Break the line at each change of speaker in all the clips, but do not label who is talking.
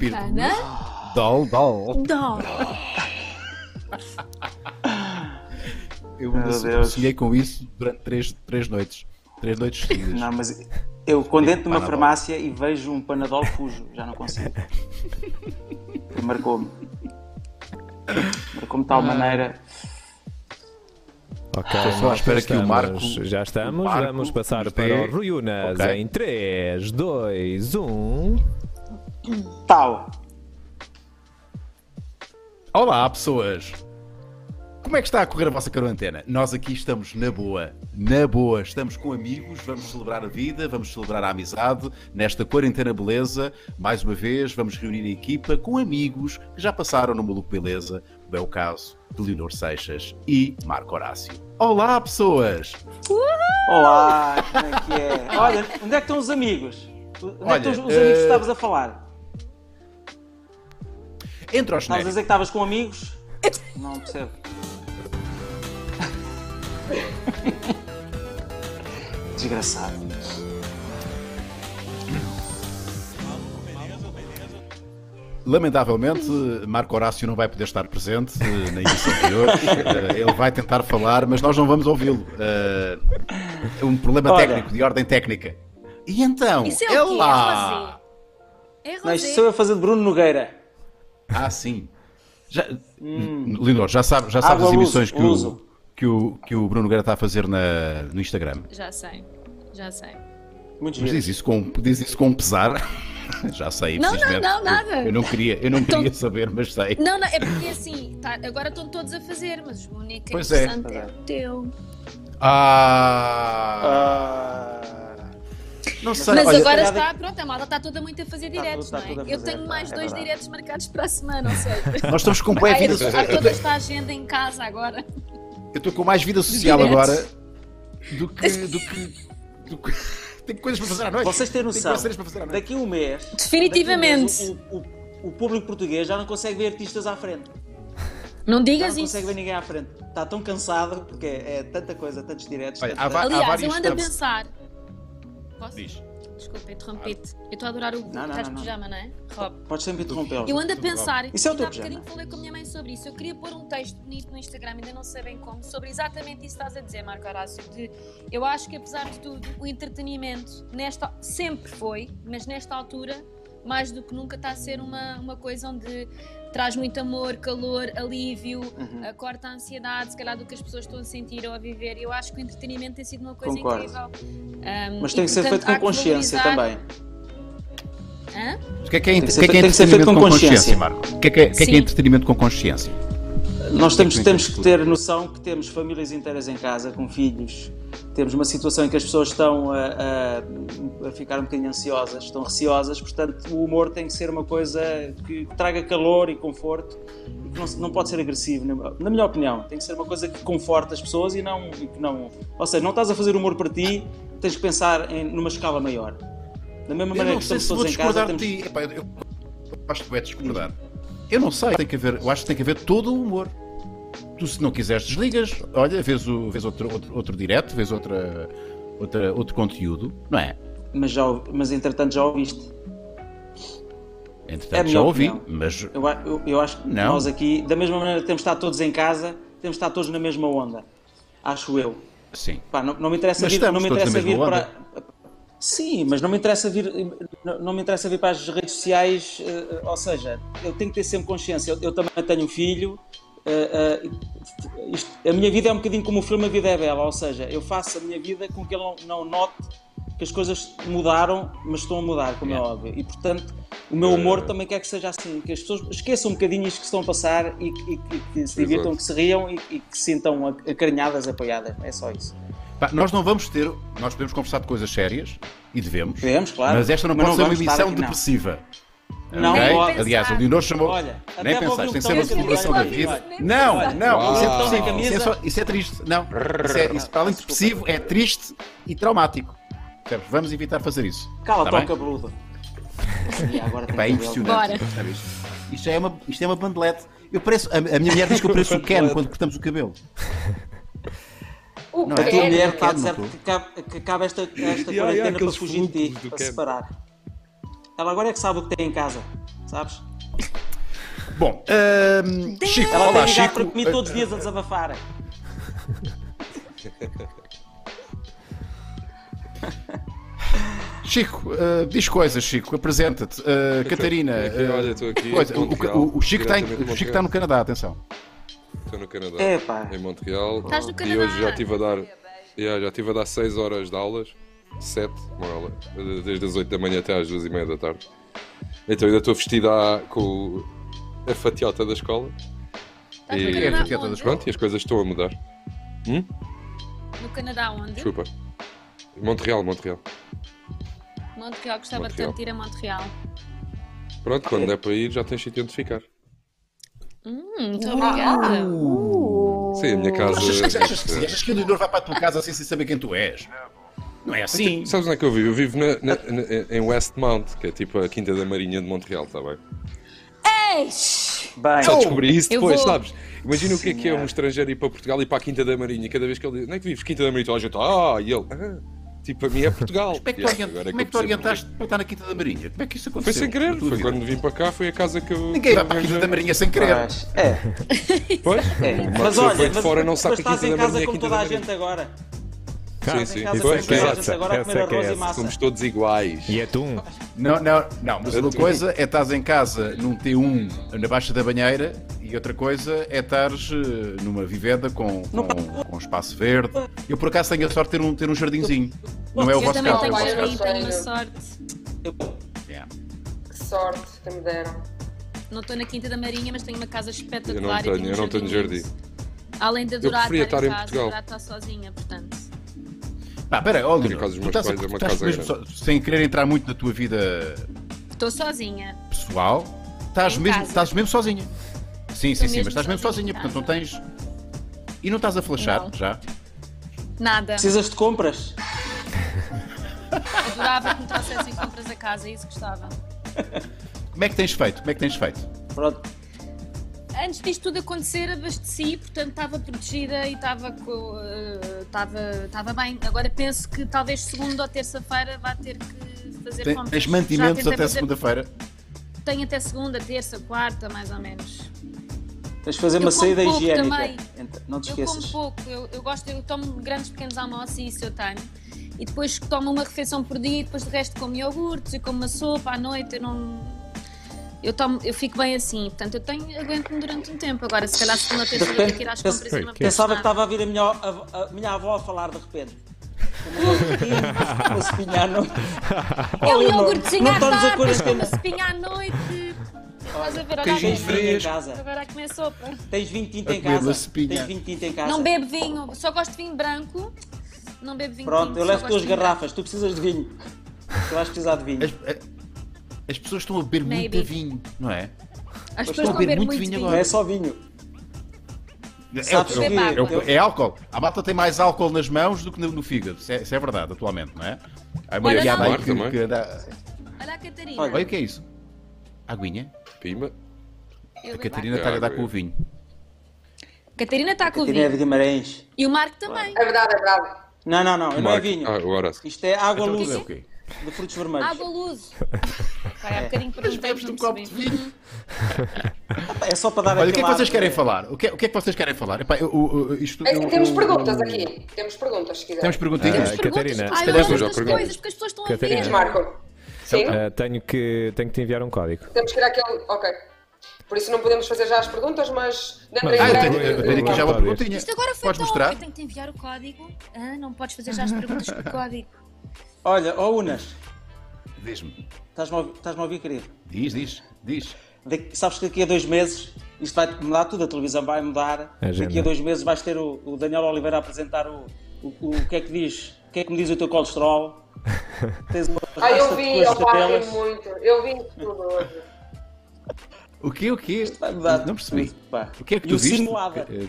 Bir
Kana.
dal dal.
Dó.
Eu
Meu
ainda
Deus.
sonhei com isso durante três, três noites. Três noites seguidas.
Não, mas eu, quando entro numa
Panadol.
farmácia e vejo um Panadol, fujo. Já não consigo. Porque Marcou-me. Marcou-me de tal maneira.
Ok,
Estou só à
malta,
espera que o
estamos-
Marco-
Já estamos,
o Marco
vamos passar
nos
para
dê-
o Rui Unas
Ok.
em um. 3, 2, 1.
Tal.
Olá, pessoas! Como é que está a correr a vossa quarentena? Nós aqui estamos na boa, na boa. Estamos com amigos, vamos celebrar a vida, vamos celebrar a amizade nesta quarentena beleza. Mais uma vez, vamos reunir a equipa com amigos que já passaram no Maluco Beleza, como é o caso de Leonor Seixas e Marco Horácio. Olá, pessoas!
Olá, como é que é? Olha, onde é que estão os amigos? Onde é que
Olha,
estão os os amigos que
eh,
estavas a falar?
Entre aos
Estavas a
genéricos.
dizer que estavas com amigos? Não percebo. Desgraçado.
Lamentavelmente, Marco Horácio não vai poder estar presente eh, na edição de hoje. Eh, Ele vai tentar falar, mas nós não vamos ouvi-lo. Eh, É um problema
Olha.
técnico, de ordem técnica. E então?
Isso é
é
o quê?
lá.
É
Não,
rosé.
isto sou eu a fazer de Bruno Nogueira.
assim?
Ah, sim. Já, Lindor, já, sabe, já sabes
Hum. Água,
as emissões
luso,
que, o,
luso.
que, o, que o Bruno Nogueira está a fazer na, no Instagram.
Já sei. Já sei.
Muito
Mas
giro.
diz isso com, diz isso com pesar. Já sei,
Não, não,
infelizmente.
não,
Eu-
nada.
Eu, não queria, eu não
Então-
queria saber, mas sei.
Não, não, é porque assim, tá, agora estão todos a fazer, mas o único
Pois é.
interessante é. o teu.
Ah,
Ah,
não sei.
Mas
olha-
agora
olha-
está, pronto, a malta está toda muito a fazer
Está
diretos,
tudo-
não
está
é?
tudo a
Eu
fazer,
tenho
tá,
mais
é
dois
verdade.
diretos marcados para a semana, não sei.
Nós estamos com boa
Ai,
vida
Há toda esta agenda em casa agora.
Eu estou com mais vida social
Direto.
agora do que. Do que, do que... Tenho coisas para fazer à noite.
Vocês têm
Tenho
noção.
coisas para fazer à noite.
Daqui a um mês.
Definitivamente.
daqui a um mês, o- o- o público português já não consegue ver artistas à frente.
Não
Já não
digas isso.
consegue ver ninguém à frente. Está tão cansado porque é tanta coisa, tantos diretos.
Olha,
tanta-
há va-
Aliás, eu
vários
ando a
tabs.
pensar. Posso?
Diz.
Desculpa, interrompi-te. Eu estou a adorar o
não,
estás de
não, não.
pijama, não é? Rob.
Podes sempre interrompê-los.
Eu ando a pensar, e
Isso é o
ainda há
teu pijama.
bocadinho falei com a minha mãe sobre isso. Eu queria pôr um texto bonito no Instagram, ainda não sabem como, sobre exatamente isso que estás a dizer, Marco Horácio. De, eu acho que, apesar de tudo, o entretenimento nesta, sempre foi, mas nesta altura, mais do que nunca, está a ser uma, uma coisa onde traz muito amor, calor, alívio, eh, corta a ansiedade, se calhar do que as pessoas estão a sentir ou a viver. Eu acho que o entretenimento tem sido uma coisa
Concordo.
incrível.
Mas tem que ser feito com consciência também.
Hã?
O que é que é,
que ser
o que é, que é
feito- tem que ser
entretenimento
feito
com,
com
consciência,
consciência.
Marco? O que é que é, o que é que é
Sim.
entretenimento com consciência?
Nós temos,
Sim, sim,
temos
sim.
que ter noção que temos famílias inteiras em casa, com filhos. Temos uma situação em que as pessoas estão a, a- a ficar um bocadinho ansiosas, estão receosas, portanto o humor tem que ser uma coisa que traga calor e conforto e que não, se- não pode ser agressivo, na, na minha opinião. Tem que ser uma coisa que conforta as pessoas e não, e que não. Ou seja, não estás a fazer humor para ti, tens que pensar em, numa escala maior. Da mesma
Eu
maneira
não
que
sei
estamos
se vou
todos em casa,
discordar
temos
de ti. Epá, eu, eu acho que vai discordar. Eu não sei. Tem que haver, eu acho que tem que haver todo o humor. Tu, se não quiseres, desligas. Olha, vês, o, vês outro, outro, outro direto, vês outra, outra, outro conteúdo, não é?
mas, já, ouvi- mas entretanto já ouviste. É a
Entretanto,
É minha
já ouvi,
opinião.
mas
Eu, a- eu- eu acho que
Não.
nós aqui, da mesma maneira que temos de estar todos em casa, temos de estar todos na mesma onda. Acho eu.
sim.
Pá, não, não me interessa
Mas
vir, não
estamos
me
todos
interessa
na
vir
mesma
para. Sim, mas não me interessa vir, não, não me interessa vir para as redes sociais, eh, ou seja, eu tenho que ter sempre consciência. Eu, eu também tenho um filho. eh, eh, isto- a minha vida é um bocadinho como o filme A Vida é Bela, ou seja, eu faço a minha vida com que ele não, não note que as coisas mudaram, mas estão a mudar, como é, óbvio. E portanto, o
Eh,
meu humor também quer que seja assim, que as pessoas esqueçam um bocadinho isto que estão a passar e, que- e que- e que se divirtam, que se riam e, e que se sintam ac- acarinhadas, apoiadas. É só isso.
Pá, nós não vamos ter. Nós podemos conversar de coisas sérias e devemos.
Devemos, É, claro.
Mas esta não
Mas
pode
não
ser uma
vamos estar
emissão
aqui, não.
depressiva.
Não
ok?
pode.
Aliás, o Leonor chamou.
Olha, até
nem
vou
pensaste,
ouvir
tem que
um
ser uma
botão
celebração da
desse
vida.
episódio.
Não, não, isso é possível.
Uau. Sem
Isso é,
camisa.
só- isso é triste. Não, isso é, isso, além de
Desculpa.
depressivo, é triste e traumático. Percebes? Vamos evitar fazer isso.
Cala-te,
Tá
ó
bem?
cabeludo. E agora tem
Pá, é
cabelo.
impressionante.
Bora.
Sabes? Isto é uma, isto é uma bandelete. Eu pareço, a, a minha mulher diz que eu pareço o Ken quando cortamos o cabelo.
O
Não,
A
é
quê?
tua mulher
Quero,
está a
não
dizer
estou.
que acaba, que acaba esta, esta
E há- e há
quarentena para
aqueles
fugir de ti,
frutos do
para
Ken.
separar. Ela agora é que sabe o que tem em casa. sabes?
Bom, ahm, Chico,
Ela
olá
tem ligado para
Chico.
comigo todos os dias a desabafar.
Chico, ah, diz coisas, Chico, apresenta-te. Ah, Catarina.
aqui,
ah,
olha, estou aqui,
coisa,
em
o-
Montreal,
o, o Chico está em-
diretamente de
o Chico está no Canadá, atenção.
Estou no Canadá,
Epá.
em Montreal.
Estás no
E
Canadá.
hoje já estive a dar, yeah, já estive a dar 6 horas de aulas, 7, uma aula, desde as 8 da manhã até às 2 e meia da tarde. Então ainda estou vestido à- com a fatiota da escola.
Estás no
E-
É a
Canadá
fatiota
onde?
das
Pronto, e as coisas estão a mudar.
No Canadá onde?
Desculpa. Montreal, Montreal.
Montreal, gostava
Montreal.
tanto de ir a Montreal.
Pronto, quando é para ir já tens sítio onde ficar.
Hum, muito obrigada.
Sim, a
Oh.
minha casa. é
Achas, achas, achas que sim? Achas que o Leonor vai para a tua casa assim sem saber quem tu és? Não é assim.
Sabes onde é que eu vivo? Eu vivo na- na- na- em Westmount, que é tipo a Quinta da Marinha de Montreal, está bem?
Ei!
Bem,
Só descobri isso
Eu
depois,
vou-
sabes? Imagina o que é que é um estrangeiro ir para Portugal e para a Quinta da Marinha. Cada vez que ele diz, onde é que vives? Quinta da Marinha, toda a gente, ah, e ele, ah, tipo, a mim é Portugal.
Como é que tu,
Yeah,
orient-
agora
como é que tu
eu percebo
orientaste para estar na Quinta da Marinha? Como é que isso
Foi
aconteceu?
sem
na
querer,
tua
foi
vida?
quando vim para cá, foi a casa que eu.
Ninguém
que
vai
eu
para a Quinta
arranjei.
da Marinha sem querer.
mas, é,
Pois?
é.
Uma
Mas
pessoa
olha,
foi de
mas,
fora não sabe
mas
que a
estás
Quinta
em
da
casa
Marinha é
como
Quinta
toda
da
a
Marinha.
gente agora.
Sim,
Estás
sim,
em casa
pois,
como toda a
exato.
gente agora a comer
Essa é que é
arroz e
essa.
massa.
Somos todos iguais.
E é tu?
Não, não, não, mas uma coisa é estás em casa num T1 na Baixa da Banheira e outra coisa é estares eh, numa vivenda com, com, com espaço verde. Eu por acaso tenho a sorte de ter um, ter um jardinzinho. Não é o
Eu
vosso
também
caso, é o
tenho
vosso É.
aí,
caso.
tenho uma sorte.
Yeah.
Que sorte que me deram.
Não estou na Quinta da Marinha, mas tenho uma casa espetacular.
Eu não
e
tenho,
um
eu não tenho
jardim. Além de adorar
preferia
estar em
estar em
casa,
Portugal.
adorar estar sozinha, portanto.
Pá, pera, olha,
Por acaso,
tu
os meus
estás, a-
pais é uma
estás
casa
mesmo
grande.
só- sem querer entrar muito na tua vida
Estou sozinha.
pessoal, estás
Em
mesmo,
casa.
estás mesmo sozinha. Sim, sim, sim,
mesmo
mas estás mesmo sozinha,
sozinha em
portanto não tens. E não estás a flashar
Não.
já?
Nada.
Precisas de compras?
Adorava que me trouxessem compras a casa, é isso gostava.
Como é que tens feito? Como é que tens feito?
Pronto.
Antes disto tudo acontecer, abasteci, portanto estava protegida e estava co- eh, estava estava bem. Agora penso que talvez segunda ou terça-feira vá ter que fazer
Tem-
compras.
Tens
Já
mantimentos
tentei
até
fazer-
segunda-feira?
Tenho até segunda, terça, quarta, mais ou menos.
Tens de fazer
Eu
uma
como
saída
pouco
higiênica.
também.
Então, Não te
Eu como
esqueças.
pouco, eu, eu gosto, eu tomo grandes pequenos almoços e isso eu tenho. E depois tomo uma refeição por dia e depois do resto como iogurtes e como uma sopa à noite, eu não. Eu, tomo, eu fico bem assim, portanto eu tenho, aguento-me durante um tempo. Agora, se calhar segunda ou terça vou ter que ir às
Depende-
compras e não
é
apetece
Pensava que tá
nada.
estava a vir a minha, avó- a, a minha avó a falar de repente. Uma espinha à noite.
É um
Olha, não-
iogurtezinho
não
à
estamos a
tarde,
quarentena.
com uma sopinha à noite. Estás a ver,
Queijinho
olha agora,
Tens vinho em
fresco.
casa.
agora aqui minha sopa.
Tens vinho tinta em
A comer uma
casa.
espinha.
Tens vinho tinta em casa.
Não bebo vinho, só gosto de vinho branco. Não bebo vinho
Pronto,
tinto,
eu
só
levo
gosto
tuas
de vinho branco.
garrafas. Tu precisas de vinho. Tu vais precisar de vinho.
As, a- as pessoas estão a beber
Maybe.
muito vinho, não é?
As
Estou
pessoas estão a beber muito vinho
Não é
agora.
só vinho.
É,
Sabes
é o-
que-
é o-
eu-
é álcool. A malta tem mais álcool nas mãos do que no, no fígado. Isso é, isso é verdade, atualmente, não é? Há uma
Olha,
piada
não.
aí que,
Também.
que dá-
Olha a Catarina.
Olha,
Olha, o que é isso? Aguinha?
Pima.
Eu
A
bebo
Catarina está a dar com o vinho.
água. Catarina está com o
Tinha
vinho.
é de Guimarães.
E o Marco também.
É verdade, é verdade.
Não, não, não. Não é
Marco.
vinho.
Ah, agora.
Isto é água
Então,
luz
é o quê?
de frutos vermelhos.
Água Ah, luz. Vai, há bocadinho para
Mas bebes de um copo de vinho.
É só para dar
Olha, o que é
aquele
que vocês
ar-
querem falar? O que, é- o que é que vocês querem falar? Epá, eu- eu- eu- isto-
É que
eu-
temos
eu-
perguntas aqui. Temos perguntas, se quiser.
Temos perguntinhas?
Ah,
Catarina.
Catarina.
Ai,
Se
eu
calhar
gosto
já
das
perguntas.
coisas, porque as pessoas estão a
Catarina.
ver.
Então,
Marco. Sim?
é.
Ah, tenho, que, tenho que te enviar um código.
Temos que ir àquele. Ok. Por isso não podemos fazer já as perguntas, mas dentro
Mas-
em
Ah, eu
breve.
tenho, eu tenho aqui já uma
Talvez.
perguntinha.
Isto agora foi
Podes
tão...
mostrar?
Eu tenho que te enviar o código. Ah, não podes fazer já as perguntas com o código.
Olha, ó Unas.
Diz-me.
Estás-me a ouvir- estás-me a ouvir, querido?
Diz, diz, diz.
Daqui- sabes que daqui a dois meses isto vai mudar tudo, a televisão vai mudar.
Agenda.
Daqui a dois meses vais ter o, o Daniel Oliveira a apresentar o, o, o, que é que diz, o que é que me diz o teu colesterol. Tens uma
Ah,
rasta
eu
de
vi,
coisas
eu parei
daquelas.
muito. Eu vi tudo hoje.
O quê, o quê?
Vai mudar
Não percebi.
tudo, pá.
O que é que
e
tu
o
viste?
Sinuada.
Eh, Espera aí,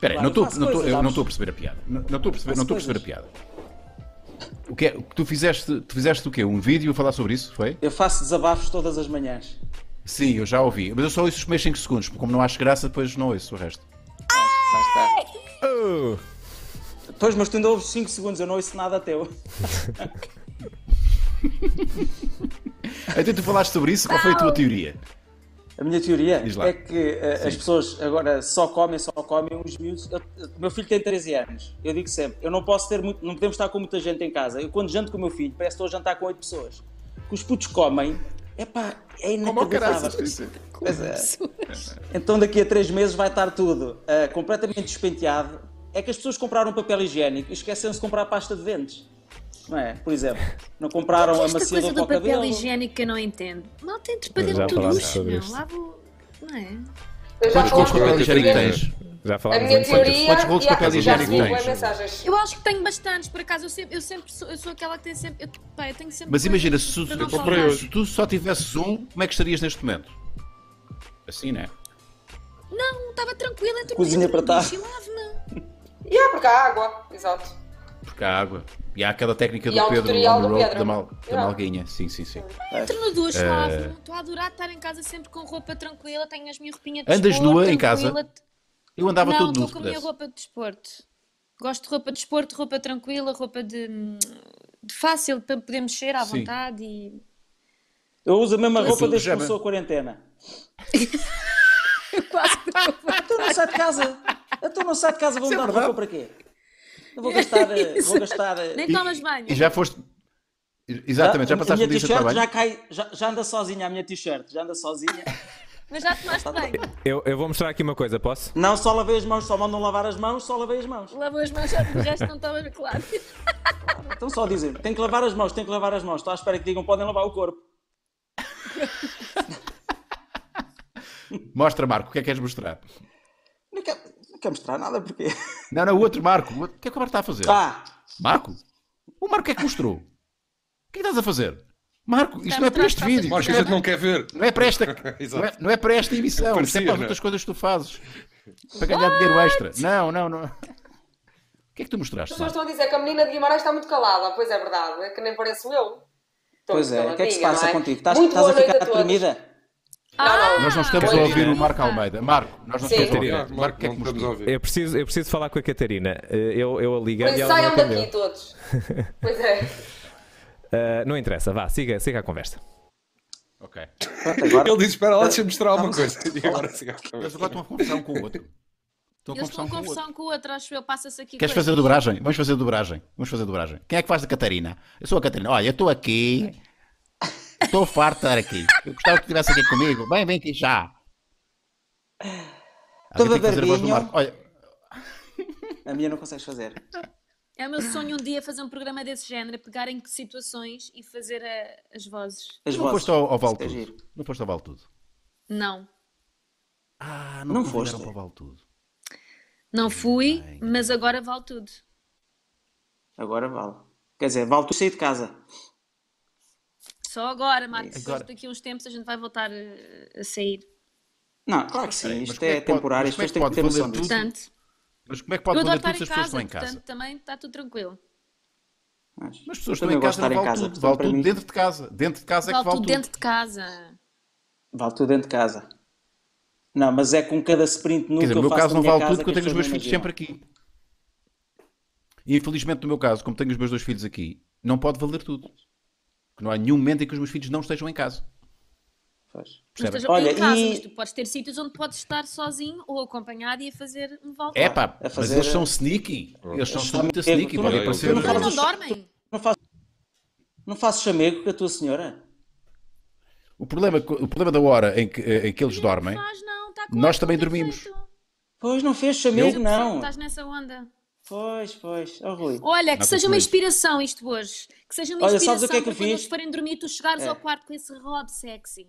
Claro,
não estou
faço
não estou-
coisas,
eu não
sabes?
estou a perceber a piada. Não não estou a perceber, não
Faço
estou a perceber a piada. O que é, o que tu fizeste, tu fizeste o quê? Um vídeo a falar sobre isso, foi?
Eu faço desabafos todas as manhãs.
Sim, eu já ouvi. Mas eu só ouço os primeiros 5 segundos, porque como não acho graça, depois não ouço o resto.
Lá está.
Oh!
Pois, mas tu ainda ouves 5 segundos, eu não ouço nada teu.
Então tu falaste sobre isso, qual foi a tua teoria?
A minha teoria
Diz lá.
é que eh, as pessoas agora só comem, só comem os miúdos. Eu- eu- O meu filho tem 13 anos. Eu digo sempre, eu não posso ter muito, não podemos estar com muita gente em casa. Eu quando janto com o meu filho, parece que estou a jantar com 8 pessoas. O Que os putos comem, epá, é
Como ao
inacreditável.
caraças.
Pois é. Então daqui a três meses vai estar tudo ah, completamente despenteado. É que as pessoas compraram papel higiênico e esqueceram-se de comprar pasta de dentes. Não é? Por exemplo, não compraram
Esta
a macia
coisa
do
do papel
cabelo.
higiênico que eu não entendo. Mal tem trepadeira
Já
de
falámos
luxo,
sobre
meu.
isto.
Lavo. Não é?
Eu já
Quantos
falaste
gols
Papel
de
higiênico
papel
tens?
Já
A
falámos
minha
antes.
quantos-
teoria.
quantos rolos de
e há-
papel
já
higiênico
recebi
tens?
bué mensagens.
Eu acho que tenho bastantes, por acaso. Eu, sempre, eu sempre sou, eu sou aquela que tem sempre. Eu, pá, eu tenho sempre.
Mas
coisas
imagina, se, tu-
para não
se tu-
faltar.
se tu só tivesses um, como é que estarias neste momento? Assim, né?
Não, estava tranquila entre
Cozinha
entre-
para tá.
e lave-me.
E há porque há água, exato.
Porque há água. E há aquela técnica do
E há o
Pedro
tutorial
on the
do
road
Pedro.
da, mal, da
Yeah.
malguinha. Sim, sim, sim.
Entro no ducho,
Eh,
lavo-me. Estou a adorar estar em casa sempre com roupa tranquila. Tenho as minhas roupinhas de
Andas
desporto,
nua em casa?
tranquila.
Eu andava
não,
todo nu
estou
se
com a minha
pudesse.
roupa de desporto. Gosto de roupa de desporto, roupa tranquila, roupa de, hum, de fácil para poder mexer à
Sim.
vontade e.
Eu uso a mesma
Eu
roupa
sou
desde
pijama.
que começou a quarentena.
Quase
Então não sai de casa. Então não sai de casa, vou
é
mudar de roupa para quê? Eu vou gastar. eh, vou gastar eh, Tá?
Nem
E-
tomas banho.
E já foste. Exatamente, já
a-
passaste
a
o
minha
dia sem estar bem.
t-shirt já cai, já, já anda sozinha a minha t-shirt, já anda sozinha.
Mas já tomaste banho.
Eu, eu vou mostrar aqui uma coisa, posso?
Não, só lavei as mãos, só mandam lavar as mãos, só lavei as mãos.
Lavou as mãos, já o resto não estava claro.
Então só dizem, tem que lavar as mãos, tem que lavar as mãos. Estou à espera que digam, podem lavar o corpo.
Mostra, Marco, o que é que queres mostrar?
Não quero, não quero mostrar nada porque.
Não, não, o outro Marco. O outro- o que é que o Marco está a fazer?
Pá!
Marco? O Marco é que mostrou. O que é que estás a fazer? Marco, isto
Está a
não é para
mostrar
este
as calças
vídeo.
Marcos, a gente não quer ver.
Não é para esta,
Exato.
não é, não é para esta emissão. Isto é para
Parecia,
as
não é?
outras coisas que tu fazes. Para ganhar dinheiro extra. Não, não, não. O que é que tu
As
mostraste?
pessoas
Marco?
estão a dizer que a menina de Guimarães está muito calada. Pois é verdade, é que nem pareço eu. Estou
Pois
muito
é, o que é que se
caladinha,
passa
Então, não
contigo? Estás,
Muito
estás a
boa noite
ficar
todos.
dormida?
Ah,
Nós não estamos a
Pois,
ouvir
é.
o Marco Almeida. Marco, nós não
Sim.
estamos a ouvir.
Marco,
Marco, o que é
não
que
podemos
mostrou?
ouvir.
Eu preciso, eu preciso falar com a Catarina. Eh, Eu, eu a liguei
Por
e
isso
ela não
saiam
atendeu.
daqui todos. Pois é.
Eh, não interessa, vá, siga, siga a conversa.
Ok.
Pronto, agora.
Ele disse: Espera lá, deixa-me mostrar uma coisa. E agora sim, acho que-
Eles agora estão a conversar um com o outro. Estão a
Eles estão
conversar
a
um com o outro.
conversar um com o outro, acho eu. Passa-se aqui.
Queres
coisas.
fazer dobragem? Vamos fazer dobragem. Vamos fazer dobragem. Quem é que faz da Catarina? Eu sou a Catarina. Olha, eu estou aqui. Estou farto de estar aqui. Eu gostava que estivesse aqui comigo. Vem, vem aqui já. Alguém
Toda
tem que fazer a voz do
verdinho.
Marco. Olha,
A minha não consegues fazer.
É o meu sonho um dia fazer um programa desse género, pegar em situações e fazer a- as vozes.
As
não
vozes.
foste ao, ao
Isso é giro.
Valtudo. Não foste ao Valtudo.
Não,
Ah,
Não
não, foste
foste.
para o Valtudo.
não fui, mas agora vale tudo.
Agora vale. Quer dizer, vale tu sair de casa.
Só agora, Marcos.
Agora.
Daqui a uns tempos a gente vai voltar eh, a sair.
Não, claro que sim,
Mas
isto
como é
é
que pode-
temporário, as
mas como é
pessoas
que
têm que
pode
ter
valer
noção
tudo?
disso.
Portanto,
Mas como é que pode
eu adoro
valer
estar
tudo se
em
as pessoas estão em
casa,
casa?
portanto também está tudo tranquilo.
Mas
Mas as pessoas
também
estão em
gosto
casa, não
de estar em
vale
casa.
tudo.
portanto,
Vale
para
tudo
mim,
dentro de casa. Dentro de casa é que
Vale
vale
tudo
tudo.
dentro de casa.
Vale tudo dentro de casa. Não, mas é com cada sprint nu
Quer
que
dizer,
eu
no meu
faço
caso
na
não
minha
vale
casa é
tudo porque eu
que
tenho os
as
meus
pessoas
filhos
não
sempre aqui. E infelizmente no meu caso, como tenho os meus dois filhos aqui, não pode valer tudo. Porque não há nenhum momento em que os meus filhos não estejam em casa.
imaginam. Pois.
Não
Percebem?
estás
Olha,
em casa,
e-
mas tu podes ter sítios onde podes estar sozinho ou acompanhado e a fazer um vale
É pá,
A
mas
fazer-
eles são sneaky. Eles são, são muito
Chamego,
sneaky.
tu
Podem
não-
aparecer.
tu
Mas não
Mas-
dormem.
Não faço, não faço chamego com a tua senhora?
O problema, é o problema da hora em que, em que eles dormem.
Faz, não, está com
Nós
ar,
também
não tem
dormimos.
jeito.
Pois, não fez chamego,
Eu percebo que
não.
Estás nessa onda.
Pois, pois. Ó, Rui.
Olha, que
Nada
seja
com
uma
isso.
inspiração isto hoje. Que seja uma
Olha,
inspiração
sabes o que é que eu
para quando
fiz?
eles forem dormir, tu chegares
É.
ao quarto com esse robe sexy.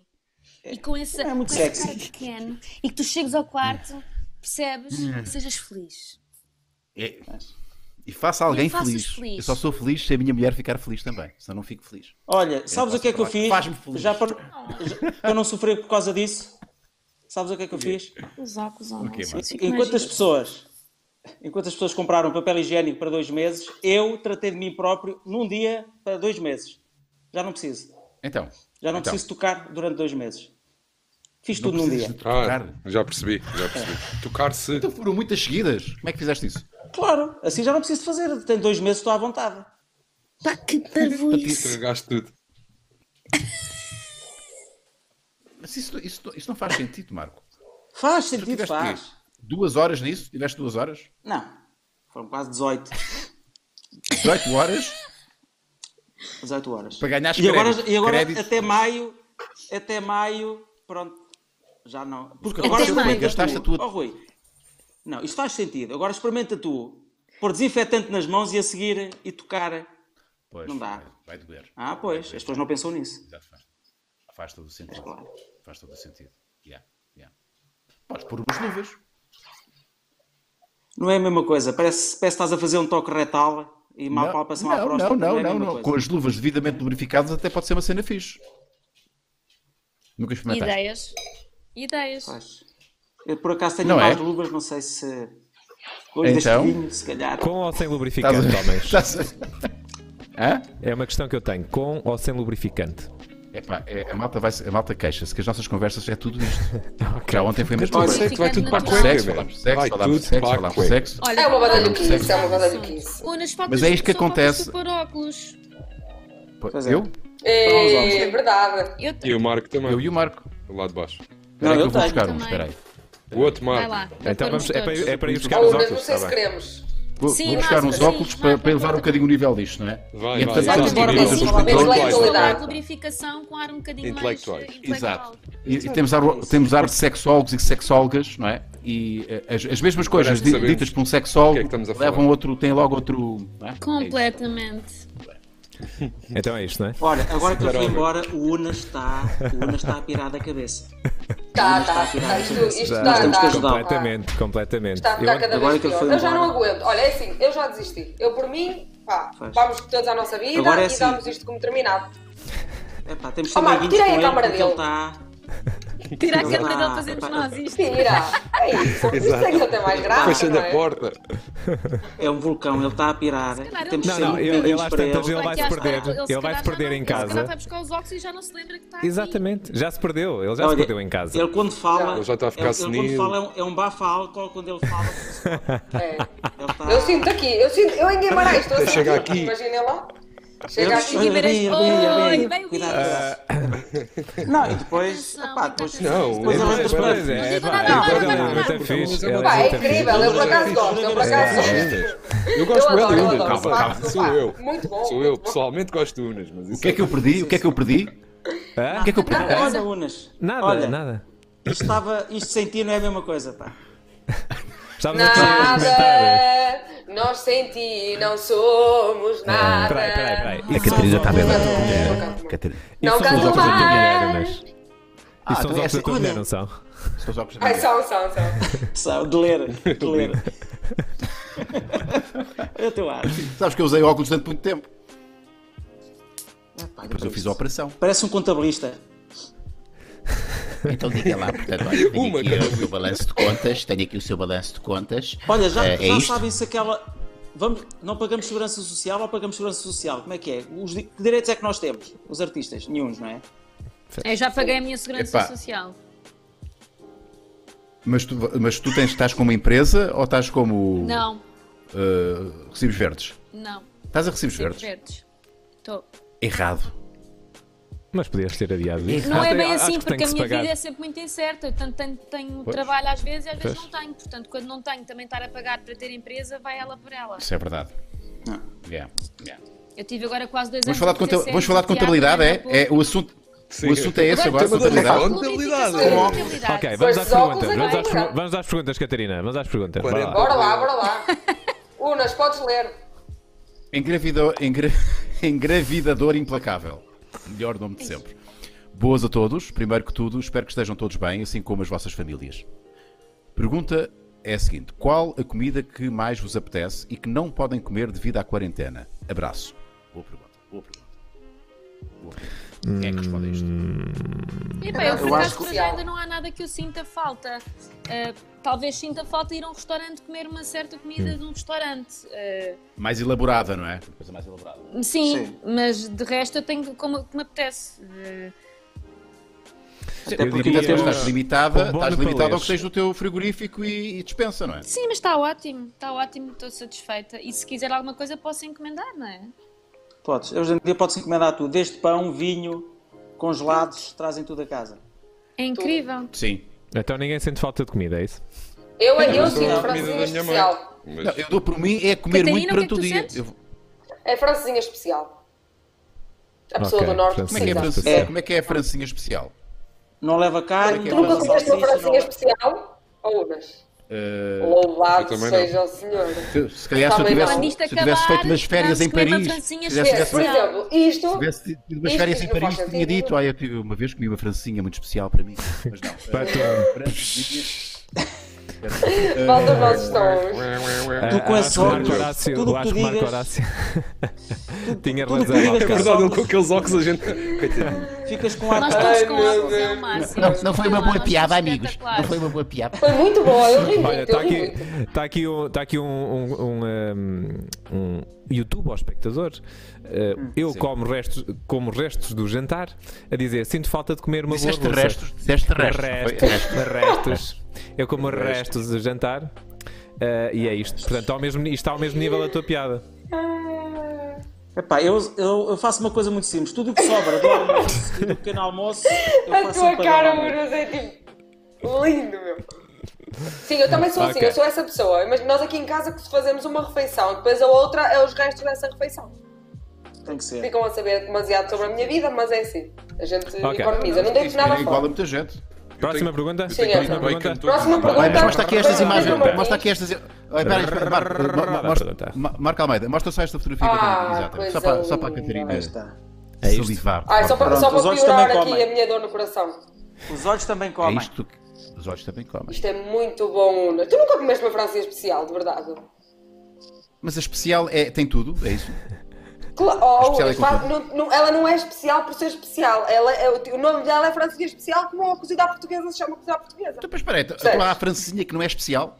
E com esse,
Não é muito
com esse
sexy.
cara pequeno. E que tu chegues ao quarto, percebes? Que sejas feliz.
É- E faça alguém
E faças
feliz.
feliz.
Eu só sou feliz se a minha mulher ficar feliz também. Senão não fico feliz.
Olha, sabes
posso
o que é que eu
falar.
fiz?
Faz-me feliz.
Já para, já- para eu não sofrer por causa disso? Sabes o que é que eu fiz?
Os óculos ao
quê,
nosso.
mano?
Fico
Enquanto as
mais-
pessoas, enquanto as pessoas compraram um papel higiênico para dois meses, eu tratei de mim próprio num dia para dois meses. Já não preciso.
Então.
Já não
então,
preciso tocar durante dois meses. Fiz
não
tudo num dia.
precisas de
Ah,
tocar.
já percebi, já percebi. Tocar-se.
Então foram muitas seguidas. Como é que fizeste isso?
Claro, assim já não preciso de fazer. Tenho dois meses, estou à vontade.
Pá, que parvoíce.
Estragaste tudo.
Mas isso, isso, isso não faz sentido, Marco.
Faz
Tu
sentido,
tiveste
faz.
quê? duas horas nisso? Tiveste duas horas?
Não. Foram quase 18.
18 horas
18 horas.
para ganhar
E agora,
créditos.
e agora
Créditos.
até maio, até maio, pronto, já não. Porque
que
agora
aconteceu foi,
experimenta
gastaste
tu.
a tua-
Oh, Rui, não, isto faz sentido. Agora experimenta tu pôr desinfetante nas mãos e a seguir e tocar.
Pois,
Não dá.
vai- Vai doer.
Ah, pois, as pessoas não pensam nisso.
Exato, faz, faz todo o sentido.
claro.
Faz todo o sentido. Yeah, yeah. Podes pôr umas luvas.
Não é a mesma coisa. Parece, parece que estás a fazer um toque retal e mal palpação à
não,
próstata.
não, não,
é a
não,
mesma
não.
coisa.
Com as luvas devidamente lubrificadas até pode ser uma cena fixe. Nunca experimentaste.
Ideias. Ideias.
Pois. Eu por acaso tenho
Não
umas
é?
luvas, não sei se. Hoje deste
Então?
vinho, se calhar.
Com ou sem lubrificante,
Estás a- Tá.
homens?
Estás a- Hã?
É uma questão que eu tenho. Com ou sem lubrificante?
Epá, é, a malta, vai, a malta queixa-se que as nossas conversas é tudo isto.
Ok.
Já ontem foi a mesma
Olha,
coisa.
sei que vai tudo para a
Lubrificante
cueca,
Sexo,
velho.
falámos de sexo,
Vai
falámos
tudo
de sexo,
para a
falámos de
cueca.
sexo.
Olha,
É uma
vamos
badalha
lá.
que isso, é uma badalha que isso.
Ou nas fotos
Mas é isto que
de pessoa
acontece.
com Super óculos.
Pois é.
Eu?
É, é verdade.
Eu
E o Marco também.
Eu e o Marco.
Lá de baixo.
Espera aí
Não,
que
eu
eu vou
tenho
buscar um,
também.
espera aí.
O outro
Vai
Marco.
lá.
Então vamos, é, para, é para ir buscar
Ou
os
mesmo não
óculos.
sei
Tá
se
bem.
queremos.
Vou,
Sim,
vou buscar
Marco,
uns
sim,
óculos para,
Marco,
para elevar um
Marco.
bocadinho o nível disto, não é?
Vai,
E, entretanto,
vai, vai.
Então,
vamos
Agora
ter
vai
os
ser
escritores.
intelectualidade.
lubrificação com ar um bocadinho
Intelectuais.
mais eh, intelectual.
Exato. E, e temos, ar, temos ar de sexólogos e sexólogas, não é? E eh, as, as mesmas coisas
Parece que
di-
sabemos
ditas por um sexólogo
o que é que estamos a falar.
levam outro, tem logo outro. não é?
Completamente.
Então é isto, não é?
Olha, agora que eu fui embora, o Una está, o Una está a pirar da cabeça.
Tá, tá, tá. Isto, isto tá,
temos que
tá.
ajudar.
Completamente, completamente.
Está a ficar
Eu-
cada
agora
vez
que eu
pior.
fui
Eu já não
embora.
aguento. Olha, é assim, eu já desisti. Eu, por mim, pá,
Faz.
vamos todos à nossa vida
Agora é
e
assim.
damos isto como terminado.
Epá, temos que
Oh,
ser
Marco,
amiguinhos
tira aí a
com ele,
câmara
porque ele tá,
dele.
está...
é
Tirar a
Não
câmera
dá.
dele fazemos é nós isto.
Tira! É isso. Isto é que até mais grave.
Fechando
não
a
é?
porta.
É um vulcão, ele está a pirar.
calhar
Temos que
ele-
ser um
Não, não,
muito
ele- ele
amiguinhos
às
para
tantas
ele.
ele- vai se perder. Ele vai se perder em
Ele se
casa.
calhar vai buscar os óculos e já não se lembra que está aqui.
Exatamente. Já se perdeu. Ele já
Olha,
se perdeu em casa.
Ele quando fala...
Ele já está a ficar
ele- ele quando
senil.
fala é um, é um bafo a álcool quando ele tá- fala.
É.
Ele está...
Eu sinto aqui, eu sinto, eu em Guimarães estou a
Chega
sentir.
aqui.
Imagina lá.
Ele- tá
Chega tá aqui.
Olha,
Guimarães.
vem, vem,
Oi, vem,
Cuidado. Ah. Não, e depois...
Atenção,
Epá, depois...
atenção.
Não,
Pois
não,
ele
não,
entra para-
não,
Pois
não.
é,
digo
pá,
nada, não,
então
não,
ela é
não,
muito
não.
fixe.
Não,
ela
Pá, é
muito fixe.
incrível, eu por acaso gosto, eu por acaso
É,
gosto.
Eu gosto
Eu
muito
adoro,
do
eu
Unas.
adoro.
Calma,
Pá,
calma.
pá,
Sou eu.
muito bom,
Sou
muito
eu.
bom.
Pessoalmente gosto do Unas, mas
O
isso
que é que eu perdi? O que é que eu perdi?
Hã?
O que é que eu perdi?
Olha, Unas.
Nada,
olha,
nada.
Isto, estava, isto sem ti não é a mesma coisa, pá.
Estávamos aqui a comentar.
Nada, nós sem ti não somos nada.
É, Peraí, peraí, peraí.
A Catarina está bem Catarina.
Não
são os
canto
óculos da tua mulher,
mais.
Unas. Isso são
então
os
é
óculos da tua
assim.
mulher, não são?
Estou só a perceber.
Ai, são, são, são.
Sabe, de ler, de ler. Eu teu ar.
Sabes que eu usei óculos durante muito tempo.
Epá,
Depois eu fiz a operação.
Parece um contabilista.
Então diga lá, portanto, olha, tenho
Uma
aqui
cada
o seu balanço de contas, tenho aqui o seu balanço de contas.
Olha, já,
é, é
já
isto?
sabem se aquela. Vamos, não pagamos segurança social ou pagamos segurança social? Como é que é? Os, di- que direitos é que nós temos? Os artistas? Nenhuns, não é?
Eu já paguei a minha segurança
Epá.
social.
Mas tu, mas tu tens, estás como empresa ou estás como
Não,
eh, recibos verdes?
não.
Estás a recibos
Sempre
verdes?
verdes. Tô.
Errado.
Mas podias ter adiado isso.
Não é
Acho-
bem
acho
assim,
que tem
porque
que
a
se
minha
pagar.
vida é sempre muito incerta. Eu tanto tenho, tenho
Pois.
trabalho às vezes e às vezes
Pois.
não tenho. Portanto, quando não tenho, também estar a pagar para ter empresa, vai ela por ela.
Isso é verdade.
Não.
Yeah, yeah.
Eu tive agora quase dois
Vamos,
anos.
falar de conta- vamos falar de contabilidade, é? é o assunto,
Sim.
o assunto é esse agora,
Tema da
contabilidade.
Contabilidade.
Ok, vamos às
Pois, óculos
perguntas. Vamos
agora.
às, pergu- vamos às perguntas, Catarina. Vamos às perguntas. Vai lá.
Bora lá, bora lá. Unas, podes ler.
Engravidador, engra- engravidador implacável. Melhor nome de sempre. Boas a todos. Primeiro que tudo, espero que estejam todos bem, assim como as vossas famílias. Pergunta é a seguinte: qual a comida que mais vos apetece e que não podem comer devido à quarentena? Abraço. Boa pergunta. Boa pergunta. Boa pergunta. Quem é que responde a isto?
E bem, eu por acaso
Eu acho
que-
por agora ainda não há nada que eu sinta falta. Ah, talvez sinta falta ir a um restaurante comer uma certa comida de um restaurante. Ah,
Mais elaborada, não é? Coisa mais elaborada.
sim,
Sim.
mas de resto eu tenho como que me apetece. Ah,
Até
eu
porque
diria-
ainda
Portanto,
temos.
estás limitada,
um bom
estás
de
limitada ao
palês.
que tens no teu frigorífico e, e dispensa, não é?
sim, mas está ótimo, está ótimo, estou satisfeita. E se quiser alguma coisa posso encomendar, não é?
Podes. Hoje em dia pode-se encomendar tudo. Desde pão, vinho, congelados, trazem tudo a casa.
É incrível.
Sim.
Então ninguém sente falta de comida, é isso?
Eu, eu
Mas
sim,
a comida
a francesinha
da minha mãe.
especial.
Mas
Não, eu dou por mim é comer muito
Catarina, o que é que
durante o
tu
dia.
sentes?
Eu vou-
É francesinha especial. A pessoa
Ok,
do norte
francesinha
Como é que é a
francesinha.
precisa.
francinha?
É.
Como é que é a francinha especial?
Não leva carne,
Tu
Tu
não
nunca
leva
comeste uma
salsicha, não
francesinha
leva...
especial? Ou umas?
Eh,
eu
Louvado
também
seja o senhor.
se- se calhar se eu
Também
tivesse,
não.
se eu tivesse feito umas férias em
Vamos comer uma
Paris, se
francinha
tivesse-
Vê,
tivesse
Por
especial.
exemplo, isto.
Se tivesse tido umas
Isto
férias em
não faz
Paris, tinha
sentido nenhum.
dito, ah, eu tive- uma vez comi uma francinha muito especial para mim. Mas não.
Pá, tu-
Eh, francesinha-
Volta aos nossos tons.
Tu com esses
Acho que Marco
óculos,
Horácio-
tudo o que
acho
tu
que Marco
digas-
Horácio tinha
tudo o que
razão.
digas
É
ok.
que
verdade, ele com aqueles óculos a gente. Coitadinho.
Ficas com ar
Nós
de-
todos com
meu
óculos é o
Deus.
máximo.
Não, não foi uma
Sei lá,
boa
nós
é
piada,
somos
amigos. Não
espetaculares.
foi uma boa piada.
Foi muito bom, eu ri
Olha,
muito,
está
eu
aqui,
ri muito.
tá aqui, um, tá aqui um, um, um, um, um YouTube aos espectadores. Uh, eu como restos, como restos do jantar, a dizer: sinto falta de comer uma
Disseste
boa louça.
restos, disseste restos.
restos, restos. Eu como restos do jantar. uh, e é isto. Portanto, ao mesmo, isto está ao mesmo nível da tua piada.
Epá, eu, eu, eu faço uma coisa muito simples. Tudo o que sobra do almoço e do pequeno almoço, eu
A
faço um
tua cara
padrão.
amorosa é tipo. Lindo, meu. Sim, eu também sou assim,
Ok.
eu sou essa pessoa. Mas nós aqui em casa que se fazemos uma refeição, depois a outra é os restos dessa refeição.
um Tem que ser.
Ficam a saber demasiado sobre a minha vida, mas é assim. A gente
Ok.
economiza, não deito
Isso
nada
é
fora.
igual a muita gente.
Próxima pergunta?
Sim,
Próxima
então.
pergunta?
Próxima pergunta.
Vai, mas mostra aqui estas
Vai,
imagens.
vai, vai.
Mostra aqui estas. Ai, espera aí, espera, Marco, mo- mo- mostra- Ma- Marco Almeida, mostra só esta fotografia que eu tenho
Ah,
aqui, exatamente. Só
coisa
para, só para a
linda.
Catarina
Aí está.
É isto?
salivar.
Ai, só para,
Pronto,
só
os
para
olhos
piorar
também
aqui
comem.
a minha dor no coração.
Os olhos também
É
comem.
isto que os olhos também comem.
Isto é muito bom, Una. Tu nunca comeste uma francinha especial, de verdade?
Mas a especial é, tem tudo, é isso?
Cla- oh,
Especial é
Una, fa-
com
não- não- ela não é especial por ser especial. Ela é- o, o nome dela é francinha especial, como a cozida à portuguesa se chama cozida à portuguesa.
Então, mas espera aí, então
Sério?
então há a francesinha que não é especial?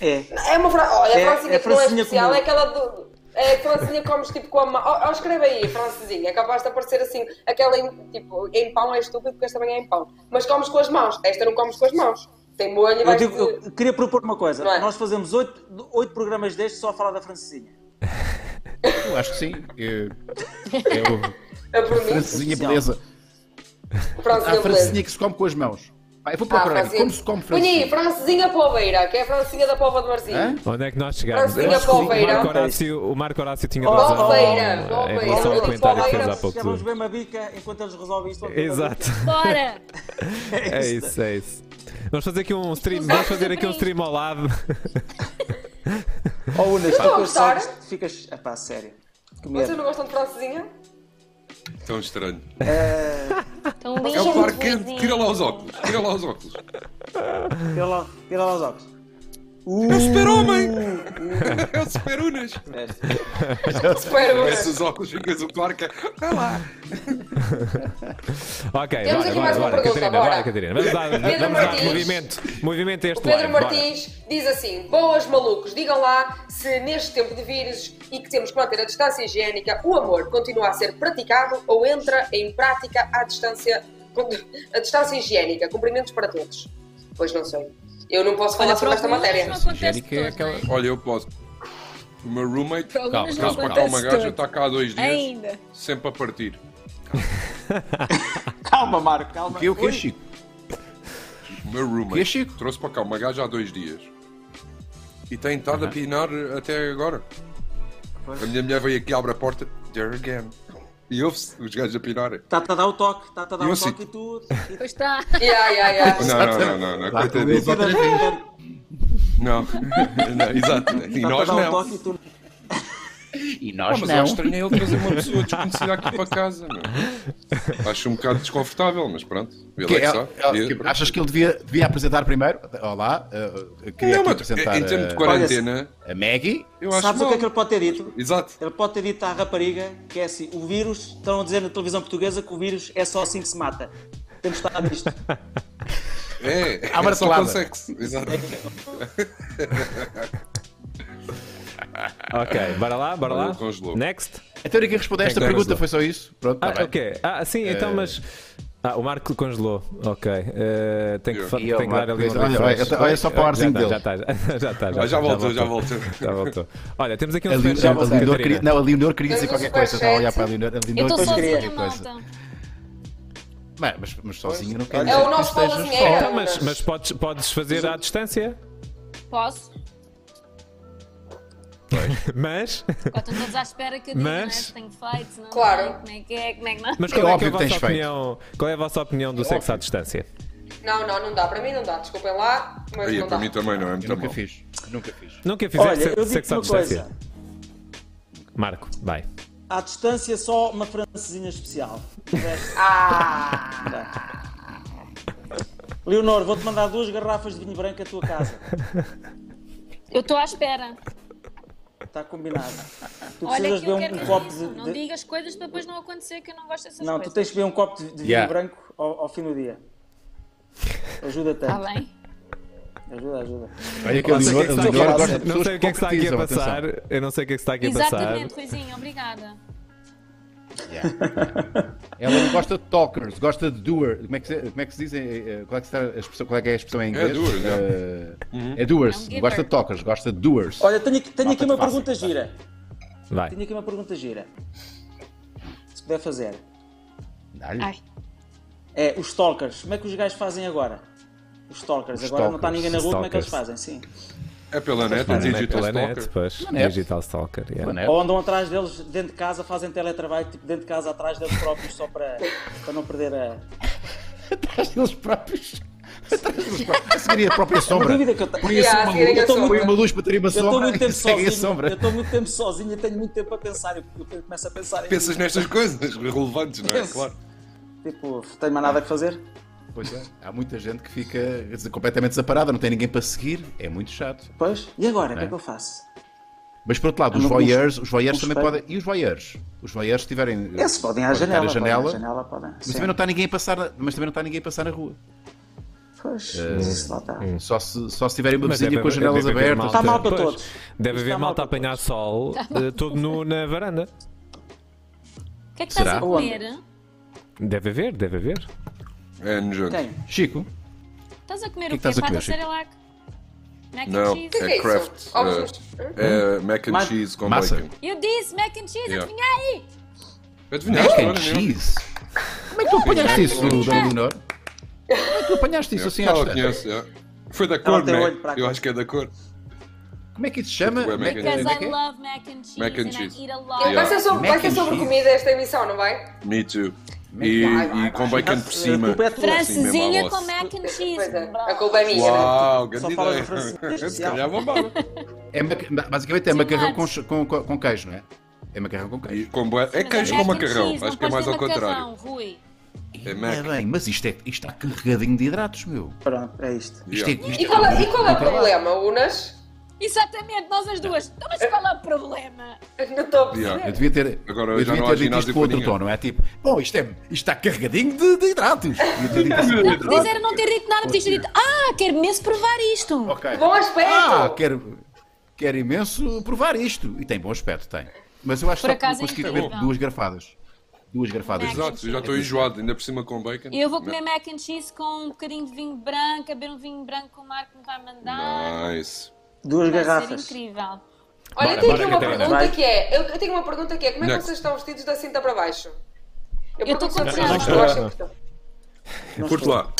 É.
É uma fra... Olha,
É-
a francinha
é
que não é
francesinha
especial
comum.
é aquela do. É a francinha que comes tipo com a mão. Ó, ó, escreve aí, francesinha. É capaz de aparecer assim. Aquela em, tipo, em pão é estúpido porque esta também é em pão. Mas comes com as mãos. Esta não comes com as mãos. Tem molho e
Eu,
vais.
digo- eu queria propor uma coisa.
Não é?
Nós fazemos oito oito programas destes só a falar da francesinha.
Eu acho que sim. É, é
A
o
bonito.
francesinha beleza. Há
Francesinha
a
beleza.
francesinha que se come com as mãos. Pá, eu vou
Ah,
procurar aqui.
francesinha.
Como se come
Põe aí,
francesinha?
francesinha polveira, que é a francesinha da pova de
Hã?
Marzinho.
Onde é que nós chegamos?
Francinha
Eu acho que o
Palmeira.
Marco Horácio, o Marco Horácio tinha
Oh,
razão
Palmeira,
em
Palmeira.
relação ao
Eu disse
é um comentário que fez
Palmeira,
há pouco.
Chegamos
tempo.
bem uma bica enquanto eles resolvem isto. vamos ver uma bica.
Exato,
Bora!
é isso, é isso. Vamos fazer aqui um stream, vamos fazer aqui um stream ao lado.
Ou Unas,
Estou a
ficas só.
gostar.
Ficas. Epá, sério. Que
Vocês
medo.
não gostam de francesinha?
Tão estranho.
Tão
É
lindo,
o
muito
par quente. Tira lá os óculos. Tira lá os óculos.
Tira lá, tira lá os óculos.
É o super-homem. É o super-unas.
Espero.
Com esses óculos ficas o Clark. Vai lá.
Ok,
Temos
bora, bora,
aqui mais uma
bora,
pergunta,
Catarina,
bora.
bora, Catarina. Vamos dar, vamos dar
Martins.
movimento, movimento a este
Pedro
lado, bora.
Martins diz assim: Boas malucos, digam lá se neste tempo de vírus e que temos que manter a distância higiênica, o amor continua a ser praticado ou entra em prática à distância, a distância higiênica? Cumprimentos para todos. Pois não sei. Eu não posso falar
Olha,
sobre
para
esta
alguns
matéria.
não acontece
Higiênica é
de todo, não é?
Olha, eu posso. O meu roommate.
Para alguns não
Traz para cá
Então,
uma
acontece
gaja,
de
está
todo.
cá há dois dias.
Ainda.
Sempre a partir.
Calma, Marco, calma.
O que, é o que,
Ui,
Chico?
O meu
Que é,
roommate
Chico?
trouxe para cá uma gaja há dois dias e tem estado a pinar até agora. A minha mulher veio aqui, abre a porta, there again. E ouve-se os gajos a pinar.
Está-te a dar o toque, está-te a dar
Eu
o
sei.
toque e tudo.
Pois tá. está.
Yeah, yeah,
Não,
yeah.
não, não, não, não,
Lá,
coitadinho.
dois ou três vezes.
não. não exato. E
Está-te a
nós
dar o
não.
toque e tu
E
Ah,
nós
mas eu
não.
estranhei ele trazer uma pessoa desconhecida aqui para casa. meu. Acho um bocado desconfortável, mas pronto. Ele
Que
é que
é-
sabe.
é-
E-
que- Achas que ele devia, devia apresentar primeiro? Olá, eh, eu queria
Não,
aqui
mas
apresentar eh,
em termos de
a,
quarentena,
a Maggie.
eu acho
Sabes o que é
mal.
que ele pode ter dito?
Exato.
Ele pode ter dito à rapariga que é assim: o vírus, estão a dizer na televisão portuguesa que o vírus é só assim que se mata. Temos de estar nisto.
É,
À
é só
martelada.
com sexo. Exato.
É
Ok, bora lá, bora
Olha,
lá.
congelou.
Next.
Então ninguém respondeu a esta
Quem é que
pergunta,
ganhou?
foi só isso? Pronto, tá
Ah,
bem.
ok. Ah, sim,
É.
então, mas. Ah, o Marco congelou. Ok. Eh, tem que, fa-
E eu,
tem que dar
Marco,
ali um
olha,
refresh.
olha, olha só para o
Já
arzinho
tá,
dele.
Já está, já está. Já, tá,
Ah, já voltou, já
Já
voltou.
voltou. Olha, temos aqui um
A Leonor,
superchat,
a Leonor
Catarina.
queria, não, a Leonor queria dizer
Temos um
qualquer coisa. Estava a olhar
superchat.
para a Leonor. A
Eu
Leonor
estou
queria dizer
sozinha,
qualquer coisa.
malta.
Mas, mas, mas sozinho não quer
É
dizer
o
que
nosso
estejas
Paulozinho,
fora.
é.
Então, mas, mas podes, podes fazer à distância,
Posso?
mas.
Agora estão todos à espera que eu diga,
Mas-
não é? Se tenho feito, se não
Claro.
tenho, como é que é, como é que não.
Mas
É
qual é, que é
óbvio
a
que
vossa
tens
opinião? Qual é a vossa opinião do sexo à
óbvio.
distância?
Não, não, não dá. Para mim não dá. Desculpem lá, mas
Aí,
Então
não
para
dá.
mim também não é
Eu
muito
nunca
mal.
fiz. Nunca fiz.
Nunca fizeste
Olha, eu
sexo
digo
à
uma
distância?
coisa.
Marco, vai.
À distância, só uma francesinha especial. O resto,
Ah!
Leonor, vou-te mandar duas garrafas de vinho branco à tua casa.
Eu estou à espera.
Está combinado. Tu
Olha
precisas
que eu
beber
quero
um,
mesmo
copo
isso.
de.
Não
de-
digas coisas para depois não acontecer que eu não gosto dessas
Não, tu
coisas.
tens de beber um copo de, de
Yeah.
vinho branco ao, ao fim do dia. Ajuda tanto.
Está Tá bem?
Ajuda, ajuda.
Olha que a
Não sei o
Leonor a
que é que está aqui a
Leonor
falar,
gosta de
passar.
pessoas
Não sei o que é que
concretizam, atenção.
está aqui a passar. Eu não sei o que é que está aqui a passar.
Exatamente, Ruizinho, obrigada.
Ela não gosta de talkers, gosta de doer. Como é que se, como é que se diz? em- eh, Qual é que, está a expressão, qual é que é a expressão em inglês?
doers, é.
Eh, é doers.
É um giver.
gosta de talkers, gosta de doers.
Olha, tenho, aqui- tenho
Malta tá.
aqui uma
que faça,
pergunta gira.
Vai.
Tenho aqui uma pergunta gira. Se puder fazer.
Dá-lhe.
Ai.
É, os stalkers. Como é que os gajos fazem agora? Os stalkers.
Os
agora não está
stalkers,
ninguém na rua, como é que eles
stalkers.
fazem? Sim.
É pela net, é
Pela
digital
net, pela
stalker.
net, pois.
net.
Digital stalker. é. yeah.
Mané.
Ou andam atrás deles dentro de casa, fazem teletrabalho, tipo dentro de casa atrás deles próprios, só para, para não perder a.
Atrás deles próprios. Atrás deles próprios. A seguir a própria
É uma
sombra.
dúvida que eu tenho.
Põe
Yeah,
uma
a seguirem
luz-
a sombra.
põe uma luz para ter uma
Eu estou
sombra
muito
e
tempo
seguem a
sozinho. Eu
é sombra.
estou muito tempo sozinho e tenho muito tempo a pensar. Eu, eu começo a pensar em.
Pensas nestas coisas relevantes, não é?
Penso.
Claro.
Tipo, tenho mais nada que fazer?
Pois é, há muita gente que fica quer dizer, completamente desaparada, não tem ninguém para seguir, é muito chato.
Pois? E agora? O que é que eu faço?
Mas por outro lado, os
Não,
voyeurs,
um
os voyeurs
espelho.
também podem. E os voyeurs? Os voyeurs se tiverem.
Esses podem ir à
podem estar
janela.
à janela,
Podem, à janela podem.
mas
Sim.
também não está ninguém a passar, na- mas também não está ninguém a passar na rua.
Pois,
É.
mas isso lá está.
Só se, só se tiverem uma
Mas é
vizinha
deve-
com as janelas
deve haver
abertas.
malta-
Está mal para
Pois,
todos.
Deve
Está
haver
mal
malta a
para
apanhar sol eh, todo nu na varanda.
O que é que estás
Será?
a comer?
Deve haver, deve haver.
É nojento.
Quem?
Chico,
Estás a comer
que
o quê?
estás a
Pata
comer, Chico?
Cerelac? Mac
Não,
and cheese?
que é
é
isso?
craft.
Ovos
É, é mac and
Hum? Mas-
cheese com
Massa.
bacon.
Eu disse mac and cheese,
Yeah.
adivinhei!
Adivinhaste,
mac and
olha, mesmo.
cheese. é Como é que tu apanhaste isso,
Sim.
Dona Leonor? Como é que tu apanhaste isso assim à
Ela
distância?
conhece, é. Foi da cor,
tem
não
olho para a
é? Eu
cor.
acho que é da cor.
Como é que isso se chama?
Ué, mac and
como
Because
é
I
que é?
love mac and cheese
Mac and
and
cheese.
I eat a lot.
Yeah.
Vai ser
é
sobre, vai
Mac
ser
and
sobre
cheese.
comida esta emissão, não vai?
Me too. E,
Vai, vai,
e com bacon por cima.
Tu é
assim,
tua.
Francesinha
Sim,
com
mesmo à
mac and
Pois
cheese.
é,
Blá.
a culpa é minha, não é?
Uau,
Só
grande
falas
ideia.
em francês.
Se calhar bombava.
É mac- Basicamente é
Sim,
macarrão com,
Max.
com, com, com queijo, não é? É macarrão com queijo.
E com bué- É
Mas
queijo
é
com
mac and
macarrão.
cheese,
Acho
não
que é
pode
mais
ter
ao
macarrão,
contrário.
Rui.
É
Não é
mac.
bem, mas isto, é, isto está carregadinho de hidratos, meu.
Pronto, é isto.
Isto é,
Yeah.
isto
E qual é, e
então,
qual é o problema, Unas?
Exatamente, nós as duas. Então, mas qual é o problema?
Não estou a perceber.
Yeah.
Eu devia ter,
Agora
eu
já
devia
não há
ter dito
ginásio
isto
para
com outro
ninguém.
tom, não é? Tipo, bom, isto, é, isto está carregadinho de, de hidratos. Devia ter dito assim.
Não, podes dizer não ter dito nada, podias ter dito, ah, quero imenso provar isto.
Ok.
Bom é aspecto!
Ah, quero, quero imenso provar isto. E tem bom aspecto, tem. Mas eu acho
Por
que
acaso é
consegui comer
incrível.
então.
duas garfadas. Duas garfadas.
Mac and
Exato, eu já estou enjoado, ainda por cima com bacon.
é Eu vou comer mac and cheese com um bocadinho de vinho branco, a beber um vinho branco que o Marco me vai mandar.
Nice.
Duas
Vai ser
garrafas.
incrível.
Olha,
Bora, bora,
eu tenho aqui uma
Catarina.
pergunta
Vai.
que é. Eu, eu tenho uma pergunta que é: como é que
Next.
vocês estão vestidos da cinta para baixo?
Eu tô
pergunto
com
sempre
a
isto,
Não,
porque
não,
eu acho
não.
importante.
Não
Curte
estou.
lá.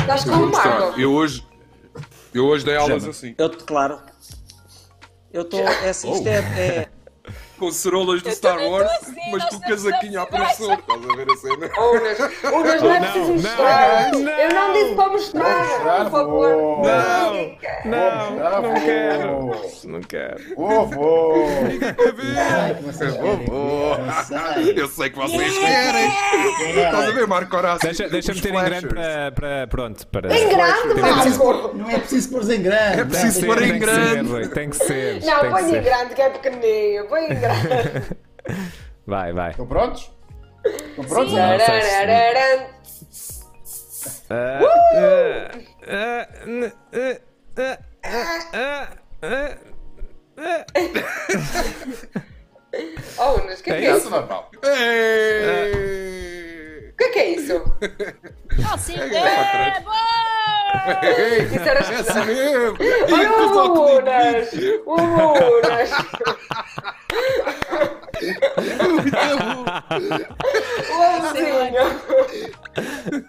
Estás com
Eu vou
o
mostrar.
Marco.
Eu hoje. Eu hoje dei aulas assim.
Eu, claro. Eu estou. É, assim, isto é, é-
Com cerolas do
Eu
Star
também
Wars,
estou assim,
mas
nós
com o
estamos
casaquinho à
a precisar.
professora. Estás a ver a cena?
Unas, Unas, não é
não,
preciso
não,
mostrar.
não.
Eu não disse para mostrar, por favor.
Não,
Ah,
não, não
vou.
quero. Não quero.
Oh, vou.
Oh. Eu sei que vocês querem. Estás a ver, Marco Horácio?
Deixa- Deixa-me
Os
ter em grande
flashers.
para, para. Pronto, para.
Em grande, Marco!
Não é preciso pôr em grande.
É preciso pôr
Tem que
em
ser,
grande.
Rui, Tem que ser.
Não,
tem que
põe em
ser.
grande, que é pequenininho. Põe em grande.
Vai, vai.
Estão prontos? Estão prontos?
Sim.
Não sei se-
Tararararam.
Ah,
Uh,
ah, ah, n- ah, ah, ah, ah,
Oh, Unas, o que é que é isso?
Ei!
O que é que é isso?
Ah, sim, é bom!
Isso era
É assim mesmo! E
Olha
com
o
o autoclipinho.
Unas! O Unas!
Ui, tá bom.
Lãozinho.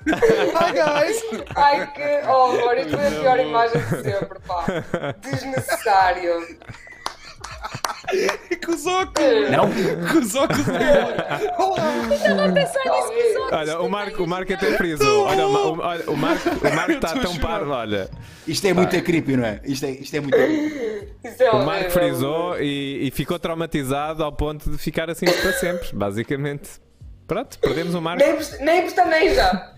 Hi guys!
Ai que horror, isto foi a pior imagem de sempre, pá. Desnecessário.
Com os óculos!
Não.
Com os óculos!
Estava a pensar nisso
Talvez.
com os outros.
Olha, o Marco, o Marco até
também.
frisou. Olha, o, Ma- o- olha, o Marco o Marco está
Eu tô a
tão
chorar.
parvo, olha.
Isto é muito creepy, não é? Isto é, isto é muito creepy.
Isso é
O
horrível.
Marco frisou e, e ficou traumatizado ao ponto de ficar assim para sempre, basicamente. Pronto, perdemos o Marco.
Nem, pest- nem pestaneja.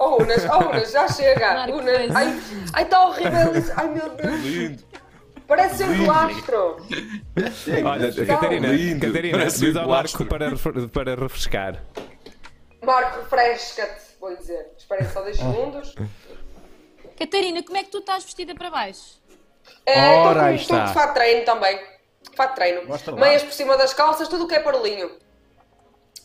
Oh, Unas, oh, Unas, já chega.
Marco,
Unas,
pois.
ai, ai, está horrível isso. Ai, meu Deus.
Lindo!
Parece ser um lastro.
Olha, Catarina,
Lindo.
Catarina
Parece
diz
um
ao Marco
emplastro.
para, refre- para refrescar.
Marco, refresca-te, vou dizer. Esperem só
Ah.
10 segundos.
Catarina, como é que tu estás vestida para baixo?
É, estou
Ora,
com-
aí
estou
está.
de fato de treino também. Fato de treino.
Mostra lá.
Meias por cima das calças, tudo o que é parolinho.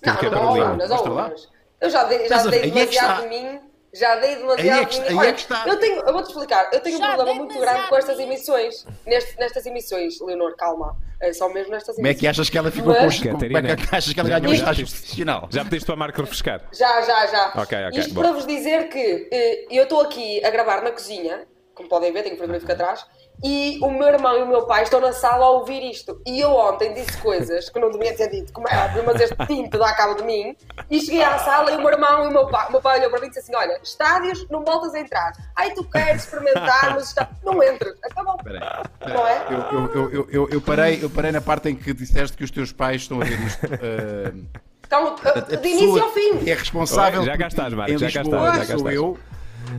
Não,
que é
não, não,
parolinho.
Unas,
Mostra
oh,
lá.
Unas. Eu já dei, já
Estás a ver?
dei
Aí é que
demasiado
está.
de mim. Já dei
Aí é
demasiado
que
de
está-
mim.
aí é
Olha,
que está.
eu tenho, eu vou-te explicar, eu tenho
Já
um problema
dei
muito
demasiado
grande com estas
de mim.
emissões. Neste- nestas emissões, Leonor, calma. É só mesmo nestas
Como é que
emissões.
achas que ela ficou com
Mas-
os Como é que achas que ela ganhou um estágio profissional?
Já pediste para o Marco refrescar?
Já, já, já.
Ok, ok,
Isto
bom.
para vos dizer que eh, eu estou aqui a gravar na cozinha, como podem ver, tenho o frigorífico atrás, e o meu irmão e o meu pai estão na sala a ouvir isto. E eu ontem disse coisas que não devia ter dito, como é óbvio, mas este tinto dá cabo de mim. E cheguei à sala e o meu irmão e o meu pai, o meu pai olhou para mim e disse assim: Olha, estádios, não voltas a entrar. Ai, tu queres experimentar, mas está... não entras. Acabou.
Espera aí.
Não é?
Eu, eu- eu- eu- eu- eu parei, eu parei na parte em que disseste que os teus pais estão a ver isto. ah,
Então,
a
de início
pessoa
ao fim.
que É responsável.
Olha, já
por
cá
isto
estás, Marco,
em
já cá
Lisboa,
estás, já cá
sou
estás.
eu. é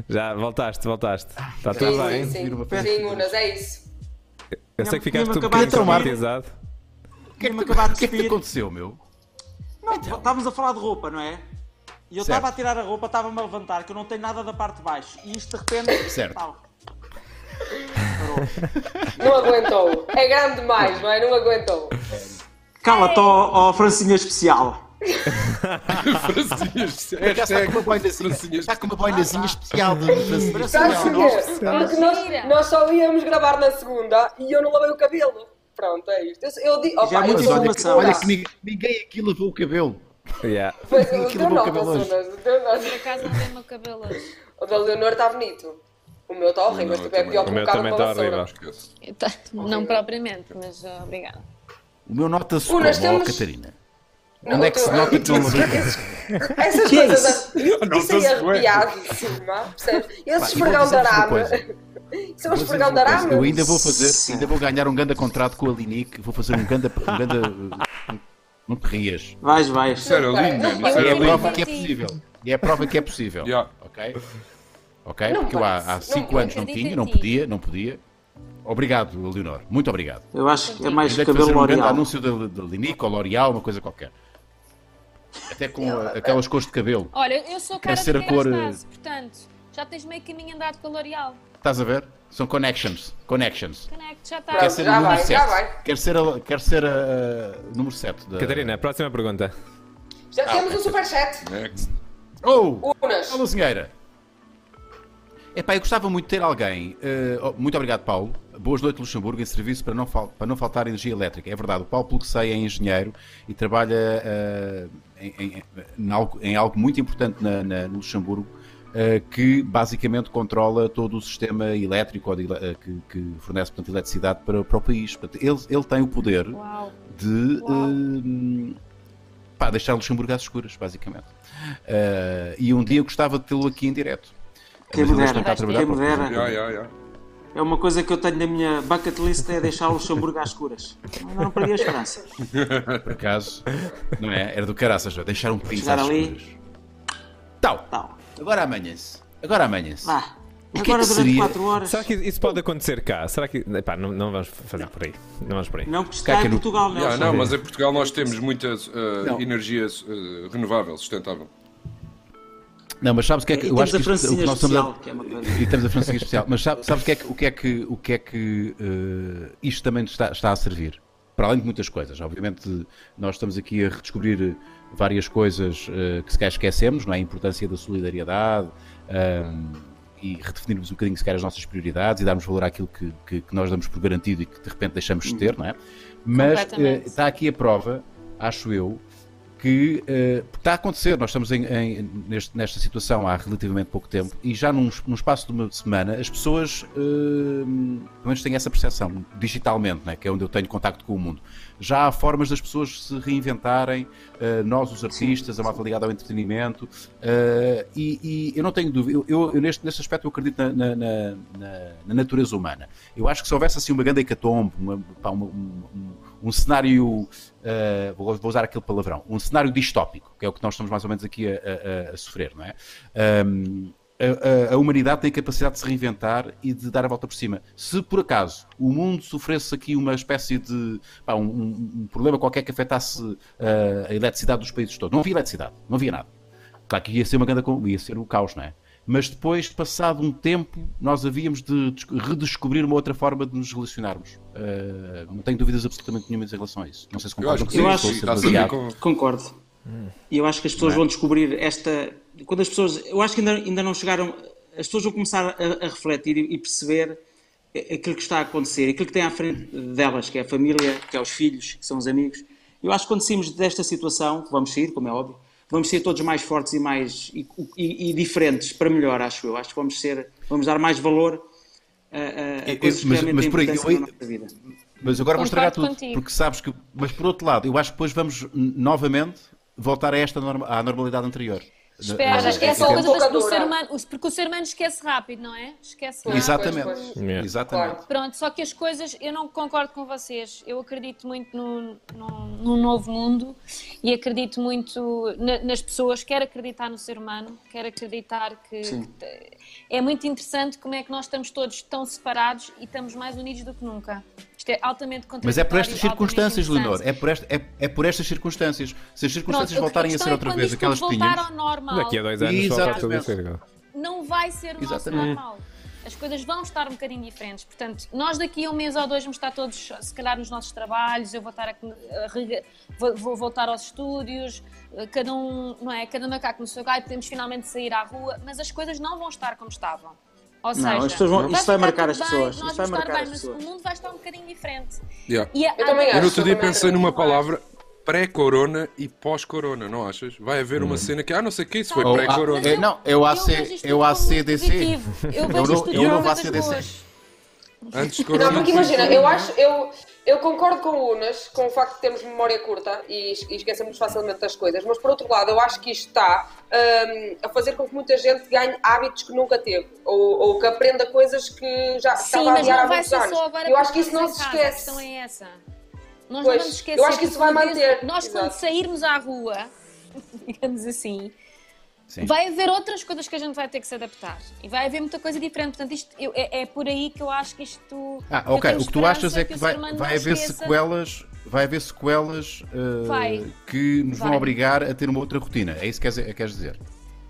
Já voltaste, voltaste. Está tudo
sim,
bem.
sim,
Vir uma
sim.
festa.
Sim, Unas, é isso.
Eu sei que ficaste
Mesmo
um
acabar
bocadinho
de tomar.
traumatizado.
O que é que
Tinha-me
te-
acabado
o
de
que é que te
subir.
aconteceu, meu?
Não, estávamos a falar de roupa, não é? E eu
Certo.
estava a tirar a roupa, estava-me a levantar, que eu não tenho nada da parte de baixo. E isto de repente.
Certo.
Pau.
Não aguentou. É grande demais, não é? Não aguentou.
Cala-te, ó, ó Francinha Especial.
Francinhas!
Está
Hashtag
é
com uma boinazinha,
Francinhas!
está com uma boinazinha especial de Francisco.
Sabes
Especial.
porquê? Porque nós,
Mentira.
nós só íamos gravar na segunda e eu não lavei o cabelo. Pronto, é isto. Eu, eu digo.
Já é
Opa, eu
Mas olha
sou
muita
uma
que,
informação.
olha
segura.
que ninguém, ninguém aqui lavou o cabelo.
Yeah.
Pois,
ninguém
o
que
teu
lavou o
nota,
cabelo hoje.
Sunas, o teu
Por
nota.
acaso não tem o meu cabelo hoje.
O da Leonor está bonito. O meu está horrível,
meu
mas tipo, é
também.
pior
O
que
meu
um cabo
também
uma
está
vassoura.
horrível.
Esquece.
Eu tá- Não propriamente, mas ah, obrigada.
O meu nota-se como,
Unas,
ó,
temos-
Catarina.
Não,
Onde é que
o
se
teu-
nota que não lavou o cabelo?
Essas
Que é
coisas.
Não,
Isso aí é
estou-se bem.
arrepiadíssima, percebes? Esse
Pá, eu vou
esfregão de
dizer-vos uma
arame.
coisa.
Isso é um
Vou dizer-vos
esfregão de
uma coisa,
arame.
Eu ainda vou fazer,
Sim.
ainda vou ganhar um grande contrato com a Linique, vou fazer um grande. Um grande um- não te rias.
Vais, vais.
Isso era
Não,
lindo,
não,
mano.
não,
Isso
E é
era
a prova
lindo.
que é possível. E é a prova que é possível.
Yeah.
Ok? Ok?
Não
Porque eu há-
parece.
há 5
Não,
anos não
acredito
tinha,
em
não
ti.
podia, não podia. Obrigado, Leonor. Muito obrigado.
Eu acho que é mais
Ainda de
cabelo
fazer um grande
L'Oreal.
anúncio da da Linique ou L'Oreal, uma coisa qualquer. Até com a-
eh,
aquelas cores de cabelo.
Olha, eu sou cara
Deve ser
de
a cor, eh,
Kerastase, portanto, já tens meio caminho andado com a L'Oreal.
Estás a ver? São connections. Connections.
Connect, é já tá?
Quer
estás.
ser
Já
a número
vai, já
7.
vai.
Quer ser a, quer ser a- a número 7 da.
Catarina, próxima pergunta.
Já
Ah,
temos um superchat.
Next.
Oh!
Unas.
Alô, senhora. Epá, eu gostava muito de ter alguém. eh, oh, muito obrigado, Paulo. Boas noites, Luxemburgo, em serviço para não, fal- para não faltar energia elétrica. É verdade, o Paulo, pelo que sei, é engenheiro e trabalha eh, em, em- em algo, em algo muito importante na, na- no Luxemburgo, eh, que basicamente controla todo o sistema elétrico ou de ele- eh, que, que fornece portanto, eletricidade para, para o país. Portanto, ele, ele tem o poder
Uau.
de
Uau.
eh, pá, deixar Luxemburgo às escuras, basicamente. Eh, e um dia eu gostava de tê-lo aqui em direto.
Quem
Mas
me
ele hoje
dera.
não está a trabalhar
Quem me
porque-
dera.
Já, já, já.
É uma coisa que eu tenho na minha bucket list é deixar o Luxemburgo às escuras. Ainda não perdi a esperança.
Por acaso, não é? Era do caraças, vai deixar um país
Chegar
às
ali.
escuras. Tal,
Tal.
agora amanhã-se. Agora amanhã-se.
Vá.
que é
Agora
que
durante
seria-
4 horas.
Será que isso pode acontecer cá? Será que. Epá, não, não vamos fazer por aí. Não vamos por aí.
Não, porque isto
Cá
está
que
em
no-
Portugal, não
Já,
é?
não, mas em Portugal nós temos muita eh,
Não.
energia eh, renovável, sustentável.
Não, mas sabes o que é que.
E
Eu acho
temos
que
a
isto- o que
Francinha
nós estamos
Especial,
a.
que é uma coisa.
E temos a Francinha especial. Mas sabe- sabes o que é que, o que, é que, o que, é que eh, isto também está, está a servir? Para além de muitas coisas. Obviamente, nós estamos aqui a redescobrir várias coisas eh, que se calhar esquecemos, não é? A importância da solidariedade ahm, e redefinirmos um bocadinho, se calhar, as nossas prioridades e darmos valor àquilo que,
Uhum.
que- que nós damos por garantido e que de repente deixamos de ter, não é? Mas eh,
Completamente.
está aqui a prova acho eu, que eh, está a acontecer. Nós estamos em, em- neste- nesta situação há relativamente pouco tempo e já num, es- num espaço de uma semana as pessoas, eh, pelo menos têm essa percepção, digitalmente, né, que é onde eu tenho contacto com o mundo. Já há formas das pessoas se reinventarem, eh, nós, os artistas, a malta ligada ao entretenimento, eh, e, e eu não tenho dúvida, eu, eu- eu neste, neste aspecto eu acredito na, na- na- na- na natureza humana. Eu acho que se houvesse assim uma grande hecatombe, uma- pá, uma- um- um- um cenário, eh, vou, vou usar aquele palavrão, um cenário distópico, que é o que nós estamos mais ou menos aqui a, a- a- a sofrer, não é? Ahm, a, a- a humanidade tem a capacidade de se reinventar e de dar a volta por cima. Se por acaso o mundo sofresse aqui uma espécie de pá, um, um- um problema qualquer que afetasse eh, a eletricidade dos países todos, não havia eletricidade, não havia nada. Claro que ia ser uma grande con- ia ser o caos, não é? Mas depois, passado um tempo, nós havíamos de des- redescobrir uma outra forma de nos relacionarmos. Ah, não tenho dúvidas absolutamente nenhuma em relação a isso. Não sei se
Eu acho
concordam
que
comigo, estou
sim,
a ser
sim, está a saber
demasiado.
com.
Concordo. Hum. E eu acho que as pessoas
Não é?
vão descobrir esta. Quando as pessoas. Eu acho que ainda, ainda não chegaram. As pessoas vão começar a, a refletir e, e perceber a- aquilo que está a acontecer, aquilo que tem à frente delas, que é a família, que é os filhos, que são os amigos. Eu acho que quando saímos desta situação, que vamos sair, como é óbvio, vamos ser todos mais fortes e mais e, e- e diferentes para melhor, acho eu. Acho que vamos ser, vamos dar mais valor a, a- a
Eu-
coisas que
mas-
realmente
mas
têm
por aí,
importância
eu-
na nossa vida.
Mas agora vou estragar
Concordo
tudo,
contigo.
porque sabes que. Mas por outro lado, eu acho que depois vamos n- novamente voltar a esta norma- à normalidade anterior.
Espera,
Na- na-
acho que é só
Entendo.
coisa das- do ser
Provocadora.
humano, os- porque o ser humano esquece rápido, não é? Esquece rápido.
Exatamente.
Pois, pois.
Yeah.
Exatamente.
Claro.
Pronto, só que as coisas, eu não concordo com vocês. Eu acredito muito num no, novo mundo e acredito muito na- nas pessoas. Quero acreditar no ser humano, quero acreditar que, que te- é muito interessante como é que nós estamos todos tão separados e estamos mais unidos do que nunca. Isto é altamente contraditório.
Mas é por estas
altamente
circunstâncias,
interessante.
Leonor. É por, esta- é, é por estas circunstâncias. Se as
Pronto,
circunstâncias voltarem a
questão
ser
é
outra
quando
vez
isto
aquelas que
voltar
tínhamos.
ao normal,
Daqui a dois anos só vai tudo
Exatamente.
isso igual.
não vai ser o nosso
Exatamente.
normal. As coisas vão estar um bocadinho diferentes. Portanto, nós daqui a um mês ou dois vamos estar todos, se calhar, nos nossos trabalhos. Eu vou estar a, a rega- vou, vou voltar aos estúdios. eh, Cada um, não é? Cada macaco no seu galho. Podemos finalmente sair à rua. Mas as coisas não vão estar como estavam. Ou seja,
as pessoas vão-
vai
isso vai
ficar
marcar
tudo
as
bem,
pessoas,
Nós
isso vai
vamos estar
marcar
bem,
as
mas
pessoas.
o mundo vai estar um bocinho diferente.
Yeah.
E a-
Eu também
Eu no
acho,
outro dia
também
pensei
acho.
numa palavra pré-corona e pós-corona, não achas? Vai haver uma cena que, ah, não sei o que, isso foi
Ou-
pré-corona.
Mas eu-
É, não, é o AC
vejo isto
é o
como
ACDC.
muito positivo. Eu
não-
vejo isto
eu
tudo
não
como
vou
coisas
ACDC.
boas. Ah,
Antes de corona.
Não, porque imagina, eu acho, eu, eu concordo com o Unas, com o facto de termos memória curta e, es- e esquecemos facilmente das coisas, mas por outro lado, eu acho que isto está hum, a fazer com que muita gente ganhe hábitos que nunca teve ou, ou que aprenda coisas que já
Sim,
estava a
mas
adiar há
não vai
muitos
ser
anos.
só agora
eu acho que
porque
isso não
estamos
se
em casa, A
esquece.
questão é essa. Nós
Pois,
não vamos esquecer.
eu acho que isso vai
porque uma vez-
manter.
Nós, quando
Exato.
sairmos à rua, digamos assim,
Sim.
vai haver outras coisas que a gente vai ter que se adaptar. E vai haver muita coisa diferente. Portanto, isto, eu- é, é por aí que eu acho que isto.
Ah,
eu
ok.
tenho
O que tu achas
esperança
é que
o
vai,
ser humano
vai
não
haver
esqueça.
sequelas. Vai haver sequelas eh,
Vai.
que nos vão
Vai.
obrigar a ter uma outra rotina. É isso que queres, queres dizer?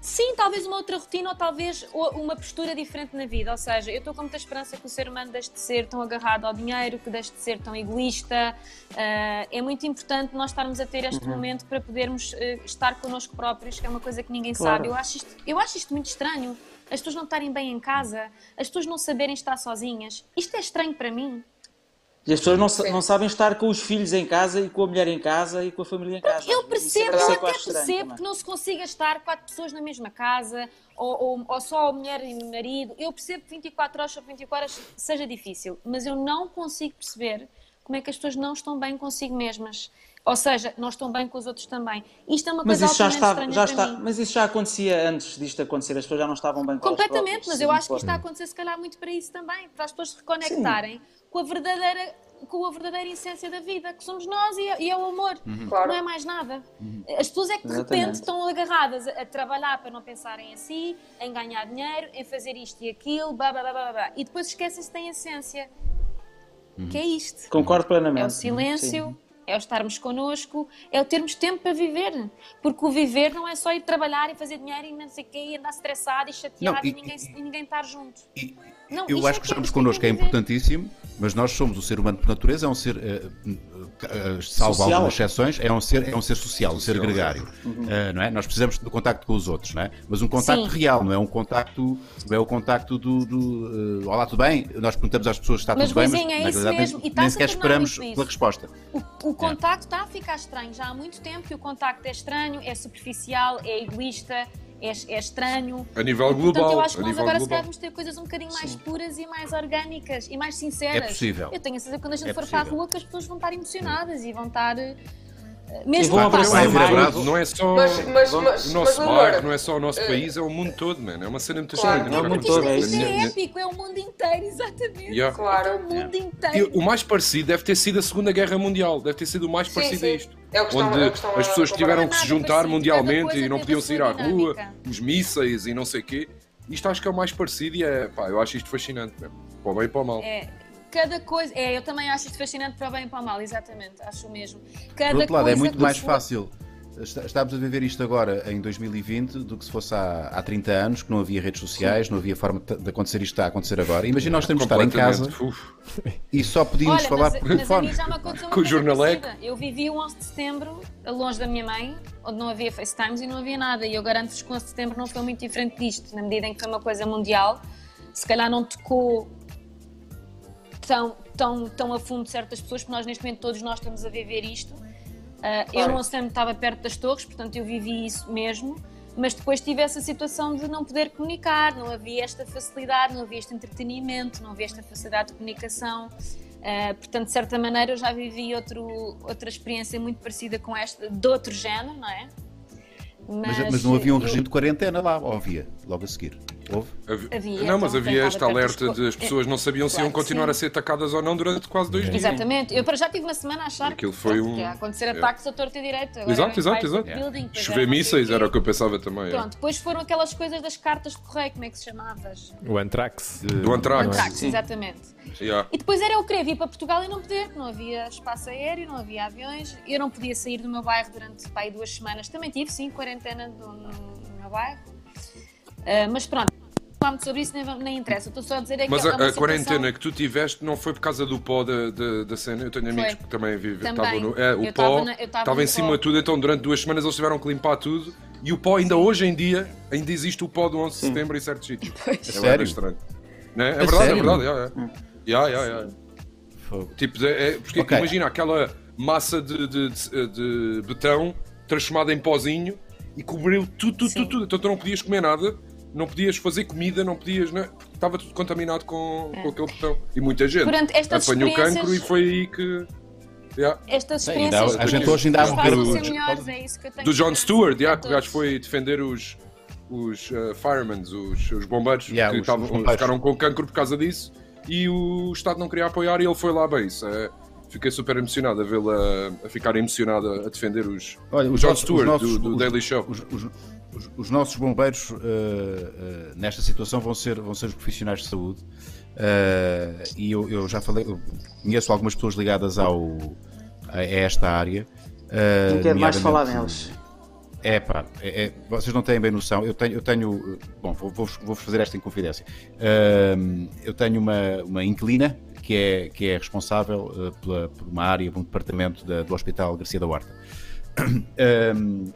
Sim, talvez uma outra rotina ou talvez o- uma postura diferente na vida. Ou seja, eu estou com muita esperança que o ser humano deixe de ser tão agarrado ao dinheiro, que deixe de ser tão egoísta. Ah, é muito importante nós estarmos a ter este momento para podermos eh, estar connosco próprios, que é uma coisa que ninguém sabe. Eu acho, isto, eu acho isto muito estranho. As pessoas não estarem bem em casa, as pessoas não saberem estar sozinhas. Isto é estranho para mim.
E as pessoas não, sa- não sabem estar com os filhos em casa e com a mulher em casa e com a família em casa.
Eu
Isso
percebo, eu
isso é que
até
acho estranho
percebo
também.
que não se consiga estar quatro pessoas na mesma casa, ou, ou- ou só a mulher e o marido. Eu percebo que 24 horas sobre 24 horas seja difícil, mas eu não consigo perceber como é que as pessoas não estão bem consigo mesmas. Ou seja, não estão bem com os outros também. Isto é uma
Mas
coisa
isso, já
altamente
está,
estranha
já
para
está,
mim.
mas isso já acontecia antes disto acontecer, as pessoas já não estavam bem com elas
Completamente,
próprias,
mas
se
eu
não
acho que
for.
isto está a acontecer se calhar muito para isso também, para as pessoas se reconectarem com a verdadeira com a verdadeira essência da vida, que somos nós e é, e é o amor,
Claro.
não é mais nada. As pessoas é que de
Exatamente.
repente estão agarradas a, a trabalhar para não pensarem em si, em ganhar dinheiro, em fazer isto e aquilo, blá blá blá blá, blá. e depois esquecem-se da essência, que é isto.
Concordo plenamente.
É o silêncio,
Sim.
é o estarmos connosco, é o termos tempo para viver. Porque o viver não é só ir trabalhar e fazer dinheiro e não sei o quê, e andar estressado e chateado
Não,
e,
e-
ninguém,
e-
e ninguém estar junto.
E-
Não,
eu
isso
acho
é
que
que
estarmos
é- isto é que
connosco é
tem que ver.
importantíssimo, Mas nós somos, o ser humano por natureza é um ser, eh, eh, salvo
Social.
algumas exceções, é um ser, é um ser social, um ser
Social,
gregário. Eh, não é? Nós precisamos do contacto com os outros, não é? Mas um contacto
Sim.
real, não é um contacto, não é o contacto do, do, eh, olá, tudo bem? Nós perguntamos às pessoas se está
Mas,
tudo bem, mas
Luizinho, é
na
isso
realidade
mesmo, e
nem,
está-se
nem
a
sequer
tornar
esperamos
muito isso.
pela resposta.
O,
É.
o contacto está a ficar estranho já há muito tempo que o contacto é estranho, é superficial, é egoísta, é, é estranho.
A nível
Portanto,
global.
eu acho que
a
nós
nível
agora se calhar
global.
vamos ter coisas um bocadinho mais puras e mais orgânicas e mais sinceras.
É possível.
Eu tenho a certeza que quando a gente
É
for
possível.
para a rua que as pessoas vão estar emocionadas e vão estar. eh,
E
Mesmo
vão
que
abraçar
Vai
passem-
haver
mais.
abraço.
Não é só
Mas, mas, mas,
o
mas
nosso
Leonor,
bairro, não é só o nosso país, é o mundo todo, mano. É uma cena muito
Claro,
estranha.
é o
não
Porque
mundo
isto,
todo,
Na-
é
isto é
na-
épico, é o mundo inteiro, exatamente.
Yeah.
Claro.
É o mundo
E
inteiro.
o mais parecido deve ter sido a Segunda Guerra Mundial, deve ter sido o mais
Sim,
parecido
sim.
a isto.
É o que estão-
onde
é o que estão a
as pessoas
comparar.
tiveram que se
Nada
juntar
parecido, cada
mundialmente
coisa é
e não
teve a
podiam sair
sua
à rua,
dinâmica.
os mísseis e não sei o quê. Isto acho que é o mais parecido e é, pá, eu acho isto fascinante mesmo. Para o bem e para o mal.
É, cada coisa. É, eu também acho isto fascinante para o bem e para o mal, exatamente, acho o mesmo. Cada
Por outro lado, é
coisa
muito
que
mais
for-
fácil. Esta- Estamos a viver isto agora em 2020 do que se fosse há, há 30 anos, que não havia redes sociais, não havia forma de de acontecer isto que está a acontecer agora. Imagina nós temos de estar em casa
Completamente. Uf.
e só podíamos
Olha,
falar
mas,
por
mas a
telefone.
mim já me aconteceu uma
Com o
coisa
jornaleco.
parecida. Eu vivi o 11 de setembro longe da minha mãe, onde não havia FaceTimes e não havia nada. E eu garanto-vos que o 11 de setembro não foi muito diferente disto, na medida em que foi uma coisa mundial. Se calhar não tocou tão, tão, tão a fundo certas pessoas, porque nós neste momento todos nós estamos a viver isto. Ah, Eu não sempre estava perto das torres, portanto eu vivi isso mesmo. Mas depois tive essa situação de não poder comunicar, não havia esta facilidade, não havia este entretenimento, não havia esta facilidade de comunicação. Ah, portanto, de certa maneira, eu já vivi outro, outra experiência muito parecida com esta, de outro género, não é?
Mas, mas não havia um
eu-
regime de quarentena lá, ou havia, logo a seguir. Houve?
Havi-
Havia,
não,
então,
mas
quem estava
havia este
perto
alerta
das co-
de as pessoas não sabiam se
Claro
iam
que
continuar
sim.
a ser atacadas ou não durante quase
É.
dois dias.
Exatamente. Eu para já tive uma semana a achar
Aquilo
que,
foi
pronto,
um-
que ia acontecer
Yeah.
ataques a torto e direito. Agora
Exato,
era
exato,
Empire
exato.
State Building, depois
Chover
era não sei
mísseis
quê.
era o que eu pensava também. é.
é, Pronto, depois foram aquelas coisas das cartas de correio, como é que se chamavas?
O Antrax.
Do Antrax.
Contactos,
sim.
exatamente.
Yeah.
E depois era eu querer vir para Portugal e não poder, não havia espaço aéreo, não havia aviões, eu não podia sair do meu bairro durante pá, aí duas semanas. Também tive, sim, quarentena do, no, no meu bairro. Ah, mas pronto, falámos sobre isso, nem, vamos- nem interessa. Estou só a dizer é que
Mas
é
a,
uma
a
situação-
quarentena que tu tiveste não foi por causa do pó da, da, da cena. Eu tenho amigos
Foi.
que também vivem.
Também.
estavam no- é, o
Eu
pó
tava na- eu tava
estava
no
em cima
pó.
de tudo, então durante duas semanas eles tiveram que limpar tudo. E o pó, ainda hoje em dia, ainda existe o pó do 11 de setembro em certos sítios. É bué
Sério?
estranho. Né? É
A
verdade,
sério?
é verdade.
Hum.
é, é. Yeah, yeah, yeah.
Fogo.
Tipo, de- é, porque
Ok.
imagina aquela massa de, de, de- de betão transformada em pozinho e cobriu tudo, tudo, tudo, tudo. Então tu não podias comer nada, não podias fazer comida, não podias. né? Porque estava tudo contaminado com, com aquele betão. E muita gente
É. Durante estas
apanhou
experiências-
cancro e foi aí que. Yeah.
Estas
Sim, ainda há-
experiências
a
gente
que
hoje ainda há um
fazem
bocado-
ser melhores, é isso que eu tenho
Do John
esperança
Stewart, yeah,
para
que o gajo
todos.
foi defender os, os eh, firemen, os, os bombeiros
Yeah,
que
os-
estavam-
os bombeiros.
ficaram com cancro por causa disso e o Estado não queria apoiar e ele foi lá bem. Isso, eh, fiquei super emocionado a vê-la a ficar emocionada a defender os,
Olha,
o
os
John
nossos-
Stewart
os nossos-
do, do
os-
Daily Show.
Os, os- os- os nossos bombeiros eh, eh, nesta situação vão ser, vão ser os profissionais de saúde. Eh, e eu, eu já falei, eu conheço algumas pessoas ligadas ao, a, a esta área. eh,
Não quero mais
nomeadamente-
falar neles.
É pá, é- é- vocês não têm bem noção. Eu tenho, eu tenho bom, vou- vou-vos vou-vos fazer esta em confidência. Ahm, eu tenho uma, uma inquilina que é, que é responsável eh, pela, por uma área, por um departamento da- do Hospital Garcia da Horta. Ahm,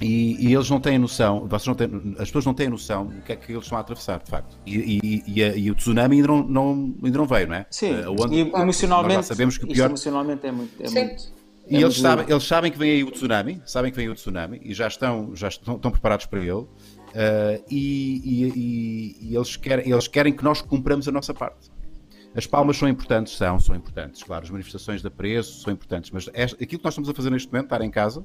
e, e eles não têm noção, vocês não têm- as pessoas não têm noção do que é que eles estão a atravessar, de facto. E, e- e a- e o tsunami ainda não, não- ainda não veio, não é?
Sim,
Eh, onde-
e
nós
emocionalmente,
já sabemos que o
isto
pior,
emocionalmente é muito. É
um
Sim.
muito
e
é
eles,
muito
sabem, eles sabem que vem aí o tsunami, sabem que vem aí o tsunami e já estão, já estão, estão preparados para ele. Ah, e e- e- e eles, querem, eles querem que nós cumpramos a nossa parte. As palmas são importantes, são, são importantes, claro. As manifestações de apreço são importantes, mas esta- aquilo que nós estamos a fazer neste momento, estar em casa,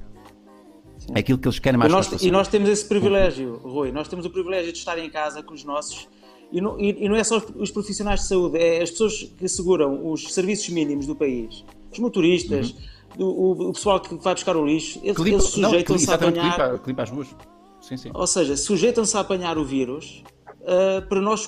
é aquilo que eles querem
E
mais que
nós,
façamos.
e nós temos esse privilégio, Rui. Nós temos o privilégio de estar em casa com os nossos. E não, e- e não é só os, os profissionais de saúde, é as pessoas que asseguram os serviços mínimos do país. Os motoristas,
Uhum.
o, o- o pessoal que vai buscar o lixo. Eles,
Que limpa-
eles
não, que
sujeitam-se a
exatamente, que
apanhar.
limpa, que limpa as ruas. Sim, sim.
Ou seja, sujeitam-se a apanhar o vírus ah, para nós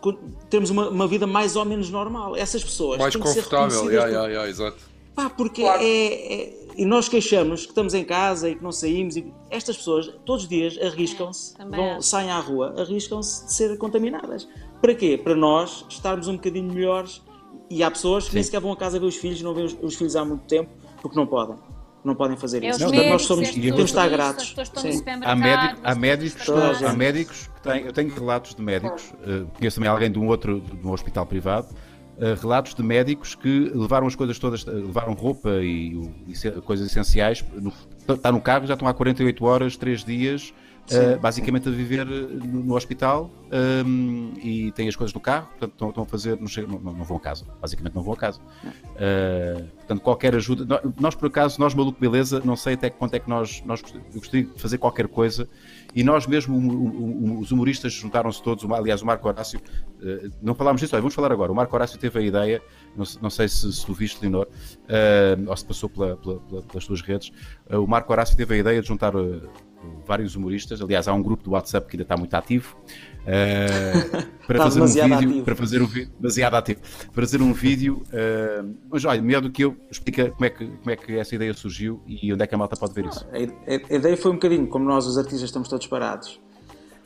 co- termos uma, uma vida mais ou menos normal. Essas pessoas
Mais
têm que ser
confortável,
reconhecidas
yeah,
por-
yeah, yeah, exato.
Pá, porque
Claro.
é, é- E nós queixamos que estamos em casa e que não saímos. E... Estas pessoas, todos os dias, arriscam-se,
É, também
vão-
acho.
saem à rua, arriscam-se de ser contaminadas. Para quê? Para nós estarmos um bocadinho melhores
E há pessoas que nem sequer vão a casa ver os filhos, não veem os, os filhos há muito tempo, porque não podem. Não podem fazer
É os
isso.
Não,
Portanto, nós
médicos,
somos,
é
e
tudo
temos de estar
isso,
gratos.
As pessoas estão
Sim.
no
Há,
supermercado.
médico,
as
há
pessoas
médicos,
estão na
toda a
há
gente.
médicos que têm, eu tenho relatos de médicos, eh, conheço também alguém de um outro, de um hospital privado, eh, relatos de médicos que levaram as coisas todas, eh, levaram roupa e, o- e se- coisas essenciais, no, está no carro, já estão há 48 horas, 3 dias, eh, basicamente a viver eh, no, no hospital ehm, e têm as coisas no carro, portanto estão, estão a fazer, não, chegam- não, não vão a casa, basicamente não vão a casa. Eh, portanto, qualquer ajuda, no- nós por acaso, nós maluco beleza, não sei até que ponto é que nós, nós gost- eu gostaria de fazer qualquer coisa e nós mesmo, o- o- o- os humoristas juntaram-se todos, o- aliás o Marco Horácio, eh, não falámos disso, olha, vamos falar agora, o Marco Horácio teve a ideia, não, se- não sei se, se tu viste, Leonor, eh, ou se passou pela- pela- pela- pelas tuas redes, eh, o Marco Horácio teve a ideia de juntar eh, vários humoristas, aliás há um grupo do WhatsApp que ainda está muito ativo, eh, para,
Está
fazer um
demasiado
vídeo,
ativo.
para fazer um vídeo demasiado ativo, para fazer um vídeo eh, mas olha, melhor do que eu explica como é, que, como é que essa ideia surgiu e onde é que a malta pode ver isso
A ide- A ideia foi um bocadinho como nós, os artistas, estamos todos parados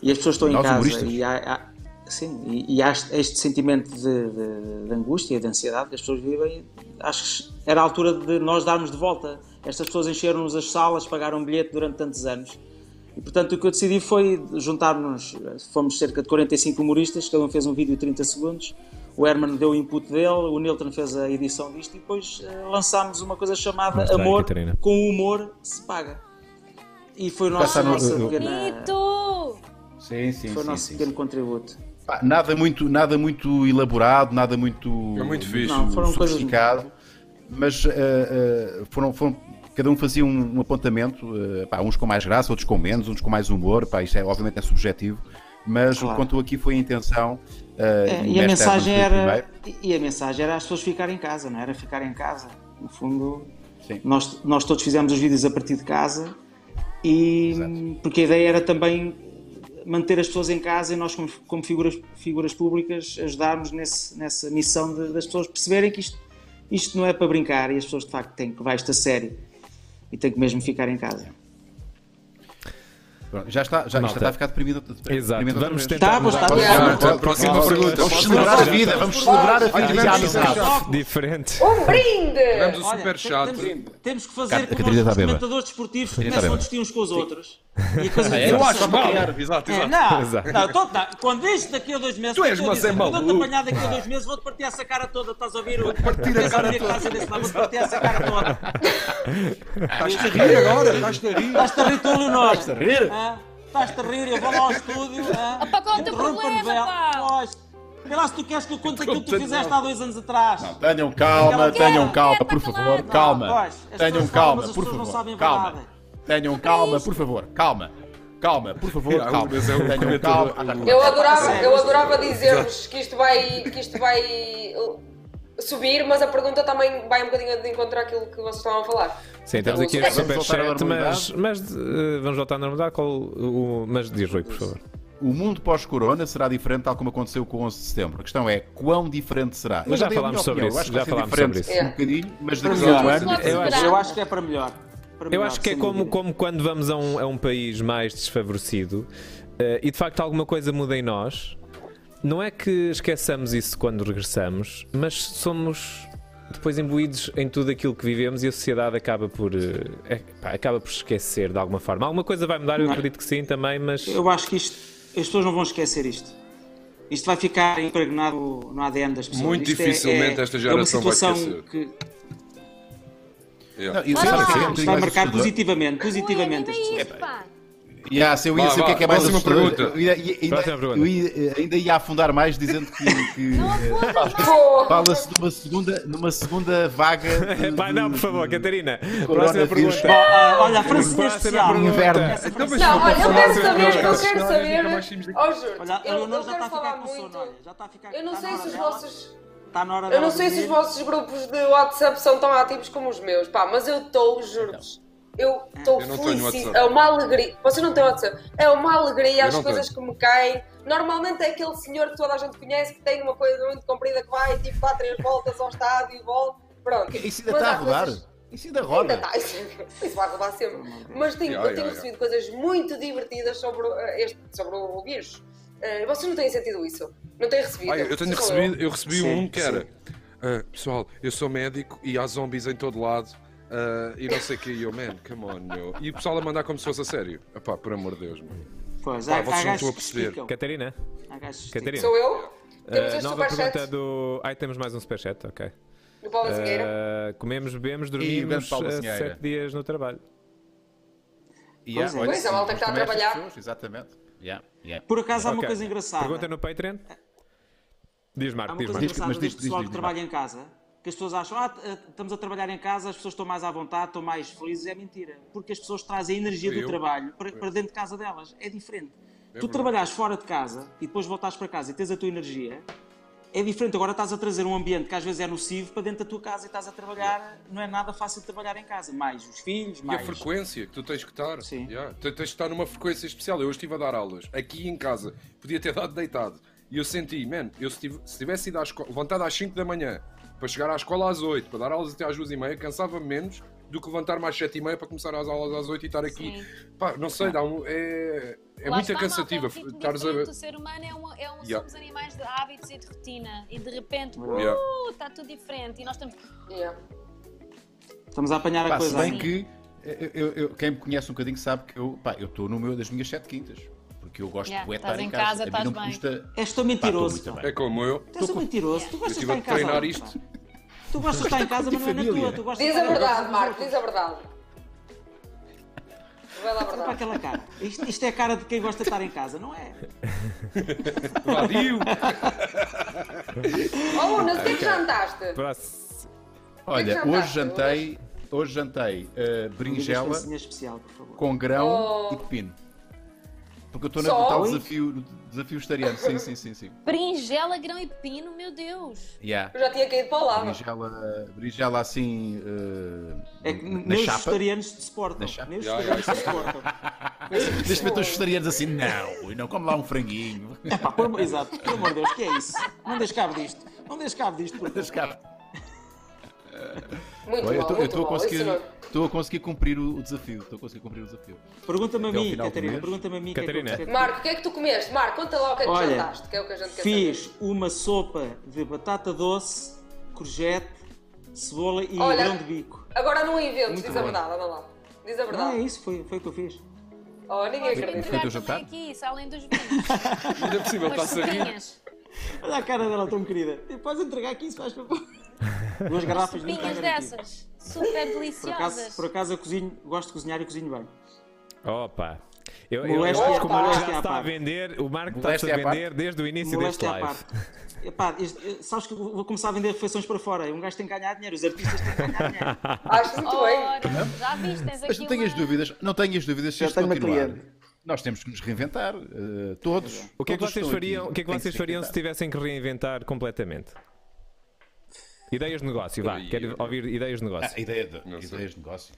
e as pessoas estão
Nós,
em casa
humoristas.
e há, há- sim, e, e há este este sentimento de, de- de angústia, de ansiedade que as pessoas vivem. Acho que era a altura de nós darmos de volta. Estas pessoas encheram-nos as salas, pagaram um bilhete durante tantos anos. E portanto, o que eu decidi foi juntarmos, fomos cerca de 45 humoristas, cada um fez um vídeo de 30 segundos. O Herman deu o input dele, o Nilton fez a edição disto e depois eh, lançámos uma coisa chamada
Mostra aí,
Amor
Catarina.
com o humor se paga. E foi o nosso,
Passar no-
nossa
no-
pequena-
Bonito!
sim, sim,
foi o nosso pequeno contributo.
Pá, Nada muito, nada muito elaborado, nada muito,
É muito fixe.
Não, foram coisas-
sofisticado, mas eh, eh, foram, foram- cada um fazia um, um apontamento, eh, pá, uns com mais graça, outros com menos, uns com mais humor, pá, isto é, obviamente é subjetivo, mas o
Claro.
que contou aqui foi a intenção. eh,
É,
o
e, a
hashtag
mensagem
do
era,
primeiro.
e e a mensagem era as pessoas ficarem em casa, não é? era ficar em casa. No fundo,
Sim.
nós, nós todos fizemos os vídeos a partir de casa e
Exato.
porque a ideia era também manter as pessoas em casa e nós como, como figuras, figuras públicas ajudarmos nesse, nessa missão de- das pessoas perceberem que isto, isto não é para brincar e as pessoas de facto têm que levar isto a sério e têm que mesmo ficar em casa.
Pronto, já está, já, isto
Malta.
está a ficar deprimido.
Exato,
deprimido outra
vamos
vez.
tentar.
Tá, pois
mudar.
tá.
Já,
Ah,
tá, Próxima pergunta.
Vamos
Próxima
celebrar a
pergunta.
vida, vamos celebrar a vida e a
tivemos isso
amizade.
ah, Diferente.
Um brinde!
Tivemos um super chato.
Temos, que
Cat-
fazer
como Catarina os
como os
está bêbada.
comentadores desportivos
Catarina começam
começam
a
a
está
discutir uns com os outros. E coisas
Eu
acho mal. Exato,
É,
exato.
não,
Exato.
não, tô- tá, quando isto daqui a dois meses,
Tu
eu
és,
tô a
mas
dizer,
é
eu vou-te
maluco,
apanhar daqui a dois meses, vou-te partir essa cara toda, estás a ouvir? Vou partir a cara toda. Vou-te partir essa cara toda.
Estás-te a rir agora? Estás-te a rir?
Estás-te a rir tu, Leonor? Estás-te a rir? Estás-te a rir, eu vou lá ao estúdio.
Ah, pá, qual é o teu problema, pá?
Vê lá se tu queres que eu conte aquilo que tu
Conta-te
fizeste
lá.
há dois anos atrás.
Tenham calma,
Não quero,
tenham calma,
quero,
por
tá
favor,
calado.
calma.
Pois, as
Tenham
pessoas falam,
calma,
mas as
por
pessoas não
favor,
sabem a
calma.
verdade. É
Tenham calma, por favor, calma. Calma, por favor,
Ah,
calma.
mas é um
Tenham
comentário-
calma.
Eu adorava, eu adorava dizer-vos que isto vai, que isto vai uh, subir, mas a pergunta também vai um bocadinho de encontrar aquilo que vocês estavam a falar.
Sim, temos aqui
Vamos
este super
voltar à
chat, mas,
normalidade?
mas eh, vamos voltar à normalidade. Qual, o, mas diz Rui, por favor.
O mundo pós-corona será diferente, tal como aconteceu com o 11 de setembro. A questão é quão diferente será. Eu
Mas já
dei a minha
falámos sobre
opinião,
isso,
eu acho que
já
vai ser
falámos
diferente
sobre
isso.
Um bocadinho, mas
Para
daqui a
melhor.
um ano.
Eu acho-
Eu acho que é para melhor. Para
Eu
melhor,
acho que é
sem
como,
dúvida.
como quando vamos a um, a um país mais desfavorecido eh, e de facto alguma coisa muda em nós. Não é que esqueçamos isso quando regressamos, mas somos depois imbuídos em tudo aquilo que vivemos e a sociedade acaba por eh, é- pá, acaba por esquecer de alguma forma. Alguma coisa vai mudar, eu
Não. é?
acredito que sim também, mas
Eu acho que isto, as pessoas não vão esquecer isto. Isto vai ficar impregnado no ADN das pessoas.
Muito
Isto é-
dificilmente
é-
esta geração
é
vai
uma situação
esquecer.
que
Não,
Yeah.
eu sei que é um
isto
bocadinho
vai
mais
marcar
assustador.
positivamente,
um
positivamente as
Ui,
pessoas.
anima isto, pá.
Yeah, se eu ia
Vá,
dizer o que é
vá,
que é mais
próxima
assustador,
pergunta.
eu ia- ia- ainda-
Próxima pergunta.
eu ia- ainda ia afundar mais dizendo que. que-
é.
Pô,
Fala-se numa segunda, numa segunda vaga. de-
Pá, não, por favor, Catarina. Próxima
Coronavírus.
Bom,
pergunta.
ah, olha, a frase
Próxima
deste
é
especial.
pergunta.
Inverno.
Essa frase-
não, olha, eu quero saber, eu
Senão
quero saber.
nunca mais saímos daqui.
Oh, juro,
Olha, a
eu, eu
Leonor já está
quero
a ficar
falar
com sono. olha, Tá
muito.
Já está a ficar
Eu não
está na
sei
hora
se os
dela.
vossos.
Está na hora
Eu
dela
não sei se os
dormir.
vossos grupos de WhatsApp são tão ativos como os meus, pá, mas eu estou, juro-vos. Eu estou
Eu não tenho
feliz,
WhatsApp.
é uma alegria. Vocês não têm WhatsApp, é uma alegria
Eu
as
não
coisas que me caem. Normalmente é aquele senhor que toda a gente conhece que tem uma coisa muito comprida que vai tipo dá três voltas ao estádio e volta. Pronto.
Isso ainda
Mas
está a
há
rodar.
coisas-
Isso ainda
Ainda
roda.
está, isso, isso vai rodar sempre. Mas tenho,
Ai,
eu tenho
ai, ai.
recebido coisas muito divertidas sobre, eh, este, sobre o vírus. Eh, vocês não têm sentido isso? Não têm recebido?
Ah, eu tenho
Sou
recebido, eu recebi
Sim,
um que era. "Ah, pessoal, eu sou médico e há zombies em todo lado. ah, e não sei o que, eu, man, come on, meu. E o pessoal a mandar como se fosse a sério. Epá, por amor de Deus, mano.
Pois,
Pá,
há,
Ah, vocês
há
não
gajos
estão a
que
perceber.
esticam.
Catarina?
Há gajos que esticam.
Catarina?
Sou eu? Temos
Uh,
este
nova pergunta
superchat
do. Ai, temos mais um superchat, ok.
do Paulo Azegueira.
Uh, comemos, bebemos,
grande
dormimos
Paulo
uh,
Senheira.
sete dias no trabalho.
Yeah,
Pois é.
olha,
Pois, a
sim,
malta
mas
que
também
está a
estas
trabalhar.
pessoas, exatamente. Yeah, yeah.
Por acaso há uma
Ok.
coisa engraçada. Ah.
Pergunta no Patreon? Diz,
Há
Marco,
uma
diz,
Diz que-
Marco.
coisa engraçada
mas diz-
deste pessoal
diz-
que
diz,
trabalha em casa, que as pessoas acham, ah, t- estamos a trabalhar em casa, as pessoas estão mais à vontade, estão mais felizes, é mentira. Porque as pessoas trazem a energia do
Eu?
trabalho para, para dentro de casa delas, é diferente. tu
verdade.
trabalhares fora de casa e depois voltares para casa e tens a tua energia, é diferente. Agora estás a trazer um ambiente que às vezes é nocivo para dentro da tua casa e estás a trabalhar, não é nada fácil de trabalhar em casa. Mais os filhos,
E a
mais...
frequência que tu tens que estar.
Sim.
Yeah. Tu tens que estar numa frequência especial. Eu hoje estive a dar aulas, aqui em casa. Podia ter dado deitado. E eu senti, man, eu se tive- se tivesse ido à escola, levantado às 5 da manhã, para chegar à escola às 8, para dar aulas até às 2 e meia, cansava me menos do que levantar-me às 7 e meia para começar as aulas às 8 e estar aqui. Pá, não sei, dá um, é, é
Lá
muito
está,
é cansativa.
malta, é um ritmo
Estares a
diferente.
ver.
O ser humano é um, é um
Yeah.
somos animais de hábitos e de rotina e de repente uh,
Yeah.
está tudo diferente e nós estamos
Yeah.
Estamos a apanhar a
Pá, se
coisa.
assim.
bem
aí.
que eh, eu- eu- quem me conhece um bocadinho sabe que eu pá, eu estou no meu das minhas sete quintas. Porque eu gosto
Yeah,
de bué de
estás
estar em
em
casa.
casa,
A mim
estás
não
bem.
me custa.
És tão
Pá, estou
mentiroso.
muito
pá.
bem.
É como eu.
Tu és um mentiroso. Tu gostas de
Eu
estar em
tive
casa.
a treinar
não,
isto.
pá. Tu gostas de estar em casa, mas não é na
Família.
tua. Tu gostas de
Diz a
estar em casa
verdade,
dos
Marco,
outros.
diz a verdade. Vai lá
Olha
a
para
verdade.
aquela cara. Isto, isto é a cara de quem gosta de estar em casa, não é?
Vadio!
Oh, Unas, o que é que jantaste?
Próximo.
que
Olha,
jantaste
hoje jantei, hoje jantei eh,
Digas
berinjela
francesinha assim, é especial, por favor.
com grão
Oh.
e pepino. Porque eu estou
Só?
no tal desafio, no desafio vegetariano. Sim, sim, sim, sim.
berinjela, grão e pepino, meu Deus.
Yeah.
Eu já tinha caído para o lado.
Berinjela, berinjela assim eh,
É que
na
nem os
chapa.
vegetarianos se suportam.
Na chapa.
Nem os
Já,
vegetarianos se suportam.
Neste momento os vegetarianos assim, não, e não come lá um franguinho.
Pá, por- Exato. Pelo amor de Deus, que é isso? Não deixes cabo disto. Não deixes cabo disto. Por
Mas,
favor.
cara,
Muito
Olha, eu
bom,
tô- eu
muito
estou a
bom.
conseguir,
é
Isso não-
estou a conseguir cumprir o, o desafio. Estou a conseguir cumprir o desafio.
Pergunta-me a
Até ao
mim,
final do
Catarina.
mês.
Pergunta-me a mim. o que é que eu-
Catarina.
o que é que eu-
Marco, o que é que tu comeste? Marco, conta lá o que é que
Olha,
jantaste. Que é o que a gente quer
Fiz uma sopa de batata doce, courgette, cebola e
Olha.
grão de bico.
saber. Agora não inventes,
Muito
diz a
bom.
verdade, anda lá. Diz a
Não é
verdade.
isso, foi, foi o que eu fiz.
Oh, ninguém
Podes
acredita.
Foi o teu
entregar
jantar?
também aqui isso, além dos vinhos,
Ainda por cima,
com as
está-se é a rir.
sopinhas.
Olha a cara dela tão querida. E Podes entregar aqui, se faz favor. Duas garrafas de vinho.
Sopinhas dessas, super
Por acaso,
deliciosas.
por acaso eu cozinho, gosto de cozinhar e cozinho bem.
Opa! Eu, eu, eu
Moléstia
acho
à
que o Marco
é parte.
já está a
Moléstia
vender, o Marco está-se
Moléstia
a
é à parte.
vender desde o
é
início deste
Moléstia à
live.
parte. Epá, este- eh, sabes que eu vou começar a vender refeições para fora. Um gajo tem que ganhar dinheiro, os artistas têm que ganhar dinheiro.
Acho muito bem.
Ora, já viste, tens
Mas
aqui
não tenhas
uma-
dúvidas, não tenhas dúvidas se
Já
isto
tenho uma
continuar.
cliente.
Nós temos que nos reinventar, eh, todos.
O que é que
Todos
vocês
estão
fariam,
aqui.
o que é que
Tem
vocês
se
fariam se
reinventar.
tivessem que reinventar completamente? Ideias de negócio, vá.
Ai,
Quero ouvir ideias de negócio.
Ah, ideia de,
Não sei.
ideias de negócio.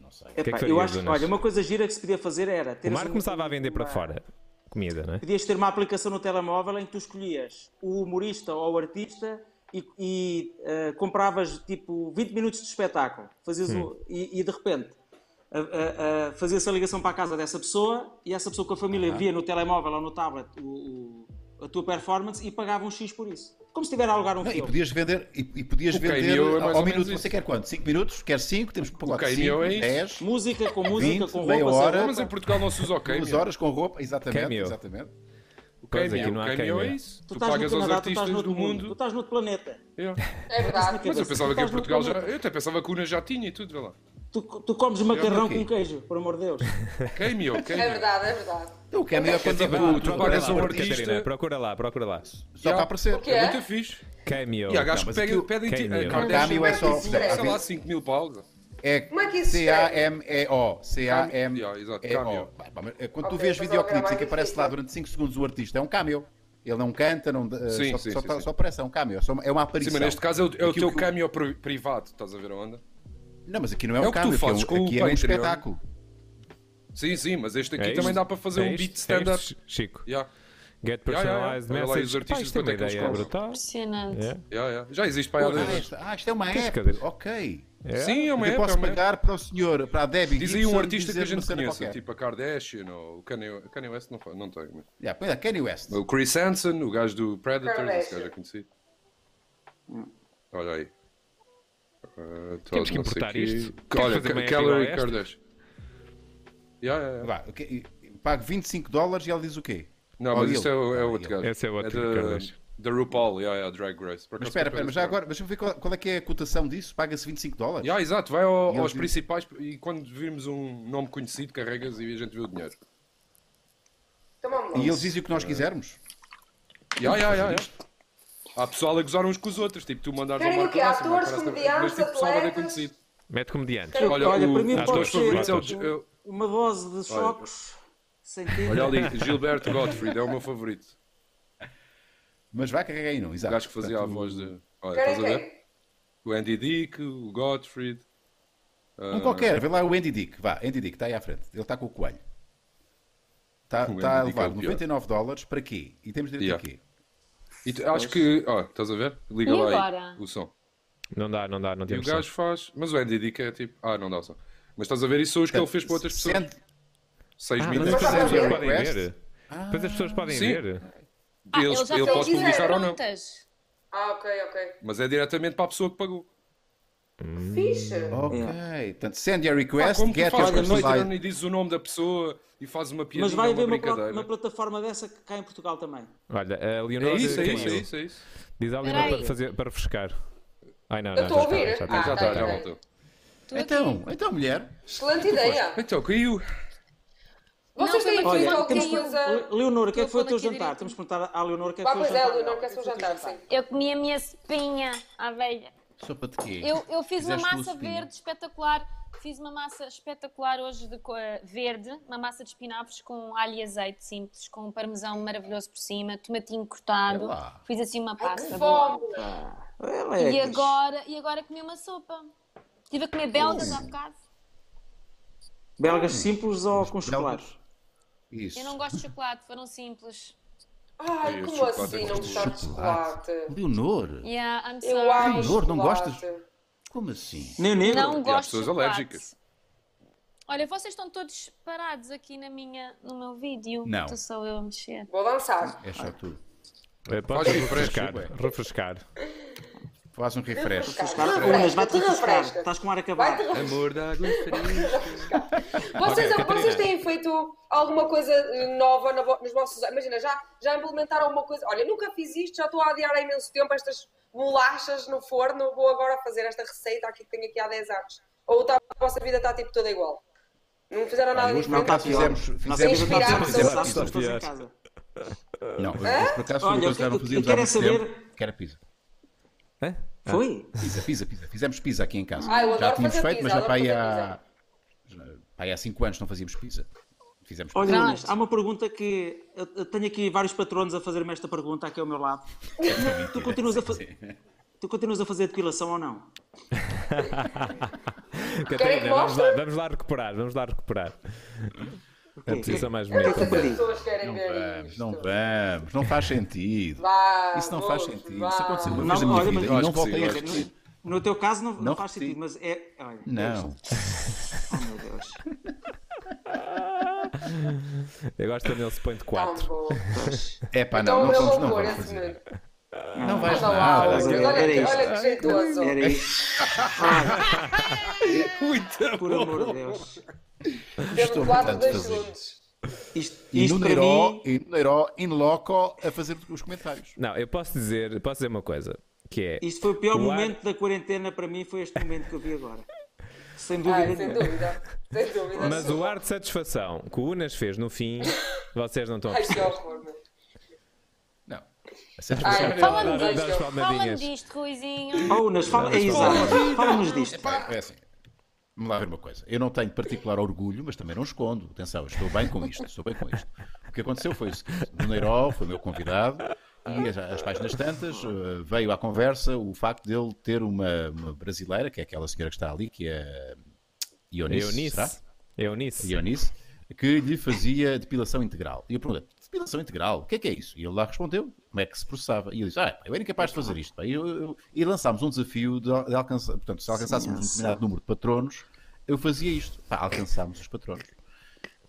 Não sei.
Epá,
farias,
eu acho,
Jonas?
olha, uma coisa gira que se podia fazer era.
é O
teres
Marco
um-
começava a vender para
uma-
fora comida, não é?
Podias ter uma aplicação no telemóvel em que tu escolhias o humorista ou o artista e, e, eh, compravas tipo 20 minutos de espetáculo. Fazias o- e, e, de repente a- a- a- fazia-se a ligação para a casa dessa pessoa e essa pessoa com a família via no telemóvel ou no tablet o- o- a tua performance e pagava um X por isso. Como se estiver a alugar um
Não, e
filme.
podias vender, e, e podias
O
vender
KNO é mais
ao,
ou menos
minuto.
isso.
Você quer quanto? 5 minutos? Quer 5? Temos que
O
pagar
KNO
5,
é isso.
10,
Música com música,
20,
com
meia
roupa, sem
hora.
Ah,
roupa.
Mas em Portugal não se usa o
duas
câmbio.
horas com roupa. Exatamente,
Cameo.
exatamente.
O
Pois, aqui
câmbio
não há
é
câmbio.
isso. Tu,
Tu estás no
pagas aos
Canadá, tu estás
artistas
noutro
do
mundo. Tu
mundo.
estás noutro planeta.
Yeah.
É verdade.
Mas eu pensava que em
Estás no
Portugal já.
planeta.
Eu até pensava que o Una já tinha e tudo, vê lá.
Tu, tu comes macarrão
aqui.
com queijo, por amor de Deus.
Cameo,
É
cameo.
verdade, é verdade.
Então, o que é melhor quando
tipo,
quando-
tu
quando-
pagas
só
um
Procura lá,
artista.
Catarina, procura lá, procura lá.
para aparecer.
O quê?
É muito fixe.
Cameo.
E há gajos
Não,
que
mas
pegam-
aquilo-
pedem ti-
Cameo.
a
Cameo
Kardashian
é só-
sei lá,
David-
5 mil paus.
É
Como é que isso se escreve?
C-A-M-E-O.
Yeah, exato,
C-A-M-E-O.
cameo.
Pá, pá, mas, eh, Quando tu
Ok, então
vês
mas
videoclipes
agora
em que
vai
aparece
difícil.
lá durante 5 segundos o artista, é um cameo. Ele não canta, não, eh,
Sim,
só,
sim,
só,
sim,
tá-
sim.
só aparece, é um cameo, é só uma- é uma aparição.
Sim, mas neste caso é o, é o
Aquilo
teu
que-
cameo pri- privado, estás a ver a onda?
Não, mas aqui não é um
É o que tu
cameo, aqui é um-
fazes com o
aqui é um
Patreon.
espetáculo.
Sim, sim, mas este aqui
É
também
isto?
dá para fazer
É
um
isto?
beat
É
stand-up.
isto, Chico.
Yeah,
Get
Yeah, yeah, yeah.
personalized
Olha lá, e os
message. Pá,
artistas
isto é uma
quanto é que
ideia
eles
brutal.
Impressionante.
Yeah.
yeah, yeah. Já existe para há
Ah,
10
isto- ah, isto é uma
Tens
app.
cadeira.
Ok.
É.
Sim, é uma
Eu
app. é
posso
uma app.
pagar para o senhor, para a Debbie
Diz aí
Gibson
um artista que a
dizer-me uma
gente
cena
conheça,
qualquer.
tipo a Kardashian ou o Kanye, Kanye West, não, fa- não tem. mas-
Yeah, pois é, Kanye West.
O Chris Hansen, o gajo do Predators, esse
Kardashian.
Hum.
gajo é conhecido. Olha aí. Uh,
Temos
Todd,
que
não sei
importar
quê.
isto.
Que-
Queres
Olha,
fazer uma
Kelly
FYI?
Kardashian. Yeah, yeah, yeah.
Vá, o quê? pago 25 dólares e ela diz o quê?
Não,
Ou
mas
ele?
isso é, o- é
Ah,
outro
ele.
gajo.
Esse é o outro
da-
Kardashian.
Da RuPaul, yeah, yeah, Drag Race. Por
Mas
acaso
espera,
foi
espera, mas
coisa
já agora, deixa-me ver qual, qual é que é a cotação disso. Paga-se 25 dólares?
Yeah, exato, vai ao-
E
aos
eles-
principais e quando virmos um nome conhecido, carregas e a gente vê o dinheiro.
Então vamos lá.
E eles dizem o que nós quisermos?
Yeah, yeah, yeah, yeah. Há pessoal a gozar uns com os outros, tipo tu mandares ao
Querem o
Marco
quê?
Rossi, o Marco
Atores,
Rossi-
comediantes,
mas tipo pessoal é
atletas?
conhecido.
Mete comediante.
Olha,
Olha,
o,
para mim
os
pode
meus
ser-
favoritos é o. eu-
Uma dose de choques sem sentido.
Olha ali, Gilberto Gottfried é o meu favorito.
Mas vai carregar aí, não,
O
Tá.
exato.
gajo que fazia a
Portanto,
voz de. Olha, estás
Querem
a ver?
quem?
O Andy Dick, o Gottfried.
Um qualquer, vê lá o Andy Dick, vá, Andy Dick, está aí à frente. Ele está com o coelho. Está
O
tá a
Andy Dick é
levar
o pior.
99 dólares para quê? E temos direito
Yeah.
a quê?
E tu- acho que. Ó, estás a ver? Liga
E
lá
agora?
aí, o som.
Não dá, não dá, não
E o
temos.
gajo faz. Mas o Andy Dick é tipo. Ah, não dá o som. Mas estás a ver isso hoje que ele fez para outras pessoas?
Sente-
6
Ah, mas
é
minutos.
depois as pessoas
Request?
podem ver. Depois as pessoas podem
Sim.
ver.
Ah,
Eles-
ele já
ele
fez
pode
isso,
publicar ou não.
perguntas.
Ah, ok, ok.
Mas é diretamente para a pessoa que pagou.
Fixe.
Ok, portanto, send your request,
Ah, Como tu
get
fazes
your
a noite
reply.
e dizes o nome da pessoa e fazes uma piadinha,
Mas vai
uma
haver uma, pla-
brincadeira.
uma plataforma dessa que cá em Portugal também.
Olha, a
É
Leonor
isso, é isso, é
caiu.
isso, é isso.
Diz à Leonor
Peraí.
para, fazer, para refrescar. Ai não,
Eu
não,
estou a
já
ouvir.
está, já está.
Ah,
Já está,
tá,
já
tá.
voltou.
Estou aqui.
Então, então, mulher,
Excelente ideia.
Então, caiu.
Não,
Vocês têm
foi
aqui
uma
Olha,
Então,
qualquer
temos
quem
que...
coisa.
eu-
Leonor, o que é que foi o
Estou
teu
aqui
jantar?
direito.
Temos que perguntar à Leonor o que é que
Vá,
foi o
pois
jantar.
é, Leonor, quer ser um jantar, sim.
Eu comi a minha sopinha à velha.
sopa de quê?
Eu, eu fiz uma
Fizeste
massa
bolsinha.
verde espetacular. Fiz uma massa espetacular hoje de co- verde, uma massa de espinafres com alho e azeite simples, com um parmesão maravilhoso por cima, tomatinho cortado.
Olá.
Fiz assim uma
Ai, que
pasta boa.
fome.
Ela é
E
que-
agora, e agora comi uma sopa. Estive a comer belgas há bocado.
Belgas simples ou com chocolate?
Isso.
Eu não gosto de chocolate, foram simples.
Ai,
Ai,
como
chocolate
assim
é
não gostar de chocolate?
Leonor?
Yeah, I'm
Eu
sorry.
amo
Leonor,
chocolate.
não gostas? Como assim?
Nem o negro?
Não
há
gosto de
pessoas
chocolate.
alérgicas.
Olha, vocês estão todos parados aqui na minha, no meu vídeo.
Não.
Estou só eu a mexer.
Vou dançar.
É só tu.
Eh, Podes
tá. Faz refresco,
refrescar.
ué.
Refrescar.
Faz um refresh.
Mas vai-te
Tudo
refrescar.
Tá, refresca.
Estás com o ar
Vai
acabado.
te
Amor da água
Vocês, é
Ok,
vocês
Catarina.
têm feito alguma coisa eh, nova na vo- nos vossos. Imagina, já, já implementaram alguma coisa. Olha, nunca fiz isto, já estou a adiar há imenso tempo estas bolachas no forno. Vou agora fazer esta receita aqui que tenho aqui há 10 anos. Ou tá- a vossa vida está tipo toda igual. Não fizeram nada
hoje não
diferente.
está
tá pior.
Fizemos-
Nós
fizemos-
ainda estamos-
fizemos-
estamos- estamos todos em casa.
Não, mas por acaso foi
Olha,
uma coisa que já não
eu- eu
fazíamos há
quero
muito
saber-
um tempo. Que era pizza.
Hã?
Foi?
Ah.
Pizza, pizza, pizza. Fizemos pizza aqui em casa.
Ah, eu
já
adoro
tínhamos
fazer
feito,
pizza,
mas já
adoro
para aí
fazer
há. já para aí há 5 anos não fazíamos pizza. Fizemos pizza.
Olha,
Pronto.
Luís, há uma pergunta que eu eu tenho aqui vários patronos a fazer-me esta pergunta aqui ao meu lado. tu continuas a fazer. Tu continuas a fazer depilação ou não?
Querem que
Catarina, vamos
mostre?
lá, vamos lá recuperar, vamos lá recuperar. A posição mais
O que é que eu
bonita.
perdi?
As pessoas querem
Não
ver
vamos,
é isto.
não vamos, não faz sentido.
Vá,
Isso não faz
vou,
sentido.
vá.
Isso aconteceu uma
Não,
vez na minha
olha,
vida
mas-
e
Eu acho
não
que
voltei
sim,
a
eu acho que
repetir.
sim.
No teu caso não, não
Não
faz
repeti.
sentido, mas é. Olha,
Não.
Oh meu Deus.
Eu gosto quando ele se põe de
Tão
4.
bom.
É pá, não,
Então
não
eu
vamos,
vou
não
pôr
vamos
esse
fazer.
menino.
Não vais
Não há
nada.
outro.
Era
Olha
isto.
olha que jeitoso.
Era isso. Olha, por amor de Deus.
Estou
Temos quatro,
tentando
dois
fazer.
juntos.
Isto,
E
isto
no
para
Neiró,
mim.
e no Neiró, in loco, a fazer os comentários.
Não, eu posso dizer, posso dizer uma coisa, que é
Isto foi o pior
O ar-
momento da quarentena para mim, foi este momento que eu vi agora. Sem dúvida
Ai, sem
nenhuma.
dúvida. Sem
é
dúvida.
Mas o ar de satisfação que o Unas fez no fim, vocês não estão a
Ai, que
perceber.
horror, meu.
Não. A
Ah,
satisfação
Ai,
é-
então,
fala-
Fala-me
Dá- dá
disto,
as palmadinhas.
fala-me disto, Ruizinho.
Oh, Unas, fala, é exato. Fala-nos disto.
É assim. Vamos lá ver uma coisa. Eu não tenho particular orgulho, mas também não escondo. Atenção, eu estou bem com isto. Estou bem com isto. O que aconteceu foi o seguinte: o Neiró foi meu convidado e as, as páginas tantas eh, veio à conversa o facto dele ter uma, uma brasileira, que é aquela senhora que está ali, que é Ionice. será?
Eunice. Eunice.
Dionísio, que lhe fazia depilação integral. E eu perguntei, depilação integral, o que é que é isso? E ele lá respondeu, como é que se processava? E eu disse, ah, eu era incapaz de fazer isto. pá. E, eu- eu- e lançámos um desafio de, al- de alcançar, portanto, se alcançássemos um determinado número de patronos, eu fazia isto. Pá, alcançámos os patronos.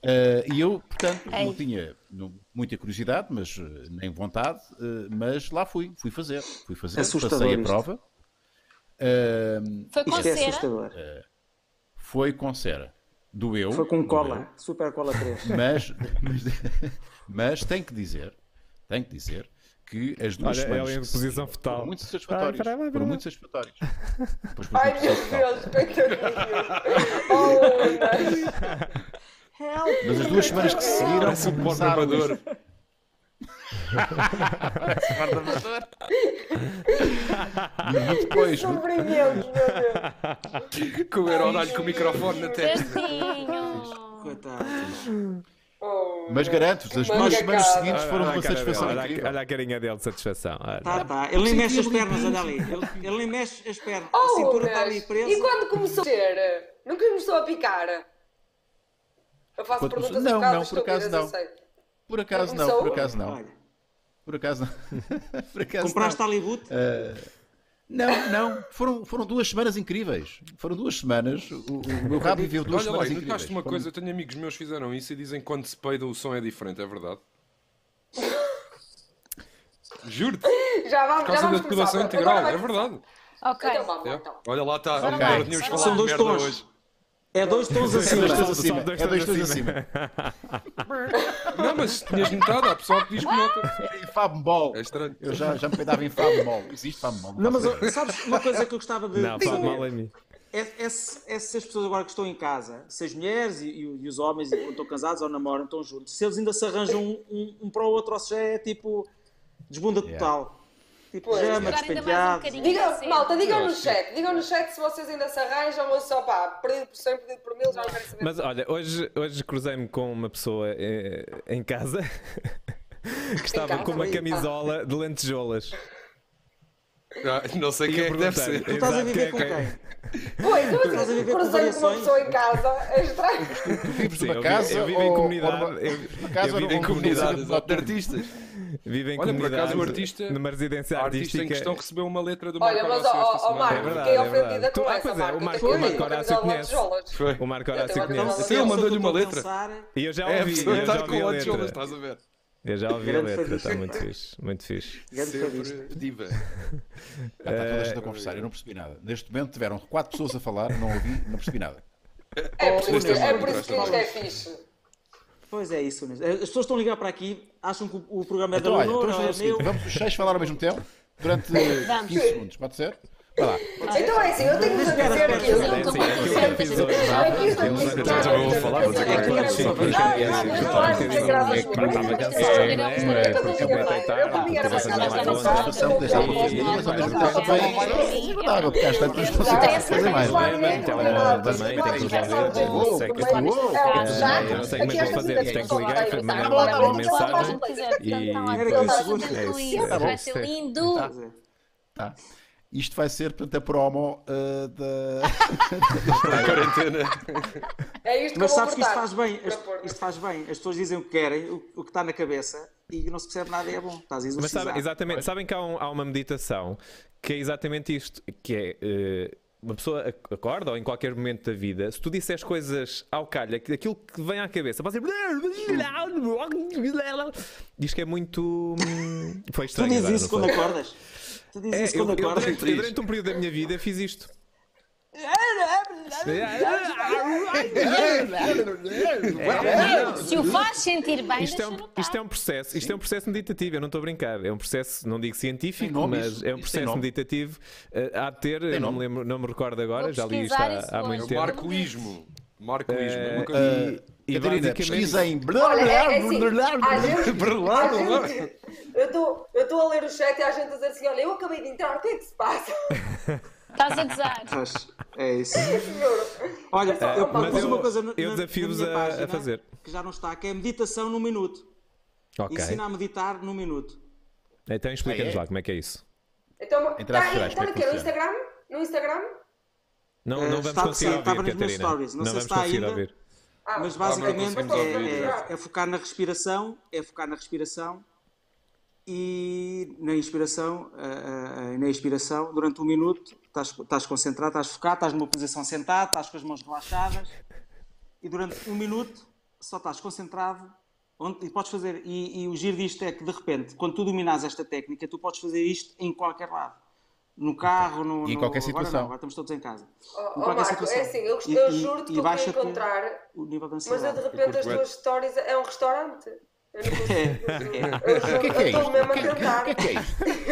Ah, e eu, portanto, não tinha não- muita curiosidade, mas eh, nem vontade, eh, mas lá fui, fui fazer. Fui fazer,
Assustador
passei a
isto.
prova. Ahm,
Foi com
Isto é
cera?
assustador.
foi com cera. Doeu.
Foi com
doeu.
cola, super cola 3.
Mas, mas, mas tem que dizer, tem que dizer que as duas
Olha,
semanas
ela em
que se
posição
seguiram
fetal. Ah,
foram muito satisfatórias. foram
é Ai, peraí, vai, peraí.
muito satisfatórias. Pois, pois,
Ai
muito
meu
satisfatórias.
Deus, coitadinho. Oh, Luna.
Mas as duas semanas que se seguiram
Parece um porco
começaram
amador.
isto. Depois,
Sobrevivemos, meu Deus.
Com o Herodalho com o microfone na testa.
Tadinho.
Coitado.
Oh,
mas garanto-vos, as duas
Manga
semanas
cara.
seguintes foram uma
a cara dele,
satisfação
olha a-
incrível.
olha a carinha dele de satisfação. olha.
Tá, tá. Ele nem mexe as pernas, olha ali. Ele, ele nem mexe as pernas.
Oh,
a
Assim,
cintura
Unas,
tá
está ali presa.
E quando começou a ter? Nunca começou a picar? Eu faço
Quando
perguntas
começou- Não,
um bocado
não, por acaso
estúpidas, eu
não.
sei.
Por acaso não,
Começou? um
por acaso não.
Olha,
Por acaso não. Por acaso
compraste
não.
Hollywood?
Não, não. Foram, foram duas semanas incríveis. Foram duas semanas. O, o meu rabo viveu duas
Olha lá,
semanas
e
incríveis.
notaste uma
Foram-
coisa, eu tenho amigos meus que fizeram isso e dizem que quando se peida o som é diferente, é verdade? Juro-te, por
Já vamos,
causa da
já vamos começar.
depilação
Agora
integral,
vai
é
começar.
verdade.
Ok.
Então vamos,
É.
então.
Olha lá está,
Vamos
agora
lá, vamos
tínhamos falado
São
de
dois
merda
tons.
hoje.
É dois
assim.
tons acima.
dois tons
Sobe,
acima.
sobe, dois
É dois
tons
tons acima.
Não, mas se tinhas notado, há pessoal que diz que nota.
E Fábio um Ball.
É estranho.
Eu já, já me peidava em Fábio Ball. Existe Fábio Ball.
Não, mas ó, sabes uma coisa que eu gostava de.
Não,
de
fala
saber?
mal em mim.
É, é se é se as pessoas agora que estão em casa, se as mulheres e, e o- e os homens ou estão casados ou namoram, estão juntos, se eles ainda se arranjam um, um- um para o outro, ou se já é tipo desbunda
Yeah.
total. Tipo,
Pois.
já
Jogar
ainda
mais
mais um
despenteado.
bocadinho.
Diga,
Sim.
malta, digam no chat. Digam no chat se vocês ainda se arranjam ou só pá, perdido por 100, perdido por mil, já não quero saber.
Mas olha, hoje, hoje cruzei-me com uma pessoa eh, em casa que estava
casa,
com uma
ali.
camisola de lentejoulas.
Ah, não sei quem é que deve ser.
Tu estás a
Exato,
viver
quem- é quem-
com
Tá.
quem?
Pois, eu
Estás a viver com
cruzei com uma
variações?
pessoa em casa. É estranho.
vives
Sim,
numa
eu,
casa
vivo, eu vivo em
ou-
comunidade.
ou numa-
eu
numa casa um
eu
ou
vivo
numa
em comunidade.
residência
exato, de artistas.
Vivo em
Olha, por
comunidade.
acaso, o artista-
Numa residência
A artista
artística.
em questão recebeu uma letra do
Olha,
Marco
mas
Horácio esta
ó, ó,
semana.
Marco,
verdade,
fiquei
é
ofendida
verdade.
com
Tu- ah,
essa,
pois é,
Marco.
o Marco-
eu
o Marco
tenho aqui
Horácio
uma camisola de
conhece.
tijolas.
Foi.
O Marco
Eu
Horácio
tenho
Então,
uma
conhece.
camisola.
Sim, ele mandou-lhe
Eu estou
uma
a
letra.
pensar-
E eu já
É a
ouvi.
pessoa
Eu já
estar
ouvi
com tá
a
lancholas,
letra.
estás a ver?
Eu já ouvi a
Grande
letra. Está
fadista.
muito fixe. Muito fixe.
Grande fadista.
Sempre diva.
Está toda a gente a conversar, eu não percebi nada. Neste momento tiveram quatro pessoas a falar, não ouvi, não percebi nada.
É por isso que-
Nesta
é por
altura,
isso que isto é fixe.
Pois é isso, Nunes. As pessoas estão a ligar para aqui, acham que o o programa é da
Então, olha,
Leonor,
vamos
ou
fazer
é
o seguinte:
meu.
vamos os seis falar ao mesmo tempo durante eh,
Vamos.
15 segundos, pode ser? Vai lá.
Então é assim, eu tenho que vos
Espera,
dizer
espera,
aqui, eu
espera,
não estou
é assim, é
muito
aquilo que eu fiz hoje,
certa. Aqui estou
Eu
muito
já-
certa.
já vou falar, vou dizer que é
claro, sim,
Não,
pois,
não,
é assim,
não,
é
não,
claro,
acho que
é
é
é
é claro, é claro,
graças por Deus. Eu sou grande,
claro,
eu estou
é claro, é
toda enganada. Eu comi
claro, é
era
claro,
bacana,
é
um
claro, é
mas não sabe, eu
Mas ao
claro,
quero
mesmo tempo, mas ao mesmo tempo um também é agradável, porque às tantas
Sim,
pessoas
sim.
a fazer mais, não é?
Também, telemóvel
um
também, temos que fazer. Não sei
Mas
o que é que eu-
um
eu não sei como é que vou fazer. isto Tem que ligar e mandar uma mensagem. E
Então,
Tá
Vai ser lindo.
Isto vai ser, portanto, a promo eh, da.
Quarentena.
É isto que
Mas
eu vou
sabes que isto
cortar.
faz bem,
Para pôr.
isto, isto faz bem. As pessoas dizem o que querem, o, o que está na cabeça e não se percebe nada e é bom. Estás a
Mas
exorcizar.
sabem, exatamente, sabem que há, um- há uma meditação que é exatamente isto, que é eh, uma pessoa ac- acorda ou em qualquer momento da vida, se tu disseres coisas ao calho, aqu- aquilo que vem à cabeça, pode ser diz que é muito hum, foi
Tu
estranho.
dizes
agora,
isso
não
quando
foi?
acordas? Tu dizes
É,
isso
eu,
quando
eu
acordas?
durante, eu durante um período da minha vida fiz isto.
Se o faz sentir bem,
Isto é,
deixa
um,
notar.
isto é um processo, isto é um processo meditativo, eu não estou a brincar. É um processo, não digo científico,
Tem nome
mas
isso?
é um
Isso tem
processo
nome?
meditativo. eh, há de ter, eu não me,
nome?
lembro, não me recordo agora,
Vou
já li isto
pesquisar
há,
isso
há
hoje.
muito
Eu
tempo.
É Marcoísmo. Marcoísmo. Eu nunca vi.
E, e
Catarina,
basicamente-
pesquisa em.
Olha, é- é assim, há gente- há
Brulado,
gente- Eu estou- eu estou a ler o chat e há gente a dizer assim: olha, eu acabei de entrar, o que é que se passa?
um-
Estás a gozar.
Faz. É isso.
Juro.
Olha,
É,
eu um
mas
propus
eu-
uma coisa no-
eu
na-
desafio-vos
na minha
a- a
página,
fazer.
Que já não está, que é meditação num minuto.
Ok.
Ensina a meditar num minuto.
Então explica-nos
Ah, é?
lá como é que é isso.
Então,
Entrar
está aí,
atrás,
está
como é que
naquele no
funciona?
Instagram? No Instagram?
Não,
Eh,
não vamos
está-
conseguir
sim,
ouvir,
estava nos meus
Catarina.
stories, não
não
sei
vamos
se está
conseguir
ainda.
ouvir.
Ah,
Mas
mas não
basicamente
conseguimos
é,
ouvir.
é- é focar na respiração, é focar na respiração e na inspiração, ah, ah, ah, na expiração, durante um minuto, estás, estás concentrado, estás focado, estás numa posição sentada, estás com as mãos relaxadas e durante um minuto só estás concentrado onde, e podes fazer, e, e o giro disto é que de repente, quando tu dominas esta técnica, tu podes fazer isto em qualquer lado. no carro, no,
E em
no-
qualquer
agora
situação.
não, agora estamos todos em casa.
Oh,
Em
oh,
qualquer
Marco,
situação.
é assim, eu,
E-
eu
e-
juro-te
e
que eu vou
baixa com
encontrar,
o nível de
mas eu
ansiedade.
de repente as
bué.
tuas stories é um restaurante. Eu não consigo.
O que é que é
Eu
isto?
estou
O
mesmo a
que-
tentar.
o que é que é isto?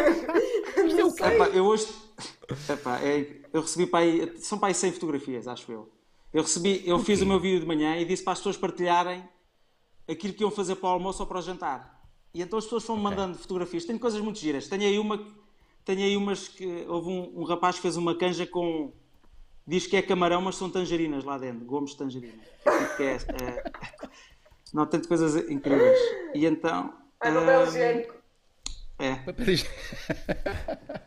é
Não sei.
Epá, eu hoje. Epá, é- eu recebi para aí. São para aí 100 fotografias, acho eu. Eu recebi, eu fiz o meu vídeo de manhã e disse para as pessoas partilharem aquilo que iam fazer para o almoço ou para o jantar. E então as pessoas foram me mandando fotografias. Tenho coisas muito giras. Tenho aí uma. que- Tenho aí umas que. Houve um, um rapaz que fez uma canja com. Diz que é camarão, mas são tangerinas lá dentro. Gomes de tangerina. Tipo que é, é, não, tanto coisas incríveis. E então.
Ai, não é
hum,
higiênico.
é.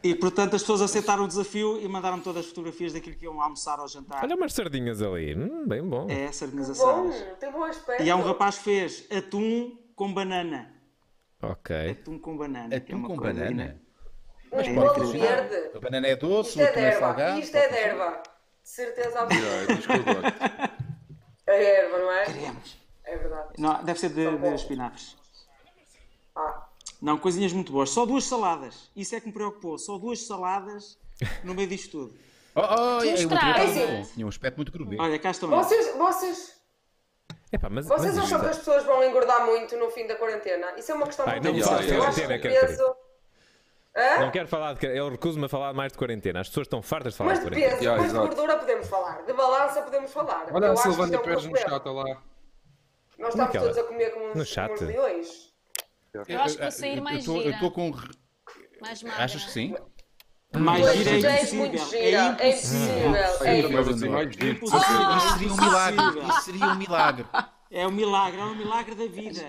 E portanto as pessoas aceitaram o desafio e mandaram me todas as fotografias daquilo que iam almoçar ou jantar.
Olha umas sardinhas ali. Hum, bem bom.
Ah. É essas
Bom,
organizações.
tem bom aspecto.
E há um rapaz que fez atum com banana.
Ok.
Atum com banana. que é
É? Atum
uma
com
coisa
banana?
ina-
Mas
É
Um bolo
incrível.
verde.
A banana é doce,
Isto
o
é
atum é
derba.
salgado.
Isto é derba. De certeza absoluta.
Yeah, é disso que eu gosto.
É erva, não é?
Queremos.
É verdade.
Não, deve ser de, de espinafres.
Ah,
Não, coisinhas muito boas. Só duas saladas. Isso é que me preocupou. Só duas saladas no meio disto tudo.
Oh, oh, é, o
Mostrar.
anterior
É
estava
assim.
bom. Tinha um aspecto muito grubê.
Olha, cá estão eles.
vocês, vocês,
Epá, mas,
vocês
mas
acham que as
isto-
pessoas vão engordar muito no fim da quarentena? Isso é uma questão
Ai,
muito
não,
isso é
importante. Eu acho que
quarentena,
o
Catarina.
peso. Hã?
não quero falar de. que- Eu recuso-me a falar mais de quarentena. As pessoas estão fartas de falar
Mas
de
de
quarentena.
peso,
Yeah,
depois de
exato.
gordura podemos falar, de balança podemos falar.
Olha
Eu
a
acho que isto é
Silvana
um
Pérez no
problema.
chat, olha lá.
Nós
é
estamos
Naquela-
todos a comer como
no
uns,
chat.
como uns leões.
Eu acho que vou sair
Eu-
mais
eu tô- Eu
gira.
estou com. re-
Mais magra.
Achas que sim?
Mais
Mas
gira
tu
é
és muito
impossível.
gira, é
É impossível.
impossível. É
Ai,
impossível.
mas assim, mais giro.
Impossível.
Isso seria um milagre. Isso seria um milagre.
É um milagre. É um milagre da vida.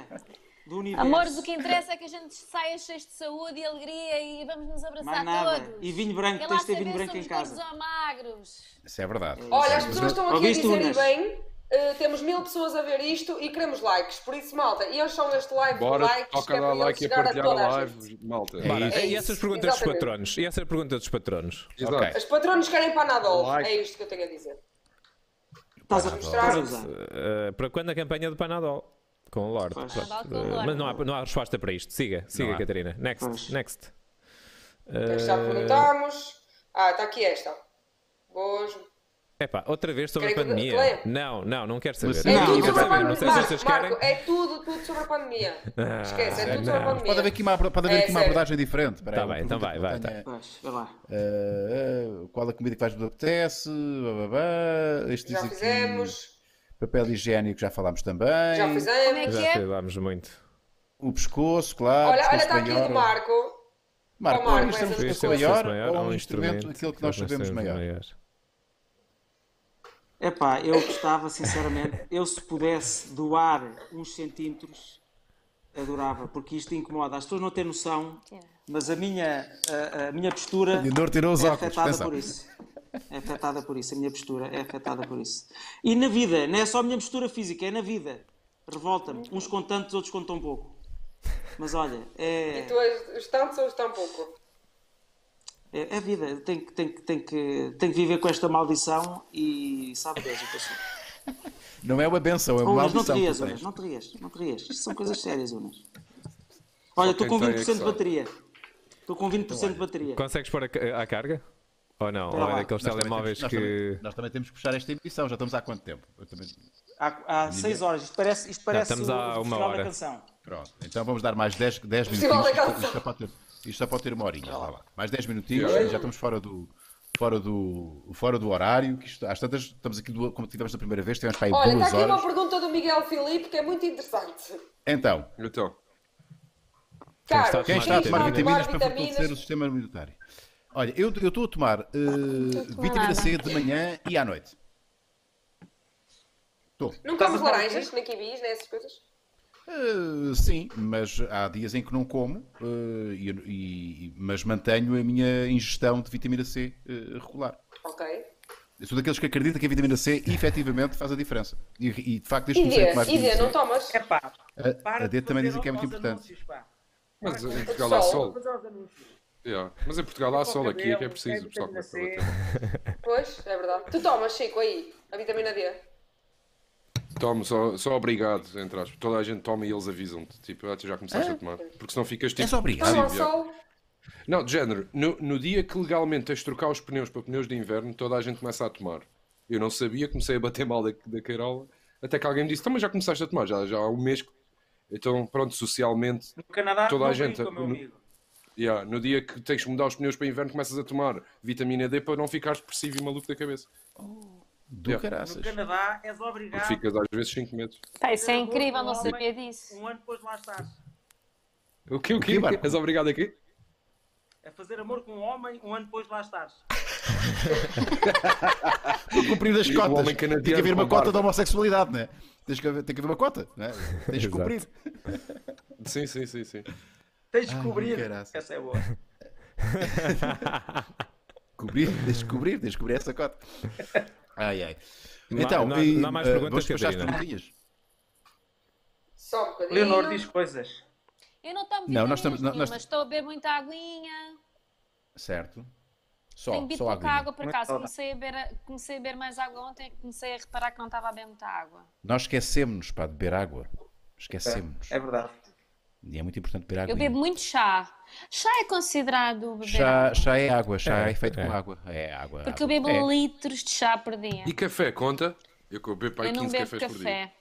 Do universo.
Amores, o que interessa é que a gente saia cheios de saúde e alegria e vamos nos
Mais
abraçar
nada.
todos.
E vinho branco,
Quer lá
tens de ter vinho
saber
branco
se
em
somos
casa.
gordos ou magros.
Isso é verdade.
Olha, as pessoas estão aqui a
Ouviste,
dizerem
Unas?
bem. eh, temos mil pessoas a ver isto e queremos likes. Por isso, malta, encham este live
Bora,
de likes. que
toca
é
dar
para ele
like e a
chegar
partilhar
toda
a
gente.
live, malta.
Bora.
E- E
isso,
essas perguntas dos
exatamente.
patronos? E essa é a pergunta dos patronos?
Exato.
Ok.
Os patronos querem Panadol.
Like.
É isto que eu tenho a dizer.
Estás a
Mostrar.
estás a usar.
Uh, para quando a campanha do Panadol? Com o Lorde.
Pois.
Pronto.
Panadol com o Lorde.
Mas não há, não há resposta para isto. Siga, siga,
há.
Catarina. Next,
Pois.
next.
Já perguntámos. Ah, está aqui esta. Boas.
Epá, outra vez sobre a
Querem que-
pandemia.
que leia?
Não, não, não quero saber.
Mas
É
Não, não
tudo sobre a
quero saber,
pandemia.
não sei se vocês
Marco,
querem.
é tudo, tudo sobre a pandemia.
Ah,
Esquece, é tudo
não.
sobre a pandemia.
Pode haver aqui uma, apro- pode haver
É
aqui uma
sério.
abordagem diferente. Espera aí,
Tá
uma
bem, então
pergunta
vai,
que
vai,
tenha-
Pois, vai lá.
Ah, ah, qual a comida que mais me apetece? Blá, blá, blá. Este
Já
diz aqui-
fizemos.
Papel higiênico já falámos também.
Já
Como é
fizemos.
que
Já
é?
falámos muito.
O pescoço, claro.
Olha, olha,
pescoço
está aqui o
maior.
do Marco.
Marco,
Ó, Marco,
isto é um
essas
pescoço
coisas.
maior,
é
ou um instrumento, aquilo que nós sabemos maior?
Epá, eu gostava, sinceramente, eu se pudesse doar uns centímetros, adorava, porque isto incomoda. As pessoas não têm noção, mas a minha, a, a minha postura
Leonor tirou os
é
óculos,
afetada
atenção.
por isso. É afetada por isso, a minha postura é afetada por isso. E na vida, não é só a minha postura física, é na vida. Revolta-me, uns com tantos, outros com tão pouco. Mas olha, é...
Tu és os tantos ou os tão pouco?
É, é vida, tem que, tem, que, tem, que, tem que viver com esta maldição e sabe Deus o que eu sou.
Não é uma benção, é uma
Unas, não te
maldição. que
rias,
tu tens.
Unas, não te rias, não te rias. Isto são coisas sérias, Unas. Olha, estou
quem
com
tem é
20%
que
de
sabe.
bateria. Estou com 20% de bateria.
Consegues pôr a ca- à carga? Ou não?
Espera
Ou é
lá.
daqueles
Nós também
telemóveis
temos- nós
que.
também- Nós também temos que puxar esta emissão, já estamos há quanto tempo? Eu também-
Há, há 6 horas, isto parece, isto parece
estamos
o,
há uma
o Festival
hora.
da canção.
Pronto, então vamos dar mais 10, 10
Festival
minutinhos.
da
Isto,
Canção.
isto só pode ter, isto só pode ter uma horinha. vá lá. Mais 10 minutinhos e já estamos fora do, fora do, fora do horário. Que isto, às tantas, estamos aqui, do, como tivemos da primeira vez, tivemos para aí
Olha, está
duas
aqui uma
horas.
pergunta do Miguel Filipe que é muito interessante.
Então,
Então,
está
Cara,
a
quem é
Quem
está a
está
tomar
a
vitaminas para fortalecer o sistema imunitário? Olha, eu eu estou a tomar eh, vitamina C de manhã e à noite. Estou.
Não comes laranjas, nem quibis, nem né, essas coisas?
Eh, sim, mas há dias em que não como, eh, e, e- mas mantenho a minha ingestão de vitamina C eh, regular.
Ok.
Eu sou daqueles que acreditam que a vitamina C efetivamente faz a diferença. E, e, de facto, desde que
E
comecei a
D,
tomar
e D, não
vitamina C,
tomas?
Epá,
a,
para
a D
de
também
fazer
dizem que é muito
aos
importante.
anúncios, pá.
mas
é
em Portugal há
Sol.
sol.
Mas aos anúncios.
Yeah. Mas em Portugal há sol, aqui é que é
Cabelo,
preciso. pessoal,
vitamina
como é que
C.
eu vou
Pois, é verdade. Tu tomas, Chico, aí, a vitamina D.
ter? Tomo, só, só obrigado, entre aspas. Toda a gente toma e eles avisam-te. Tipo, ah, tu já começaste a tomar. Porque senão ficas tipo.
És É obrigado.
Toma
Sim,
sol.
Não, de género, no, no dia que legalmente tens de trocar os pneus para pneus de inverno, toda a gente começa a tomar. Eu não sabia, comecei a bater mal da, da Queirola, até que alguém me disse: Então, mas já começaste a tomar, já, já há um mês. que-" Então, pronto, socialmente,
No Canadá,
toda
não
a gente.
brinca, meu
no-
amigo.
Yeah, no dia que tens de mudar os pneus para inverno, começas a tomar vitamina D para não ficares depressivo e maluco da cabeça.
Do
Yeah.
caraças.
No Canadá és
Porque
obrigado.
ficas às vezes 5 metros.
Pá, isso é
Era
incrível,
bom,
não
homem.
sabia disso.
Um ano depois lá estás.
O que, o
O quê,
que?
Marco?
És obrigado aqui?
A fazer amor com um homem, um ano depois lá estás.
Não cumprir as
E o
cotas.
homem canadiano
Tem que haver uma
com
cota
barba.
da homossexualidade, não é? Tens que haver, tem que haver uma cota, não é? Tens que
Exato.
cumprir.
Sim, sim, sim, sim.
Tens de cobrir.
caraças.
Essa é boa.
Cobrir, tens de cobrir, tens de cobrir essa cota. Ai, ai.
Não há-
Então,
não há-
e,
não há mais
eh,
perguntas,
vamos despachar as
Catarina?
perguntinhas?
Só um bocadinho.
Leonor diz coisas.
Eu não estou a meter
Não, nós
nariz
estamos- nós-
nenhum,
nós-
mas estou a beber muita aguinha.
Certo.
Tenho
Só,
bebido
só
pouca
água.
água por
Muito
acaso.
saudável.
Comecei a, beber, comecei a beber mais água ontem e comecei a reparar que não estava a beber muita água.
Nós esquecemos-nos, pá, de beber água. Esquecemos.
É verdade.
E é muito importante beber água.
Eu bebo muito chá. Chá é considerado beber
Chá,
água?
chá é água, chá é,
É,
feito
é.
com água. É água.
Porque eu
água.
bebo um.
É.
litros de chá por dia.
E café, conta? Eu que eu bebo
é
para aí
Eu não
15
bebo
cafés por dia.
café.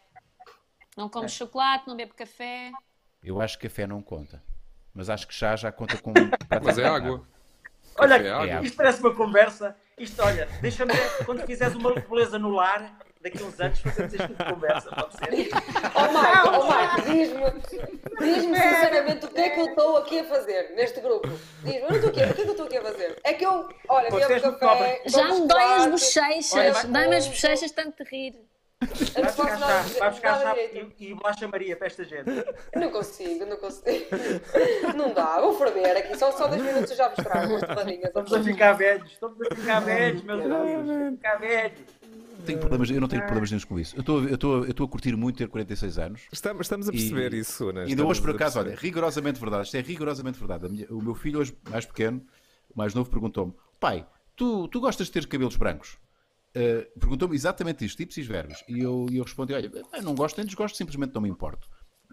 Não
É.
como chocolate, não bebo café.
Eu acho que café não conta. Mas acho que chá já conta com.
Mas é água.
Olha,
É,
Café, água.
isto parece uma conversa. Isto, olha, deixa-me ver, quando fizeres uma beleza no lar, daqui a uns anos, fazemos este tipo de conversa, pode ser?
Oh, Mike, oh, Mike, diz-me diz-me sinceramente o que é que eu estou aqui a fazer neste grupo. Diz-me, eu não estou aqui, o que é que eu estou aqui a fazer? É que eu, olha,
Vocês
bebo
não comem.
café,
Já
tomo
me dói as
chocolate, olha, vai
bochechas. Dói-me as
com-
bochechas tanto de rir.
Eu não
Vai
faço
buscar
nada,
chá, vai buscar
nada
chá
um direito.
e, e bolacha Maria para esta gente.
Eu Não consigo, não consigo. Não dá, vou ferver aqui, só, só dois minutos eu já vos trago as torradinhas.
Estamos a ficar velhos, estamos a ficar velhos, meu Deus, estamos a ficar velhos.
Tenho problemas, eu não tenho problemas nenhums com isso. Eu estou a- eu estou a- eu estou a curtir muito ter 46 anos.
Estamos, estamos a perceber isso, Suna.
E ainda hoje,
estamos
por
é a
acaso, olha,
perceber.
rigorosamente verdade. Isto é rigorosamente verdade. A minha- o meu filho, hoje, mais pequeno, mais novo, perguntou-me: Pai, tu, tu gostas de ter cabelos brancos? Ah, perguntou-me exatamente isto, tipos e verbos. E eu, e eu respondi: Olha, eu não gosto nem desgosto, simplesmente não me importo.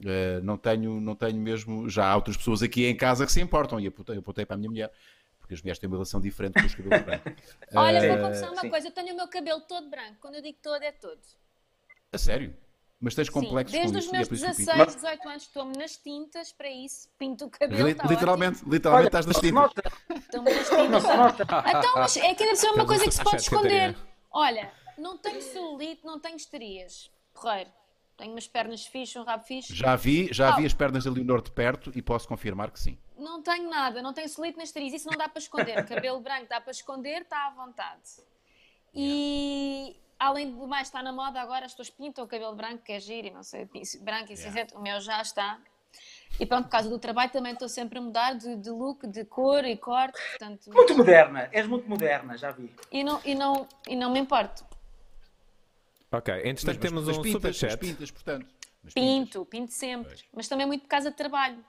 Ah, não, tenho, não tenho mesmo. Já há outras pessoas aqui em casa que se importam. E eu apontei, eu apontei para a minha mulher, porque as mulheres têm uma relação diferente com os cabelos brancos.
Olha,
É,
vou confessar uma
sim.
coisa. Eu tenho o meu cabelo todo branco. Quando eu digo todo, é todo.
A sério? Mas tens
Sim,
complexos
desde
com
os
isso? e
meus
é por isso que eu pinto.
16, 18 anos estou-me nas tintas para isso, pinto o cabelo.
Li-
tá
literalmente, literalmente estás nas tintas.
Nota,
ótimo, Estou-me nas tintas. então, mas é que ainda precisa uma
Estamos
coisa que se pode
a chatear,
esconder. Olha, não tenho celulite, não tenho histerias. Porreiro. Tenho umas pernas fixas, um rabo fixe.
Já vi, já vi
Ah.
Oh.
as pernas da Leonor de perto e posso confirmar que sim.
Não tenho nada, não tenho celulite nas tris, isso não dá para esconder. Cabelo branco dá para esconder, está à vontade. E além do mais, está na moda agora, as pessoas pintam o cabelo branco, que é giro e não sei, pin- branco e cinzento, o meu já está. E pronto, por causa do trabalho também estou sempre a mudar de, de look, de cor e corte, portanto.
muito moderna, és muito moderna, já vi.
E não, e não, e não me importo.
Ok, entretanto temos um super
pintas, mas
chat.
pintas, portanto. Mas pintas.
Pinto, pinto sempre, mas também é muito por causa de trabalho.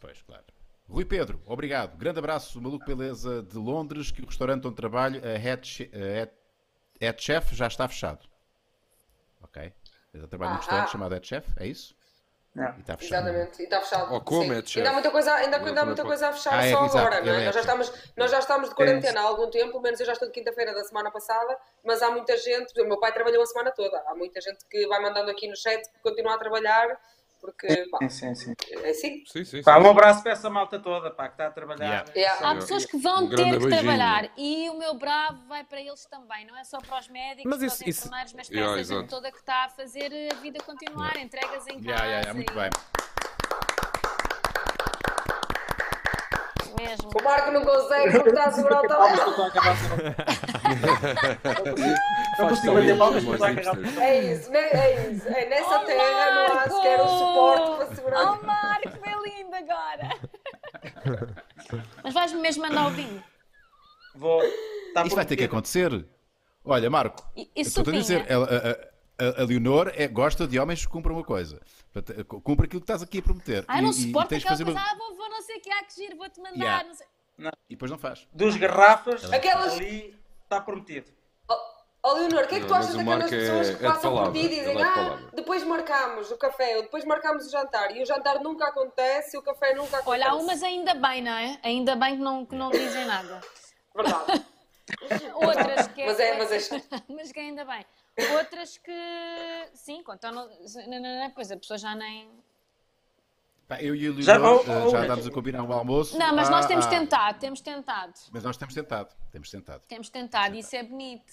Pois, claro. Rui Pedro, obrigado. Grande abraço, maluco beleza de Londres, que o restaurante onde trabalho, a Head, Che- a Head, Head Chef, já está fechado. Ok. Eu trabalho num
Ah,
restaurante
ah.
chamado Head Chef, é isso?
Não.
E está fechado.
Exatamente, e está fechado.
Ou como,
sim.
é de chefe.
ainda há muita coisa, ainda,
Eu
ainda há muita
também
coisa a fechar
Ah, é,
só
exato,
agora, não
ele
é?
é
Nós já,
chefe.
estamos, nós já estamos de quarentena há algum tempo, pelo menos eu já estou de quinta-feira da semana passada, mas há muita gente, o meu pai trabalhou a semana toda, há muita gente que vai mandando aqui no chat que continua a trabalhar, porque pá,
Sim, sim, sim.
é assim.
Sim, sim, sim.
Pá, um abraço para essa malta toda, pá, que está a trabalhar.
Yeah.
Yeah.
Há
Sim.
pessoas que vão
Um
ter
grande
que
beijinho.
trabalhar e o meu bravo vai para eles também, não é só para os médicos,
Mas
para
isso-
os
isso-
enfermeiros, mas para
Yeah,
essa gente
exato.
toda que está a fazer a vida continuar, entregas em casa.
Yeah, yeah, yeah, muito bem.
e- é Mesmo.
O Marco não consegue porque está a segurar o
Eu
telemóvel.
estou a acabar com- Não
Faz
consigo bater palmas,
também,
mas estou a
mas
acabar
hipster.
É isso, né? é isso. É nessa
Oh,
terra não há sequer um suporte para segurar.
Oh, Marco, foi lindo agora. mas vais-me mesmo mandar o vinho.
Vou. Tá
Isso vai ter que acontecer. Olha, Marco,
E- e
eu estou a
sopinha?
dizer, ela- a, a- a- a Leonor é- gosta de homens que cumpram uma coisa. Portanto, eh, Cumpre aquilo que estás aqui a prometer.
Ai, Ah, não
E- e, e
suporto
tens de
aquela
fazer
coisa.
uma-
Ah, vou, vou não sei o que, há que giro, vou-te mandar.
Yeah.
Não sei.
E depois não faz.
Dos garrafas,
Aquelas-
ali está prometido.
Oh, Ó Leonor, o que é que
Não,
tu
mas
achas
o
daquelas
Marco é-
pessoas
é
que
de
passam por
palavra,
ti e dizem
ele é de
ah,
palavra."
depois marcamos o café ou depois marcamos o jantar e o jantar nunca acontece e o café nunca acontece?
Olha, há umas ainda bem, não é? Ainda bem que não, que não dizem nada.
Verdade.
Outras que
Mas é- mas é-
mas que ainda bem. Outras que sim, contam na, na, na coisa, a pessoa já nem.
Pá, eu e o Leonor
Já-
já,
oh, oh,
já
oh.
estamos a combinar o almoço.
Não, mas nós
Ah,
temos
ah.
tentado, temos tentado.
Mas nós temos tentado. Temos tentado.
Temos tentado, isso é bonito.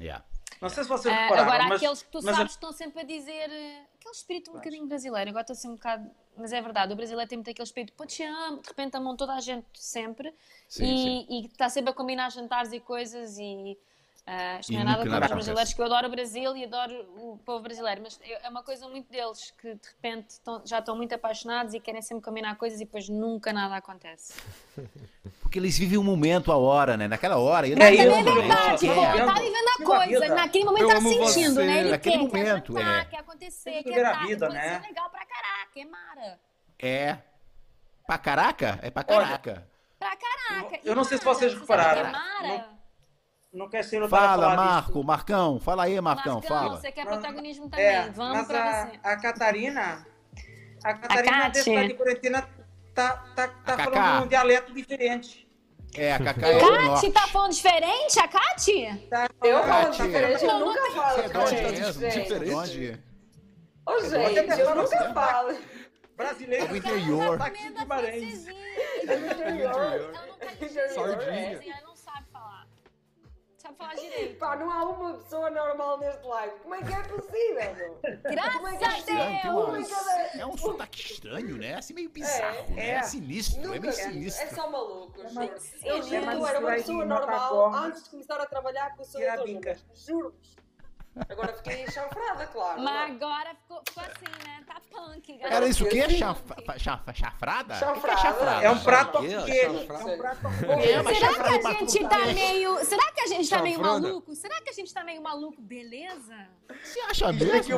Yeah.
Não sei se vocês
Ah,
repararam,
agora, há
mas,
aqueles que tu
mas a-
sabes que estão sempre a dizer. eh, Aquele espírito um bocadinho brasileiro. Agora estou assim um bocado. Mas é verdade, o brasileiro tem muito aquele espírito. Pô, te amo, de repente amam toda a gente sempre.
Sim,
e,
sim.
e está sempre a combinar jantares e coisas. E ah, isto não
E
é nada
nunca
contra
nada
os brasileiros,
acontece.
que eu adoro o Brasil e adoro o povo brasileiro. Mas eu- é uma coisa muito deles que de repente estão- já estão muito apaixonados e querem sempre combinar coisas e depois nunca nada acontece.
Porque eles vivem o momento, a hora, né? Naquela hora. Ele
É,
Também
eu
é
não-
verdade,
eu
pô,
não entendo.
tá vivendo a
Eu
coisa,
entendo.
naquele momento
Eu
tá
amo
sentindo,
você.
né? Ele
Naquele
quer,
momento,
quer jantar,
é.
quer acontecer,
Tem que
quer
viver a
dar,
vida,
coisa
né?
legal pra caraca, é mara.
É. Pra caraca? É pra caraca.
Pra caraca.
Eu não sei se
e mara,
vocês
você sabe o Ah, que é
repararam.
mara?
não quer ser eu estar a
Fala,
falar
Marco,
disto.
Marcão. Fala aí, Marcão,
Marcão,
fala.
você quer
Mas-
protagonismo também,
É,
vamos
mas
pra
a,
você.
a Catarina, a Catarina
Cátia.
desse lado de Quarentina tá, tá, tá
A Cacá.
falando um dialeto diferente.
É, a Cacá é do
Cati,
norte.
tá falando diferente, a Cati?
Tá
Eu
falando-
Ah,
falo
Cátia.
diferente, eu
Não, não
nunca
tem-
falo
É de onde
diferente.
mesmo?
gente.
De onde?
É
Oh, gente, eu nunca falo.
brasileiro.
Do É interior.
Tá aqui de Guimarães.
É
Ela Então não quer dizer
Saudinha.
ela não sabe falar. Sabe falar direito.
Pá, não há uma pessoa normal neste live. Como é que é possível, meu? Como é que
Graças
é
a
Não,
Deus!
tem uma- É um sotaque estranho, né? Assim meio bizarro, né? É sinistro, é
Nunca
meio
vi. É
sinistro.
só maluco, juro. Eu
sim,
juro,
mas
eu era uma
vai
pessoa
matar
normal
fome.
antes de começar a trabalhar com o seu
Tira a
doutor.
bica.
Juro-vos. Agora fiquei chanfrada, claro.
Mas agora ficou, ficou assim, né? Tá punk. galera.
Era isso o quê?
Sim.
Chaf- fa- chaf- Chafrada? O que que
Chanfrada.
chafrada?
É um prato ao
Meu Deus,
queijo.
chá
É
fraco.
um prato ao
É, mas
Será
chafrada
que a
pra
gente
tudo
tá
bem.
meio. Será que a gente tá meio
Chafrona.
maluco? Será que a gente tá meio maluco, beleza?
Você acha mesmo?
A gente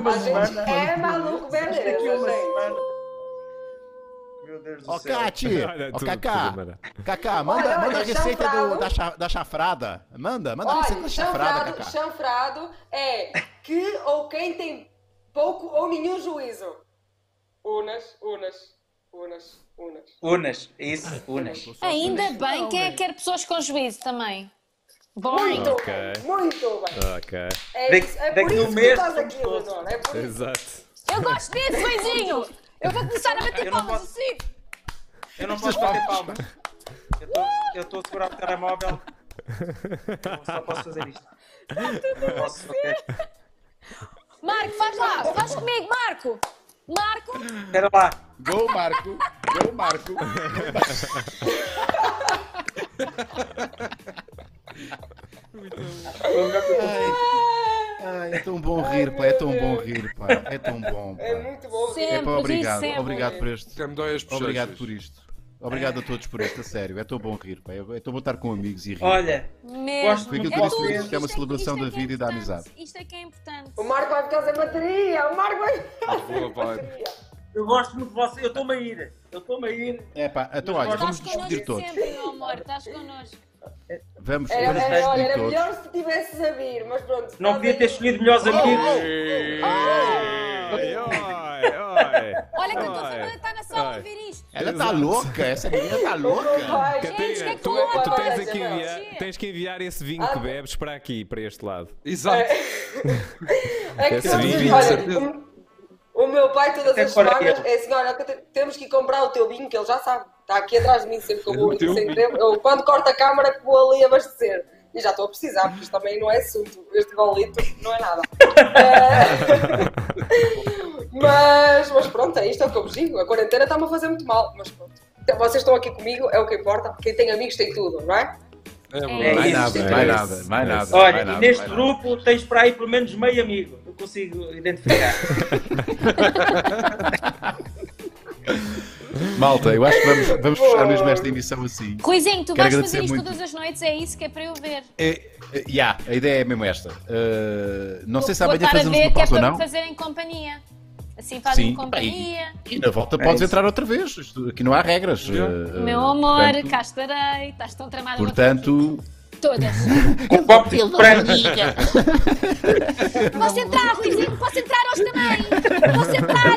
é maluco, beleza,
um-
gente.
Meu Deus do
Ó,
céu.
Cati,
Olha,
ó,
tudo-
Cacá,
tudo maravilha.
Cacá, manda,
Olha,
manda a
olha,
receita
chanfrado.
do, da, cha- da chafrada. Manda, manda a receita
Olha,
da chafrada,
chanfrado,
Cacá.
chanfrado é que ou quem tem pouco ou nenhum juízo. Unas, unas, unas, unas.
Unas, isso, unas.
Ainda bem que é- quer pessoas com juízo também. Boring.
Muito
Ok.
bem, muito bem.
Ok,
É,
Daqui-
isso, é por
daqui um
isso que
mês
estás
somos
aqui,
todos.
Leonor. É por isso.
exato.
Eu gosto disso, Luizinho! Eu vou começar a bater
Eu não
palmas
posso-
assim.
Eu não posso
é
bater palmas. Eu tô, eu tô segurando o telemóvel. Eu só posso fazer isto. Não posso, ok?
Marco, faz lá, faz comigo, Marco! Marco!
Espera lá.
Gol, Marco. Gol, Marco. Ai, é tão bom rir, pá. É tão bom rir, pá. É tão bom, pá.
É muito bom.
Sempre,
É pá, obrigado.
diz sempre.
Obrigado por este.
Até me dói as bochechas.
Obrigado por isto. Obrigado a todos por isto, a sério. É tão bom rir, pá. É tão bom estar com amigos e rir.
Olha,
Mesmo.
Foi
aquilo que
É
eu disse
tudo,
mesmo,
isto
que é uma
que-
celebração
isto é
da
que é
vida e da
importante,
amizade.
Isto é que é importante.
O Marco vai ficar sem bateria. O Marco vai ficar
Boa
sem
vibe.
bateria.
eu gosto muito de você. Eu estou-me a ir. Eu estou-me a ir.
É pá, então olha,
Estás
vamos
Estás
despedir
connosco
todos.
sempre, meu amor, estás connosco.
Vamos, vamos
Era, era, olha,
despedir
era
todos.
melhor se tivesses a vir, mas pronto.
Não
estás
podia ter
aí.
escolhido melhores amigos.
Oi, oi, oi.
Olha que a tua
Ai.
família está na sala a
Ai.
ouvir isto.
Ela tá louca, essa menina tá louca.
Vai,
Gente, o
gente,
que é que
tu,
tu Ah, ouves?
tu tens,
Olha,
aqui é?
não.
enviar, tens que enviar esse vinho que bebes para aqui, para este lado.
Exato.
é que
Esse
todos-
vinho,
olha,
certeza.
o, o meu pai todas
Até
as
fora
semanas
dele.
é assim, olha, que te- temos que ir comprar o teu vinho, que ele já sabe. Está aqui atrás de mim sempre que eu vou.
É O teu
sempre-
vinho.
eu, quando corto a câmara, vou ali abastecer. E já estou a precisar, porque isto também não é assunto. Este golito não é nada. É. mas, mas pronto, é isto é o que eu vos digo. A quarentena está-me a fazer muito mal, mas pronto. Então, Vocês estão aqui comigo, é o que importa. Quem tem amigos tem tudo, não é?
É bom.
É
Mais
isso.
nada, mais nada, mais nada.
Olha,
mais nada,
e neste
mais nada.
grupo tens para aí pelo menos meio amigo. Eu consigo identificar.
Malta, eu acho que vamos, vamos fechar mesmo esta emissão assim.
Ruizinho, tu
Quero
vais
agradecer
fazer isto
muito.
todas as noites, é isso que é para eu ver.
É, é, yeah, a ideia é mesmo esta. Uh, não sei se
Vou
amanhã
estar a
fazemos
ver
uma
que é
pausa ou
para
não.
me fazer em companhia. Assim fazem
Sim,
companhia.
E na volta podes
É
isso.
entrar outra vez. Isto- Aqui não há regras. Uh, uh,
Meu amor,
portanto-
cá estarei. Estás tão tramada.
Portanto,
Todas.
Com papo de
Posso entrar, Ruizinho? Posso entrar hoje também? Posso entrar?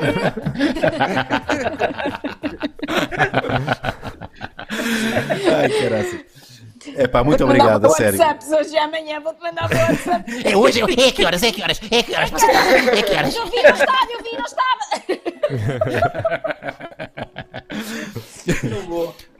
Ai, caralho. É pá, muito
Vou-te
obrigado,
mandar
a
para o
sério.
WhatsApp hoje e amanhã vou-te mandar para o WhatsApp.
É hoje, é é que horas, é que horas, é que horas, você está, é que horas.
Eu vi, não estava, eu vi, não estava.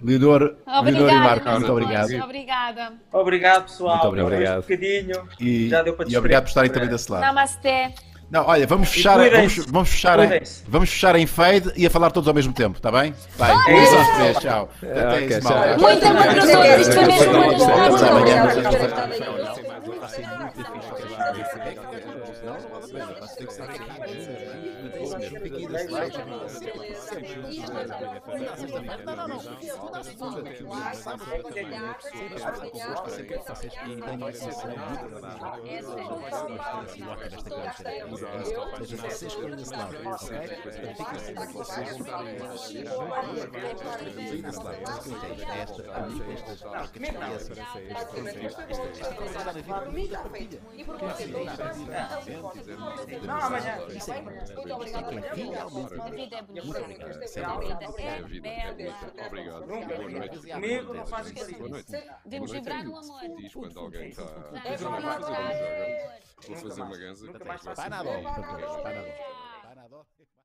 Leonor, Leonor e Marco, muito obrigado.
Jorge, Obrigada.
Obrigado,
Ah,
pessoal.
Muito obrigado.
Foi Um bocadinho.
E,
Já deu para
e obrigado por estarem também desse lado.
Namasté.
Não, olha, vamos fechar, vamos,
cuidem-se.
vamos fechar, em,
Cuidem-se.
vamos fechar em fade e a falar todos ao mesmo tempo, está bem? Vai, um, dois, três, tchau. Até
ok,
isso,
tchau.
malta.
Muita patrocínio, isto foi mesmo uma das melhores
Até amanhã.
coisas. A vida é bonita. A vida é bela.
Obrigado. Boa noite.
Comigo não fazes isso.
Boa noite.
Devemos
Boa noite.
vibrar no amor.
Diz quando alguém está.
É
Vou
verdade.
fazer uma ganza. Vou fazer uma ganza. que é vai ser-
Vai na bola. Vai na bola.